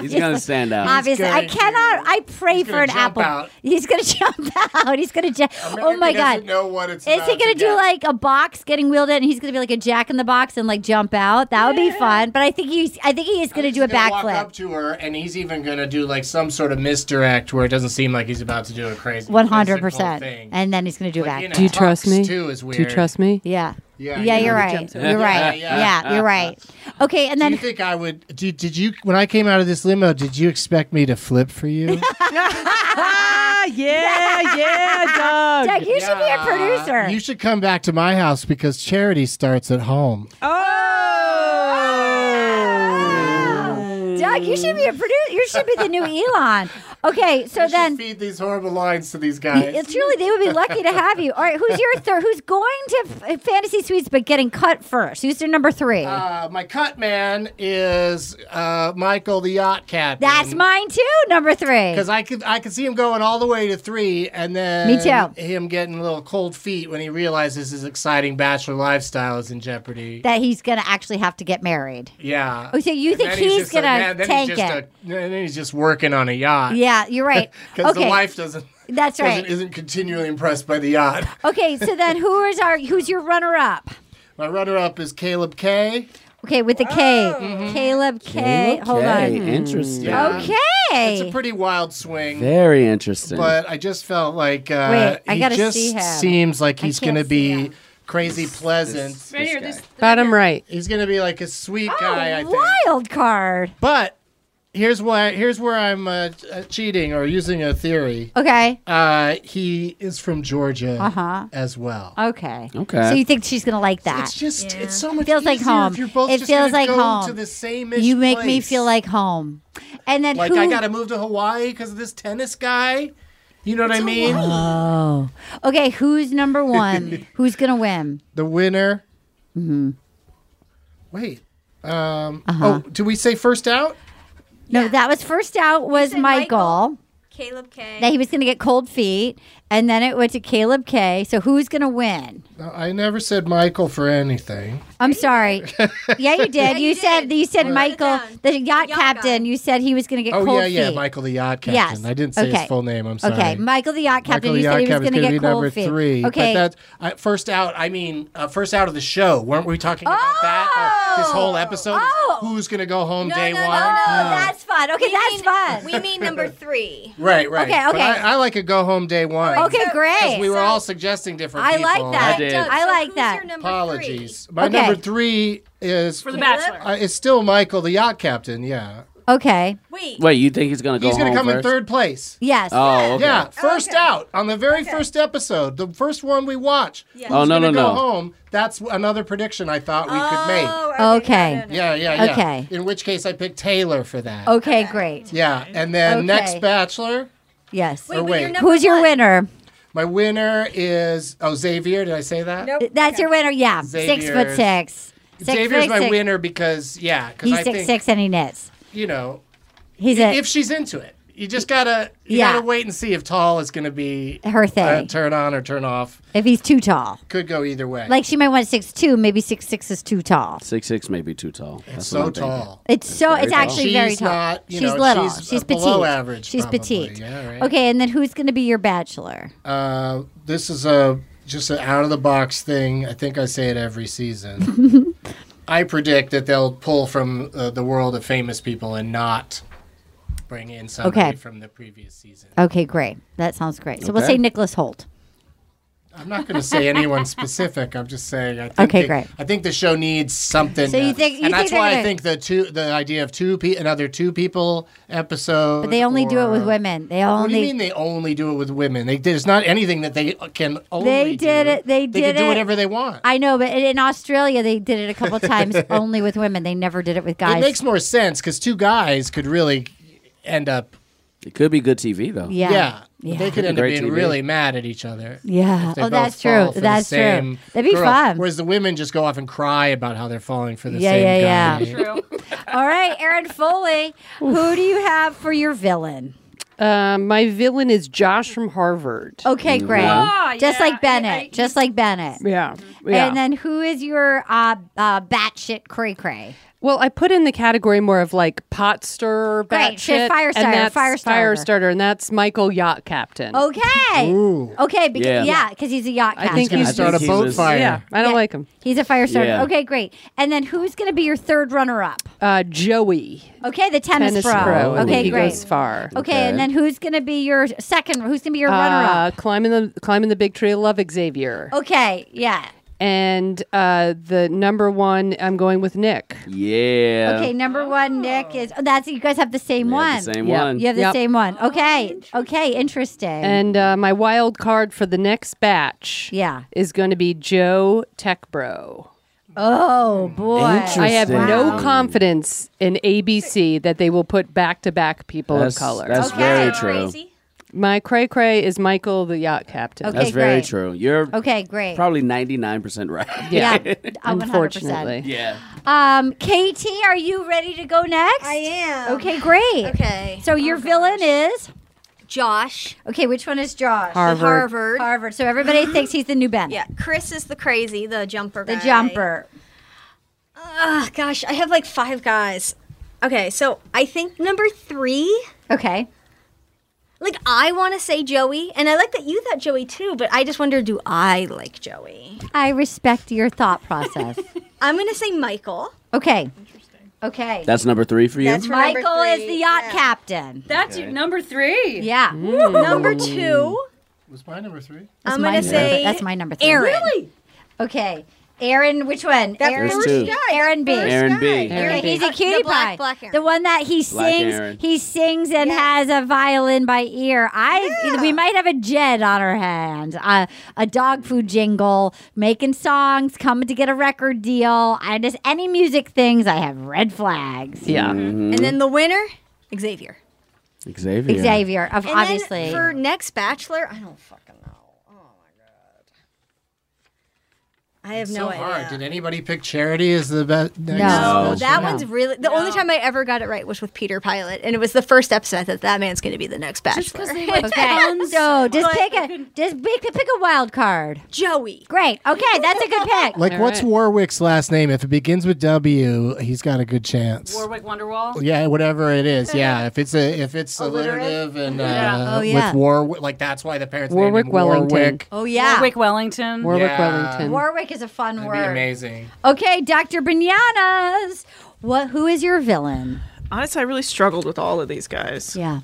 D: He's gonna stand out.
A: Obviously, I cannot. I pray for
E: gonna
A: an
E: jump
A: apple.
E: out.
A: He's gonna jump out. He's gonna jump. Oh my god!
E: doesn't know what it's
A: Is he
E: about
A: gonna
E: to
A: do like a box getting wheeled in? And he's gonna be like a jack in the box and like jump out. That would be fun. But I think he's. I think he is gonna do a
E: gonna walk
A: backflip.
E: up to her, and he's even gonna do like some sort of misdirect where it doesn't seem like he's about to do a crazy,
A: One hundred
E: physical
A: percent.
E: thing.
A: And then he's gonna do a back.
E: in a Do you tux, trust me? too, is
C: Do you
E: weird.
C: trust me?
A: Yeah.
E: Yeah,
A: Yeah,
E: you
A: you're
E: know, the
A: right.
E: jumps
A: You're
E: out.
A: right.
E: Yeah,
A: Yeah,
E: yeah.
A: you're right. Okay, and
E: Do
A: then
E: you think I would? Did, did you? When I came out of this limo, did you expect me to flip for you?
C: yeah, yeah, Doug.
A: Doug, you should be a producer.
E: you should come back to my house because charity starts at home.
A: Oh,
E: Oh!
A: Doug, you should be a producer. You should be the new Elon. Okay, so then
E: feed these horrible lines to these guys.
A: it's truly they would be lucky to have you. All right, who's your third? Who's going to f- uh, Fantasy Suites but getting cut first? Who's your number three?
E: Uh, my cut man is uh, Michael the yacht cat.
A: That's mine too. Number three.
E: Because I could I could see him going all the way to three, and then
A: Me too.
E: Him getting a little cold feet when he realizes his exciting bachelor lifestyle is in jeopardy.
A: that he's gonna actually have to get married.
E: yeah.
A: Oh, so you
E: Uh, And
A: think
E: then
A: he's
E: just a-
A: gonna
E: then- then
A: tank
E: he's just
A: it.
E: a- then he's just working on a yacht.
A: Yeah, you're right.
E: Because
A: okay.
E: the wife doesn't.
A: That's
E: doesn't-
A: right.
E: Isn't continually impressed by the yacht.
A: Okay, so then who is our who's your runner up?
E: My runner-up is Caleb Oh. K.
A: Okay, with the K, Caleb K. Hold on. Hmm.
D: Interesting.
A: Okay.
E: It's a pretty wild swing.
D: Very interesting.
E: But I just felt like uh,
D: Wait, I
E: he
D: gotta
E: just
D: see him.
E: seems like
D: I
E: he's
D: can't
E: going to
D: see
E: be crazy pleasant.
C: Right here, this- Bottom right.
E: He's going to be like a sweet guy, I think.
A: Oh, Wild card.
E: But here's why. Here's where I'm uh, uh, cheating or using a theory.
A: Okay.
E: Uh, he is from Georgia
A: Uh-huh.
E: as well.
A: Okay.
E: Okay.
A: So you think she's gonna like that?
E: It's just it's so
A: It
E: much
A: feels like
E: easier
A: home.
E: If you're both
A: it
E: just
A: feels
E: gonna
A: like
E: go
A: home.
E: to the same
A: you make me
E: place.
A: feel like home. And then
E: like
A: who?
E: I gotta move to Hawaii because of this tennis guy. You know what I mean?
A: oh. Okay. Who's number one? who's gonna win?
E: The winner.
A: hmm
E: Wait. Um,
A: Uh-huh.
E: Oh, do we say first out?
A: No, that was first out was Michael.
G: Caleb K.
A: That he was gonna get cold feet, and then it went to Caleb K. So who's gonna win?
E: No, I never said Michael for anything.
A: I'm sorry. yeah, you did. you, said you said Michael, the yacht, captain. You said he was gonna get
E: oh
A: cold
E: yeah, yeah,
A: feet.
E: Michael the yacht captain.
A: Yes.
E: I didn't say
A: Okay.
E: his full name. I'm sorry.
A: Okay, Michael the yacht captain.
E: Michael
A: you
E: the
A: said
E: yacht
A: he was
E: captain
A: going to get
E: is be
A: cold
E: number
A: feet.
E: three.
A: Okay,
E: But that uh, first out. I mean, uh, first out of the show. Weren't we talking about that? Uh, this whole
A: Oh!
E: episode. Who's gonna go home day one? Uh,
A: that's fun. Okay, that's fun.
G: We mean number three.
E: Right, right.
A: Okay,
E: But
A: okay.
E: I, I like a go home day one.
A: Okay, great.
E: 'Cause we were all suggesting different
A: I
E: people.
A: like that. I like that.
E: Apologies. My
A: Okay.
E: number three is
A: For The Bachelor.
E: Uh, it's still Michael, the yacht captain. Yeah,
A: Okay.
D: Wait, you think he's gonna go
E: he's gonna
D: home
E: come in
D: first?
E: third place.
A: Yes.
D: Oh, okay.
E: Yeah, first out on the very first episode, the first one we watch. Who's
D: Oh, no,
E: gonna
D: no,
E: go
D: no.
E: Home. That's another prediction I thought we could make.
A: Oh, Okay.
E: Yeah, yeah, yeah.
A: Okay.
E: In which case, I picked Taylor for that.
A: Okay, great.
E: Yeah, and then
A: Okay.
E: next Bachelor.
A: Yes.
E: Wait, Or but wait. you're number
A: Who's your winner?
E: My winner is oh Xavier. Did I say that?
A: That's your winner. Yeah. Six foot
E: Xavier's-
A: six. Six
E: Xavier's
A: foot
E: my
A: six.
E: winner because yeah, because
A: He's
E: I
A: six
E: think
A: six and he knits.
E: you know
A: He's
E: i-
A: a-
E: if she's into it. You just gotta you
A: Yeah.
E: gotta wait and see if tall is gonna be
A: Her thing.
E: uh, turn on or turn off.
A: If he's too tall.
E: Could go either way.
A: Like she might want six two, maybe six six is too tall.
D: Six six may be too tall. That's
E: so
D: what I'm thinking.
E: tall.
A: It's so
D: very
A: it's actually
D: tall.
A: very
D: She's
A: tall.
D: not,
E: you
A: she's
E: know,
A: little.
E: she's,
A: She's,
E: uh,
A: petite.
E: below average
A: She's
E: probably.
A: petite.
E: Yeah, right.
A: Okay, and then who's gonna be your bachelor?
E: Uh, this is a just an out of the box thing. I think I say it every season. I predict that they'll pull from uh, the world of famous people and not bring in somebody
A: Okay.
E: from the previous season.
A: Okay, great. That sounds great. So we'll
E: Okay.
A: say Nicholas Holt.
E: I'm not going to say anyone specific. I'm just saying. I think
A: Okay,
E: they-
A: great.
E: I think the show needs something.
A: So you
E: uh,
A: think- you
E: and
A: think
E: that's
A: they're
E: why
A: gonna-
E: I think the two, the idea of two, pe- another two people episode.
A: But they only do it with
E: or-
A: women. They only.
E: What do you mean they only do it with women? They, there's not anything that they can only.
A: They did
E: do.
A: it. They
E: They
A: did
E: can
A: it.
E: do whatever they want.
A: I know, but in Australia they did it a couple times only with women. They never did it with guys.
E: It makes more sense because two guys could really end up.
D: It could be good TV though.
A: Yeah.
E: Yeah.
A: Yeah.
E: They could
D: Be
E: end up
D: great
E: being
D: TV.
E: really mad at each other.
A: Yeah.
E: if they
A: Oh,
E: both
A: that's
E: fall
A: true.
E: for the
A: That's true.
E: same
A: That'd be
E: girl.
A: fun.
E: Whereas the women just go off and cry about how they're falling for the
A: Yeah,
E: same
A: yeah,
E: guy.
A: yeah. All right, Aaron Foley, who do you have for your villain?
C: Um, my villain is Josh from Harvard.
A: Okay, great.
C: Ah,
A: just like Bennett. just like Bennett.
C: Yeah. yeah.
A: And then who is your uh, uh, batshit cray cray?
C: Well, I put in the category more of like pot stirrer,
A: Great, shit,
C: batshit,
A: fire
C: and
A: starter,
C: that's
A: fire starter.
C: fire starter, and that's Michael Yacht Captain.
A: Okay.
C: Ooh.
A: Okay. Because,
C: Yeah.
A: yeah, because he's a yacht
C: I
A: captain.
C: think he's
E: start a boat fire.
C: Yeah, I don't like him.
A: He's a fire starter.
C: Yeah.
A: Okay, great. And then who's going to be your third runner up?
C: Uh, Joey,
A: Okay, the tennis,
C: tennis
A: pro.
C: pro. I think
A: Okay,
C: Oh, he
A: great.
C: goes far.
A: Okay, and then who's going to be your second? Who's going to be your runner up?
C: Uh, climbing the climbing the big tree of love, Xavier.
A: Okay, yeah.
C: And uh, the number one, I'm going with Nick.
D: Yeah.
A: Okay, number one, Nick is. Oh, that's you guys have the same one.
C: the same Yep. one.
A: You have the
C: Yep.
A: same one. Okay, okay, interesting.
C: And uh, my wild card for the next batch,
A: Yeah.
C: is going to be Joe Techbro.
A: oh boy,
C: I have no confidence in ABC that they will put back to back people
D: That's,
C: of color.
D: that's very true.
C: My cray cray is Michael, the yacht captain.
D: that's very true. You're
A: Okay, great.
D: Probably ninety nine percent right.
C: Yeah.
A: Uh, 100%.
C: Unfortunately.
D: Yeah.
A: Um, Katie, are you ready to go next? I am. Okay, great. Okay. So your villain is Josh. Okay, which one is Josh?
G: Harvard. Harvard.
A: Harvard. So everybody thinks he's the new Ben.
G: Yeah, Chris is the crazy, the jumper
A: The
G: guy.
A: jumper.
G: Ah, gosh, I have like five guys. Okay, so I think number three.
A: Okay.
G: Like I want to say Joey, and I like that you thought Joey too, but I just wonder, do I like Joey?
A: I respect your thought process.
G: I'm gonna say Michael.
A: okay. Okay.
D: That's number three for you.
A: Michael is the yacht captain.
K: That's
D: Okay.
K: number three.
A: Yeah.
G: Number two.
E: Was my number three?
A: That's
G: I'm
A: my
G: gonna
A: number-
G: say
A: that's my number three.
G: Aaron.
A: Really? Okay. Aaron, which one?
G: That
A: Aaron,
D: first There's two. guy,
A: Aaron B.
D: first Aaron B. guy.
A: Okay,
D: Aaron B.
A: he's a
G: Uh, the
A: cutie
G: black-
A: pie.
G: black
A: The one that he
D: Black
A: sings.
D: Aaron.
A: He sings and has a violin by ear. I we might have a Jed on our hands. Uh, a dog food jingle, making songs, coming to get a record deal. I just any music things. I have red flags.
C: Yeah.
G: Mm-hmm.
D: Mm-hmm.
G: And then the winner, Xavier.
D: Xavier.
A: Xavier, of
G: And then
A: obviously.
G: for next Bachelor, I don't fucking know. Oh my god. I have
E: It's
G: no
E: so
G: idea.
E: hard. Did anybody pick Charity as the best? No,
G: No, that one's really the only time I ever got it right was with Peter Pilot, and it was the first episode. I thought that man's going to be the next Bachelor.
A: okay. So just pick a just pick, pick a wild card.
G: Joey.
A: Great. Okay, that's a good pick.
E: Like, what's Warwick's last name? If it begins with W, he's got a good chance.
K: Warwick Wonderwall.
E: Yeah, whatever it is. Yeah, if it's a if it's alliterative and uh,
K: Yeah. Oh, yeah.
E: with war like that's why the parents
C: Warwick
E: named him Warwick.
C: Wellington.
A: Oh yeah.
K: Warwick Wellington.
E: Warwick Yeah. Wellington.
A: Warwick is a fun
E: That'd
A: word.
E: be amazing.
A: Okay, Dr. Bananas. What who is your villain?
I: Honestly, I really struggled with all of these guys.
A: Yeah.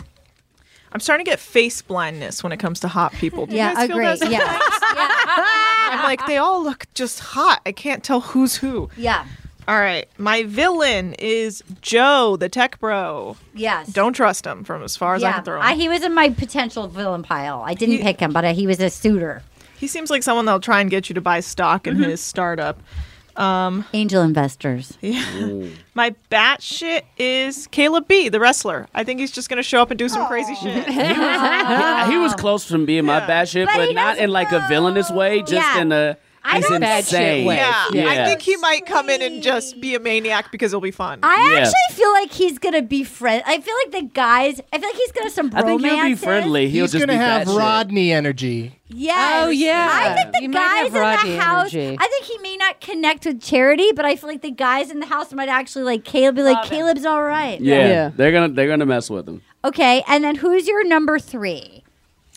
I: I'm starting to get face blindness when it comes to hot people. Do you
A: yeah,
I: guys feel
A: agree.
I: that
A: Yeah.
I: I'm like, they all look just hot. I can't tell who's who.
A: Yeah.
I: All right. My villain is Joe, the tech bro.
A: Yes.
I: Don't trust him from as far as I
A: yeah.
I: can throw him.
A: I- he was in my potential villain pile. I didn't pick him, but uh, he was a suitor.
I: he seems like someone that'll try and get you to buy stock in his startup. Um,
A: Mm-hmm. Angel investors.
I: Yeah. my bat shit is Caleb B, the wrestler. I think he's just going to show up and do some crazy shit.
D: Uh, he, he was close from being my bad shit, but, not in like a villainous way, just
I: Yeah.
D: in a he's insane.
I: Yeah. I
D: Yeah.
I: think he might come in and just be a maniac because it'll be fun.
A: I
D: Yeah.
A: actually feel like he's gonna be friend. I feel like the guys. I feel like he's gonna some.
D: I think he'll be
A: romances.
D: friendly. He'll
E: he's
D: just
E: gonna
D: be
E: have
D: bad shit.
E: Rodney energy.
A: Yes.
C: Oh, yeah.
A: I think the
C: You might
A: guys
C: have
A: in the
C: Rodney
A: house.
C: energy.
A: I think he may not connect with Charity, but I feel like the guys in the house might actually like Caleb. Be like, Caleb's all right.
D: Yeah. They're gonna they're gonna mess with him.
A: Okay, and then who's your number three?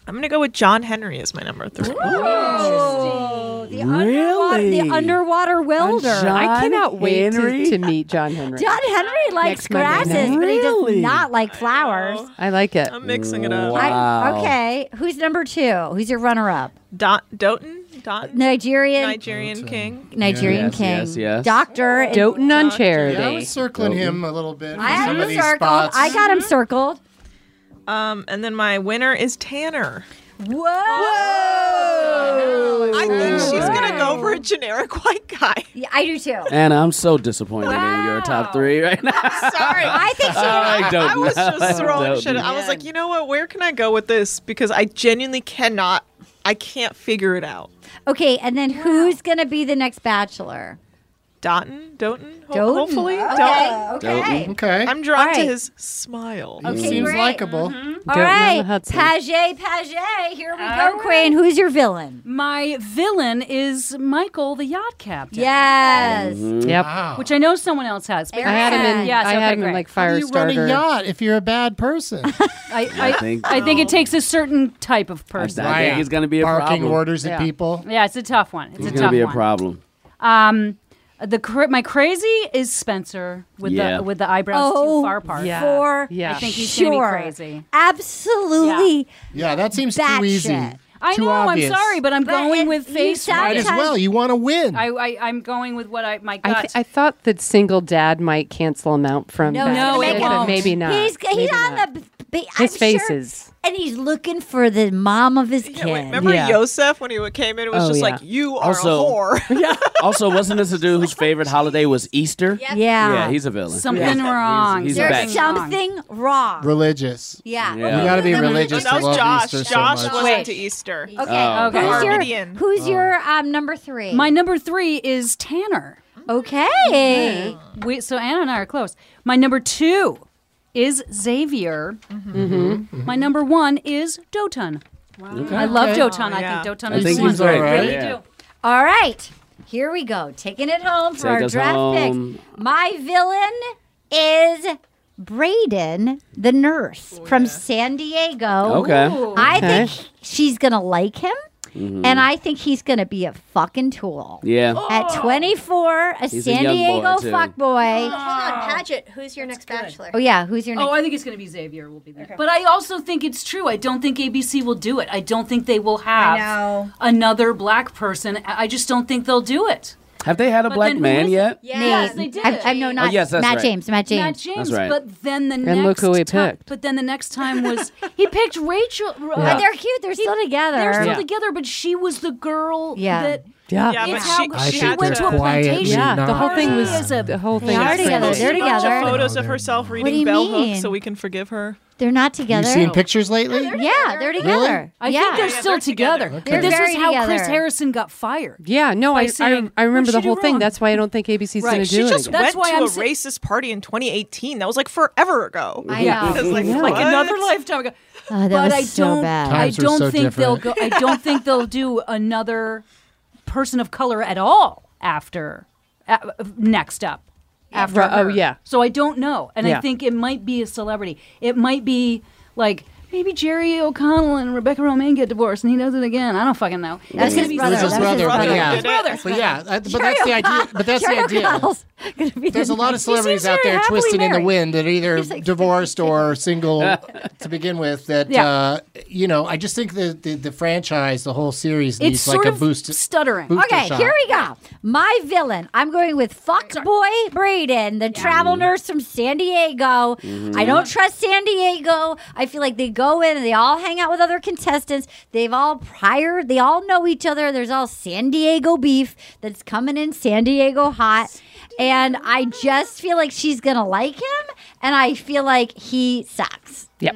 I: I'm going to go with John Henry as my number three.
A: Oh, the underwater, the
C: Really?
A: underwater welder.
C: I cannot wait to, to meet John Henry.
A: John Henry likes
C: Next Monday
A: grasses,
C: night.
A: but he does
C: Really?
A: not like flowers.
C: I like it.
I: I'm mixing it up.
A: I- okay, who's number two? Who's your runner-up?
I: Dot Doton? Dot
A: Nigerian
I: Nigerian King.
A: Nigerian
D: Yes,
A: king,
D: yes, yes.
A: doctor, and-
C: Doting on charity.
E: Yeah, I was circling him a little bit. for
A: I had
E: some
A: him
E: of these
A: circled.
E: spots. Mm-hmm.
A: I got him circled.
I: Um, and then my winner is Tanner.
A: Whoa! Whoa!
I: I think she's gonna go for a generic white guy.
A: Yeah, I do too.
D: Anna, I'm so disappointed in your top three right now.
I: Sorry,
A: I think she.
D: I don't
I: I was
D: know.
I: just throwing
D: Don't
I: shit. out. I was
D: know.
I: like, you know what? Where can I go with this? Because I genuinely cannot. I can't figure it out.
A: Okay, and then who's gonna be the next bachelor?
I: Dotton, Doton, Ho-
A: Doton.
I: hopefully.
A: Okay,
I: Doton.
A: okay. Doton.
E: Okay.
I: I'm drawn
A: All
I: to
A: right.
I: his smile.
E: He seems likable.
G: Mm-hmm.
A: All right, Paget, Paget, here we go, Queen. Who's your villain?
F: My villain is Michael, the yacht captain.
A: Yes.
D: Mm-hmm.
C: Yep.
F: Which I know someone else has. But
C: I had him in.
F: Yes,
C: I
F: okay,
C: had him in
F: great.
C: like
E: How do you run a
C: Firestarter.
E: yacht if you're a bad person?
F: I, I, I think,
D: think- um,
F: it takes a certain type of person.
D: I think it's going to be a
E: Barking
D: problem.
E: orders at
F: Yeah.
E: people.
F: Yeah, it's a tough one. It's
D: It's
F: a
D: going to
F: tough
D: be a
F: one.
D: problem.
F: Um, the cra- my crazy is Spencer with
D: Yeah.
F: the with the eyebrows
A: Oh,
F: too far apart.
A: yeah. for
F: I think he's
A: sure.
F: gonna be crazy.
A: Absolutely.
E: Yeah, that seems
A: Batshit.
E: too easy.
F: I
E: too
F: know.
E: obvious.
F: I'm sorry, but I'm going with face.
E: Might as well. You want to win.
F: I, I I'm going with what I my gut.
C: I, th- I thought that single dad might cancel him out from
A: No,
C: Best
F: no,
C: Picture,
F: it
C: but
F: won't.
C: maybe not.
A: He's he's
C: Maybe
A: on
C: not.
A: the b- I'm
C: his face
A: sure-
C: is.
A: and he's looking for the mom of his kid.
I: Remember
D: Yeah.
I: Yosef when he came in? It was
D: Oh,
I: just
D: yeah.
I: like, you are
D: Also-
I: a whore.
D: also, wasn't this a dude whose favorite holiday was Easter?
A: Yeah.
D: Yeah, he's a villain.
F: Something
D: Yeah.
F: wrong.
D: He's, he's
A: There's
D: back.
A: something wrong.
E: Religious.
A: Yeah.
D: Yeah.
E: You got to be
D: No, no, no,
E: religious
I: that
E: to
I: was
E: love
I: Josh.
E: Easter so
I: Josh
E: much.
I: wasn't
F: Wait.
I: to Easter.
A: Okay.
D: Oh.
F: Okay.
A: Who's your
I: Armenian.
A: Who's your um number three?
F: Uh, My number three is Tanner.
A: Okay.
F: We, so Anna and I are close. My number two is Xavier. My number one is Doton.
C: Mm-hmm.
F: I love
E: Okay.
F: Doton.
I: Oh,
F: I
I: yeah.
F: think Doton
D: I
F: is
D: think
F: the
D: he's
F: one.
D: great.
F: I really
D: Yeah.
F: do.
A: All right. Here we go. Taking it home for
D: Take
A: our
D: us
A: draft
D: home.
A: picks. My villain is Braden, the nurse
C: Oh,
A: from San Diego.
D: Okay.
A: I
D: Okay. Mm-hmm.
A: think she's going to like him. And I think he's going to be a fucking tool.
D: Yeah.
A: At
C: Oh.
A: 24, a
D: He's a
A: San
D: young boy,
A: Diego
D: too.
A: fuckboy.
G: Hold on, Paget, who's your next bachelor?
A: Oh, yeah. Who's your next?
F: Oh, I think it's going to be Xavier. Will be there, but I also think it's true. I don't think ABC will do it. I don't think they will have
G: know.
F: another black person. I I just don't think they'll do it.
D: Have they had a
F: But
D: black
F: then who
D: man
F: is it?
D: yet?
G: Yeah.
F: Yes, they did.
A: I, I no, not
D: yes, that's
A: Matt
D: right.
A: James. Matt James.
F: Matt James,
D: right.
F: but then the next
C: And look who he
F: time,
C: picked.
F: but then the next time was he picked Rachel. uh,
A: But they're cute. They're still together.
F: They're still
C: Yeah.
F: together, but she was the girl
A: Yeah.
F: that
C: Yeah.
I: Yeah,
F: it's
I: but
F: how
I: she-
F: she,
I: I think
F: went to
I: they're
F: a
E: quietly
F: plantation.
C: Yeah, the
E: not
C: whole thing was
F: Is a-
C: the whole
A: They
C: thing.
A: are
C: was
A: together.
C: crazy.
A: They're
I: She posted
A: together.
I: photos of herself reading
A: you
I: bell
A: mean?
I: hooks so we can forgive her.
A: They're not together.
E: You seen pictures lately?
A: yeah, they're together.
F: I
A: yeah.
F: think they're still together. But this
A: They're
F: is how
A: very
F: Chris
A: together.
F: Harrison got fired.
C: Yeah, no,
F: By
C: I,
F: saying,
C: I I remember
F: "What'd
C: the
F: she
C: whole
F: do
C: thing.
F: wrong?"
C: That's why I don't think ABC's
F: Right.
C: going to
I: She
C: do it.
I: just
C: again.
F: That's
I: went
F: why
I: to
F: I'm
I: a
F: sa-
I: racist party in 2018. That was like forever ago.
A: I know.
I: It's like,
F: Like
I: what?
F: another lifetime ago.
A: Oh, that
F: but
A: was
F: I
A: so
F: don't.
A: bad.
F: I
E: Times were
F: don't
E: so
F: think they'll go.
E: different.
F: I don't think they'll do another person of color at all after a- next up. After
C: Right, oh,
F: her.
C: yeah.
F: So I don't know, and I
C: Yeah.
F: think it might be a celebrity. It might be like. Maybe Jerry O'Connell and Rebecca Romaine get divorced, and he does it again. I don't fucking know.
A: That's
F: It's gonna
A: his
F: be
A: brother.
E: It was his
F: something.
A: That's
E: brother,
I: brother.
E: but yeah.
I: His brother.
E: But yeah, I- but that's the idea. But that's the
A: Jerry
E: idea.
A: O'Connell's gonna be
E: There's
A: the
E: a lot of
A: next-
E: celebrities
F: seems
E: out
F: very
E: there
F: happily
E: twisting in
F: married.
E: the wind that are either divorced or single to begin with. That
F: Yeah.
E: uh, you know, I just think the, the the franchise, the whole series needs
F: It's
E: like
F: sort
E: a
F: of
E: boost.
F: stuttering.
E: booster
A: Okay,
E: shot.
A: here we go. My villain. I'm going with fuckboy Braden, the travel
E: Mm-hmm.
A: nurse from San Diego. I don't trust San Diego. I feel like they go in and they all hang out with other contestants. They've all prior, they all know each other. There's all San Diego beef that's coming in San Diego hot. And I just feel like she's going to like him. And I feel like he sucks.
C: Yep.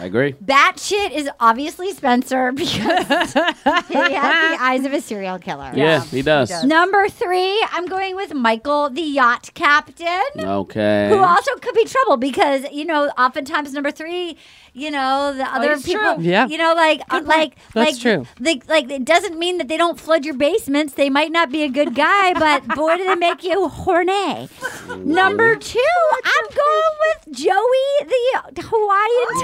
D: I agree.
A: Batshit is obviously Spencer because he had the eyes of a serial killer.
D: Yeah, he does.
A: Number three, I'm going with Michael, the yacht captain,
D: Okay.
A: who also could be trouble because you know, oftentimes number three, you know,
G: Oh,
A: the other
F: it's
A: people,
F: true.
C: Yeah.
A: you know, like like
C: That's
A: like
C: true.
A: Like, like it doesn't mean that they don't flood your basements. They might not be a good guy, but boy, do they make you horny. number two, I'm going with Joey, the
G: Oh,
A: Hawaiian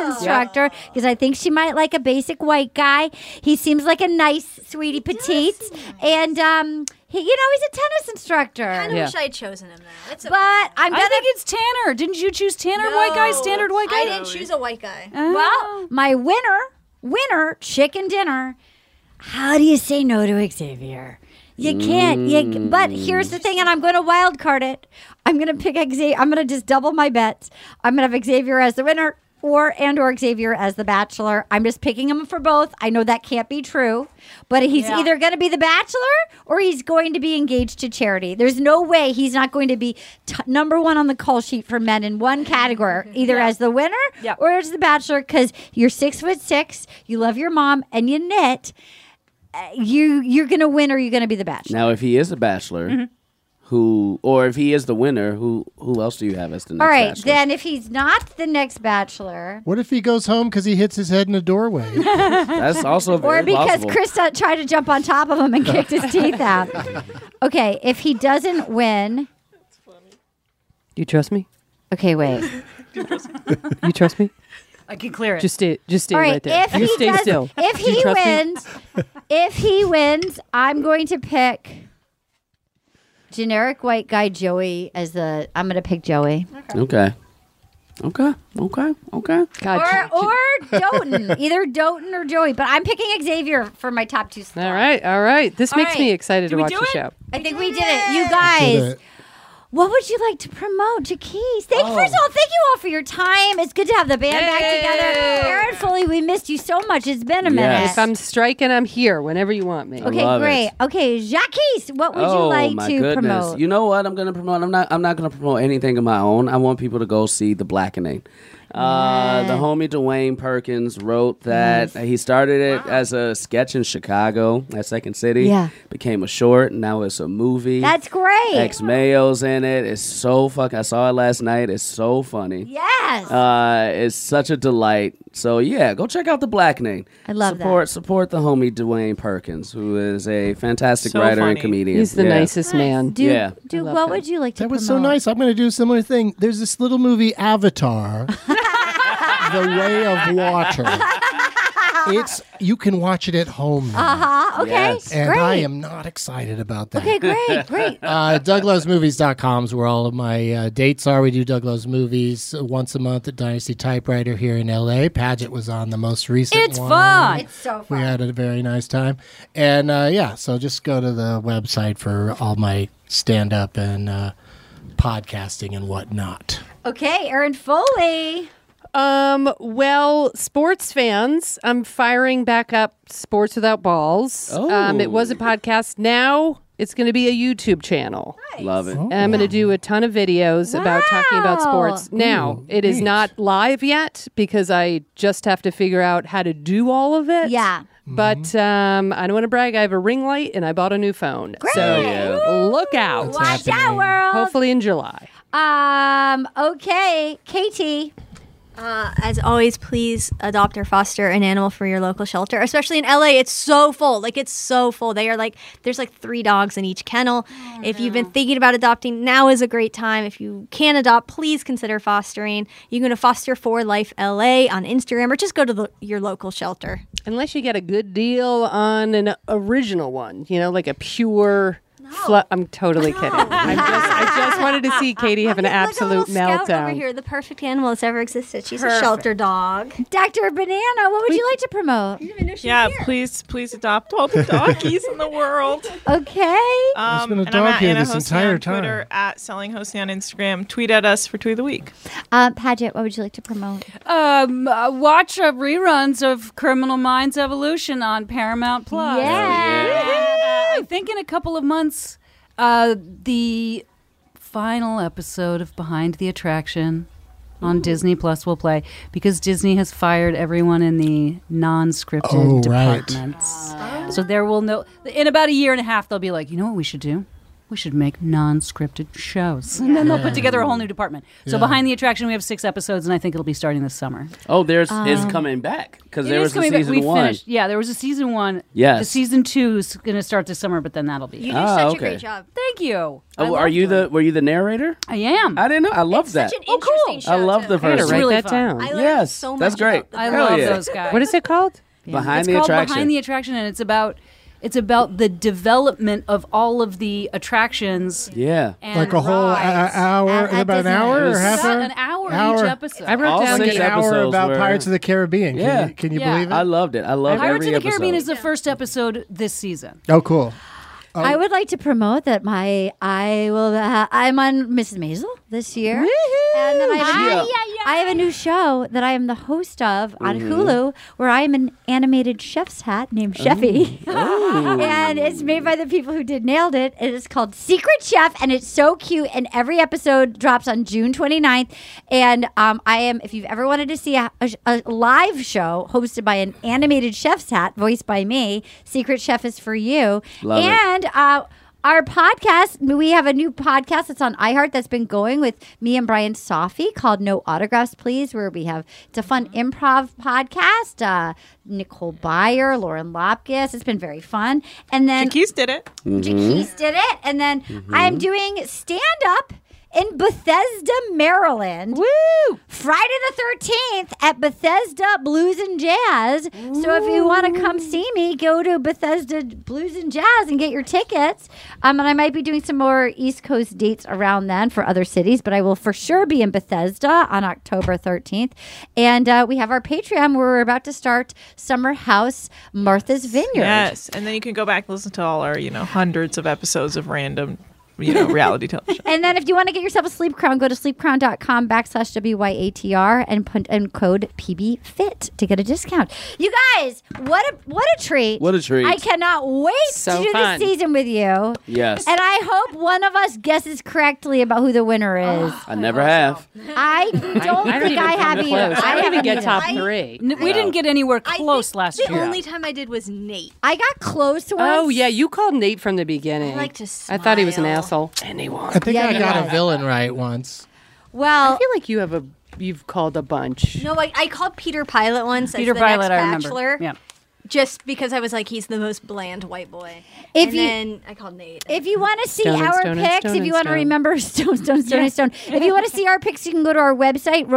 A: tennis instructor, because I think she might like a basic white guy. He seems like a nice, sweetie petite, and um, he, you know, he's a tennis instructor. I
G: kinda wish I had chosen him though. It's a-
A: but I'm
G: I
A: gonna
G: think
A: it's Tanner. Didn't you choose Tanner?
G: White guy,
A: standard white
G: I didn't choose a white guy.
A: Oh. Well, my winner, winner, chicken dinner. How do you say no to Xavier? You can't. You, but here's the thing, and I'm going to wild card it. I'm going to pick Xavier. I'm going to just double my bets. I'm going to have Xavier as the winner, or and or Xavier as the bachelor. I'm just picking him for both. I know that can't be true, but he's
G: Yeah.
A: either going to be the bachelor or he's going to be engaged to charity. There's no way he's not going to be t- number one on the call sheet for men in one category, either as the winner or as the bachelor, because you're six foot six, you love your mom, and you knit. Uh, You you're going to win or you're going to be the bachelor.
D: Now, if he is a bachelor,
A: Mhm.
D: who or if he is the winner, who who else do you have as the next
A: All right,
D: bachelor?
A: then if he's not the next bachelor,
E: What if he goes home because he hits his head in a doorway?
D: That's also
A: or
D: very
A: because
D: plausible.
A: Chris uh, tried to jump on top of him and kicked his teeth out. Okay, if he doesn't win,
H: Do you trust me?
A: Okay, wait.
H: you trust me?
F: I can clear it.
H: Just stay, just stay
A: All
H: right,
A: right,
H: there.
A: if
H: you
A: he
H: stay
A: does-
H: still.
A: If
H: Do you
A: he
H: trust me?
A: wins, if he wins, I'm going to pick generic white guy Joey as the. I'm going to pick Joey
D: Okay. Okay. Okay. Okay.
A: or or Doton, either Doton or Joey. But I'm picking Xavier for my top two. Slots.
H: All right, all right. This
A: All
H: makes me
A: right.
H: excited to
A: Did we
H: watch
A: do
H: the
A: it?
H: show.
A: I think we did it, you guys. What would you like to promote, Jaquise? Thank first of all, thank you all for your time. It's good to have the band back together. Aaron Foley, we missed you so much. It's been a minute.
H: If I'm striking, I'm here whenever you want me.
A: Okay, great. Okay, Jacques, what would you like to promote?
D: Oh, You know what I'm gonna promote? I'm not I'm not gonna promote anything of my own. I want people to go see the blackening. Uh, the homie Dwayne Perkins wrote that he started it as a sketch in Chicago at Second City.
A: Yeah.
D: Became a short, and now it's a movie.
A: That's great.
D: Ex Mayo's in it. It's so fuck I saw it last night. It's so funny.
A: Yes.
D: Uh, it's such a delight. So yeah, go check out the blackening.
A: I love that.
D: support support the homie Dwayne Perkins, who is a fantastic
H: So
D: writer
H: funny.
D: and comedian.
H: He's the nicest man.
A: Dude,
D: yeah.
A: dude what would you like to
E: That was so
A: promote?
E: nice. I'm going to do a similar thing. There's this little movie, Avatar, The Way of Water. It's you can watch it at home. now.
A: Uh-huh. Okay. Yes.
E: And
A: Great.
E: I am not excited about that.
A: Okay, great, great.
E: Uh, DougLovesMovies.com is where all of my uh, dates are. We do Doug Loves Movies once a month at Dynasty Typewriter here in L.A. Paget was on the most recent
F: It's
E: one.
F: fun. It's so
E: We had a very nice time. And uh, yeah, so just go to the website for all my stand up and uh, podcasting and whatnot.
A: Okay, Aaron Foley.
H: Um, well, sports fans, I'm firing back up Sports Without Balls. Um, it was a podcast. Now it's going to be a YouTube channel.
D: Love it.
H: And I'm going to do a ton of videos about talking about sports.
F: Wow.
H: Now,
F: Ooh,
H: it is
F: neat.
H: not live yet because I just have to figure out how to do all of it.
A: Yeah.
H: But um, I don't want to brag. I have a ring light and I bought a new phone. So look out.
A: Watch out, world.
H: Hopefully in July.
A: Um. Okay, Katie.
G: Uh, as always, please adopt or foster an animal for your local shelter, especially in LA. It's so full. Like it's so full. They are like there's like three dogs in each kennel.
A: Oh,
G: if you've been thinking about adopting, now is a great time. If you can adopt, please consider fostering. You can go to Foster for Life LA on Instagram or just go to the, your local shelter.
H: Unless you get a good deal on an original one, you know, like a pure. flu- I'm totally kidding. I'm just, I just wanted to see Katie have an absolute
G: Scout over
H: meltdown.
G: here, the perfect animal that's ever existed. She's
A: Perfect.
G: a shelter dog.
A: Dr. Banana, what would you like to promote?
I: Yeah, please, please adopt all the doggies in the world.
A: Okay.
I: Um,
E: been a
I: and I'm
E: dog
I: at
E: here
I: Anna
E: this
I: Hosey
E: entire
I: on Twitter at selling Hosey on Instagram. Tweet at us for tweet of the week.
A: Uh, Paget, what would you like to promote?
F: Um, uh, watch uh, reruns of Criminal Minds Evolution on Paramount Plus.
A: Yeah.
F: And, uh, I think in a couple of months, uh, the final episode of Behind the Attraction on Disney Plus will play because Disney has fired everyone in the non-scripted
E: Oh, right.
F: departments. So there will no in about a year and a half they'll be like, you know what we should do? we should make non-scripted shows, and then they'll put together a whole new department. So
D: Yeah.
F: behind the attraction, we have six episodes, and I think it'll be starting this summer.
D: Oh, there's it's
F: Um,
D: coming back because
F: It
D: there
F: is
D: was a
F: coming back.
D: season
F: we
D: one.
F: Finished, yeah, there was a season one. The
D: Yes.
F: season two is going to start this summer, but then that'll be.
D: You do Ah, such a great okay.
F: job. Thank you. I
D: Oh, are
F: loved
D: you the were you the narrator?
F: I am.
D: I didn't know. I love that.
G: oh, cool.
D: I love the
C: I gotta
D: first.
C: write
D: one.
C: that down.
D: yes, that's great. Hell yeah.
C: What is it called?
D: Behind
F: it's
D: the
F: called
D: attraction.
F: Behind the attraction, and it's about it's about the development of all of the attractions.
D: Yeah.
F: and
E: like a whole
F: rides
E: a- hour,
F: at- at
E: about an
F: Disneyland.
E: hour or half
F: About
E: hour,
F: an hour,
E: Hour.
F: each episode.
E: I wrote All down six the hour episodes about were- Pirates of the Caribbean. Can
D: Yeah.
E: you- can you Yeah. believe it?
D: I loved it. I loved
F: Pirates
D: every
F: of the Caribbean is
D: episode.
F: the first episode this season.
E: Oh, cool.
A: I would like to promote that my I will uh, I'm on Mrs. Maisel this year, and then I have, a new, I have a new show that I am the host of on
G: Mhm.
A: Hulu, where I am an animated chef's hat named Chefy, and it's made by the people who did Nailed It. It is called Secret Chef, and it's so cute. And every episode drops on June 29th. And um, I am, if you've ever wanted to see a, a, a live show hosted by an animated chef's hat, voiced by me, Secret Chef is for you.
G: Love it.
A: and and uh, our podcast, we have a new podcast that's on iHeart that's been going with me and Brian Safi called No Autographs Please, where we have it's a fun
I: Mm-hmm.
A: improv podcast. Uh, Nicole Byer, Lauren Lopkis. It's been very fun. And then
I: Jaquise did it.
A: Jaquise did it. And then I am doing stand up in Bethesda, Maryland. Woo! Friday the 13th at Bethesda Blues and Jazz. So if you want to come see me, go to Bethesda Blues and Jazz and get your tickets. Um, and I might be doing some more East Coast dates around then for other cities, but I will for sure be in Bethesda on October 13th. And uh, we have our Patreon where we're about to start Summer House Martha's Vineyard.
I: Yes, and then you can go back and listen to all our, you know, hundreds of episodes of random, you know, reality television.
A: And then if you want to get yourself a sleep crown, go to sleepcrown.com backslash WYATR and put and code PBFIT to get a discount. You guys, what a what a treat.
D: What a treat.
A: I cannot wait
D: So
A: to do
D: fun.
A: this season with you.
D: Yes.
A: And I hope one of us guesses correctly about who the winner is.
D: I never have.
A: I don't
D: I don't
A: think
D: even
A: I
D: come
A: have either.
D: close. I don't even
A: haven't
D: get
A: either.
D: top
A: I-
H: three.
F: N- we didn't get anywhere close last
G: The
F: year.
G: only time I did was Nate.
A: I got close once.
C: Oh yeah, you called Nate from the beginning. I
G: like to
C: thought he was an asshole. Anyone?
E: I think
C: Yeah,
E: I
C: you
E: got
C: guys.
E: a villain right once.
A: Well,
C: I feel like you have a you've called a bunch.
G: No, I, I called Peter Pilot once
F: Peter
G: as the
F: Pilot,
G: next
F: I remember.
G: Bachelor.
F: Yeah.
G: Just because I was like, he's the most bland white boy.
A: If
G: and
A: you-
G: then I called Nate.
A: If you want to see
G: Stone and
A: our
G: stone and
A: picks,
G: stone
A: if you
G: and
A: want to
G: stone.
A: remember Stone, Stone, Stone,
G: Yeah.
A: and Stone, if you want to see our picks, you can go to our website,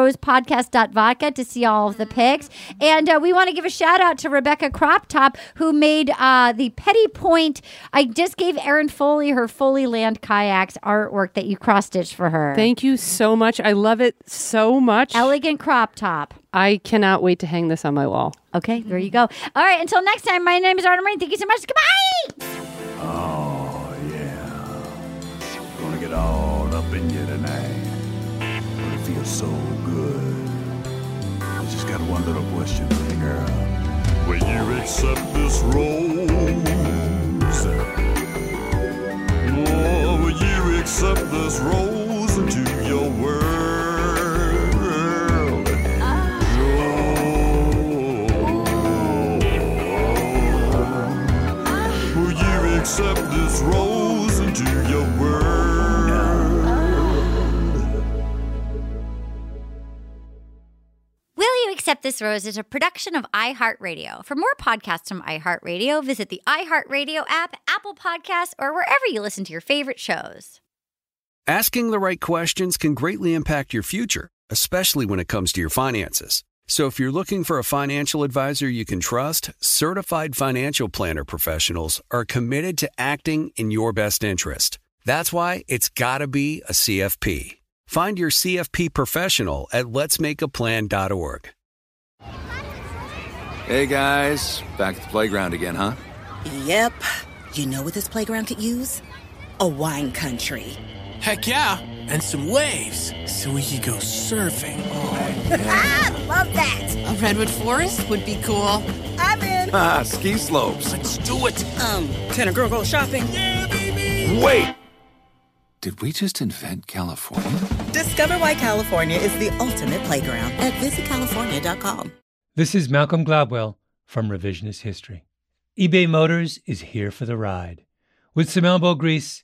A: rosepodcast.vodka, to see all of the picks. And uh, we want to give a shout out to Rebecca Crop Top, who made uh, the Petty Point. I just gave Erin Foley her Foley Land kayaks artwork that you cross stitched for her.
C: Thank you so much. I love it so much.
A: Elegant crop top.
C: I cannot wait to hang this on my wall.
A: Okay, there you go. All right, until next time, my name is Arna Marine. Thank you so much. Goodbye.
J: Oh, yeah. Gonna get all up in you tonight. Gonna feel so good. I just got one little question for you, girl. Will you accept this rose? Oh, will you accept this rose into your world? Will you accept this rose into your world?
A: Will You Accept This Rose is a production of iHeartRadio. For more podcasts from iHeartRadio, visit the iHeartRadio app, Apple Podcasts, or wherever you listen to your favorite shows.
L: Asking the right questions can greatly impact your future, especially when it comes to your finances. So if you're looking for a financial advisor you can trust, certified financial planner professionals are committed to acting in your best interest. That's why it's got to be a CFP. Find your CFP professional at letsmakeaplan.org.
B: Hey guys, back at the playground again, huh?
N: Yep. You know what this playground could use? A wine country.
M: Heck yeah. And some waves so we could go surfing.
N: Ah, love that.
M: A redwood forest would be cool.
N: I'm in.
B: Ah, ski slopes.
M: Let's do it.
N: Um, can a girl go shopping? Yeah, baby.
B: Wait! Did we just invent California?
N: Discover why California is the ultimate playground at visitcalifornia.com.
O: This is Malcolm Gladwell from Revisionist History. eBay Motors is here for the ride. With some elbow grease,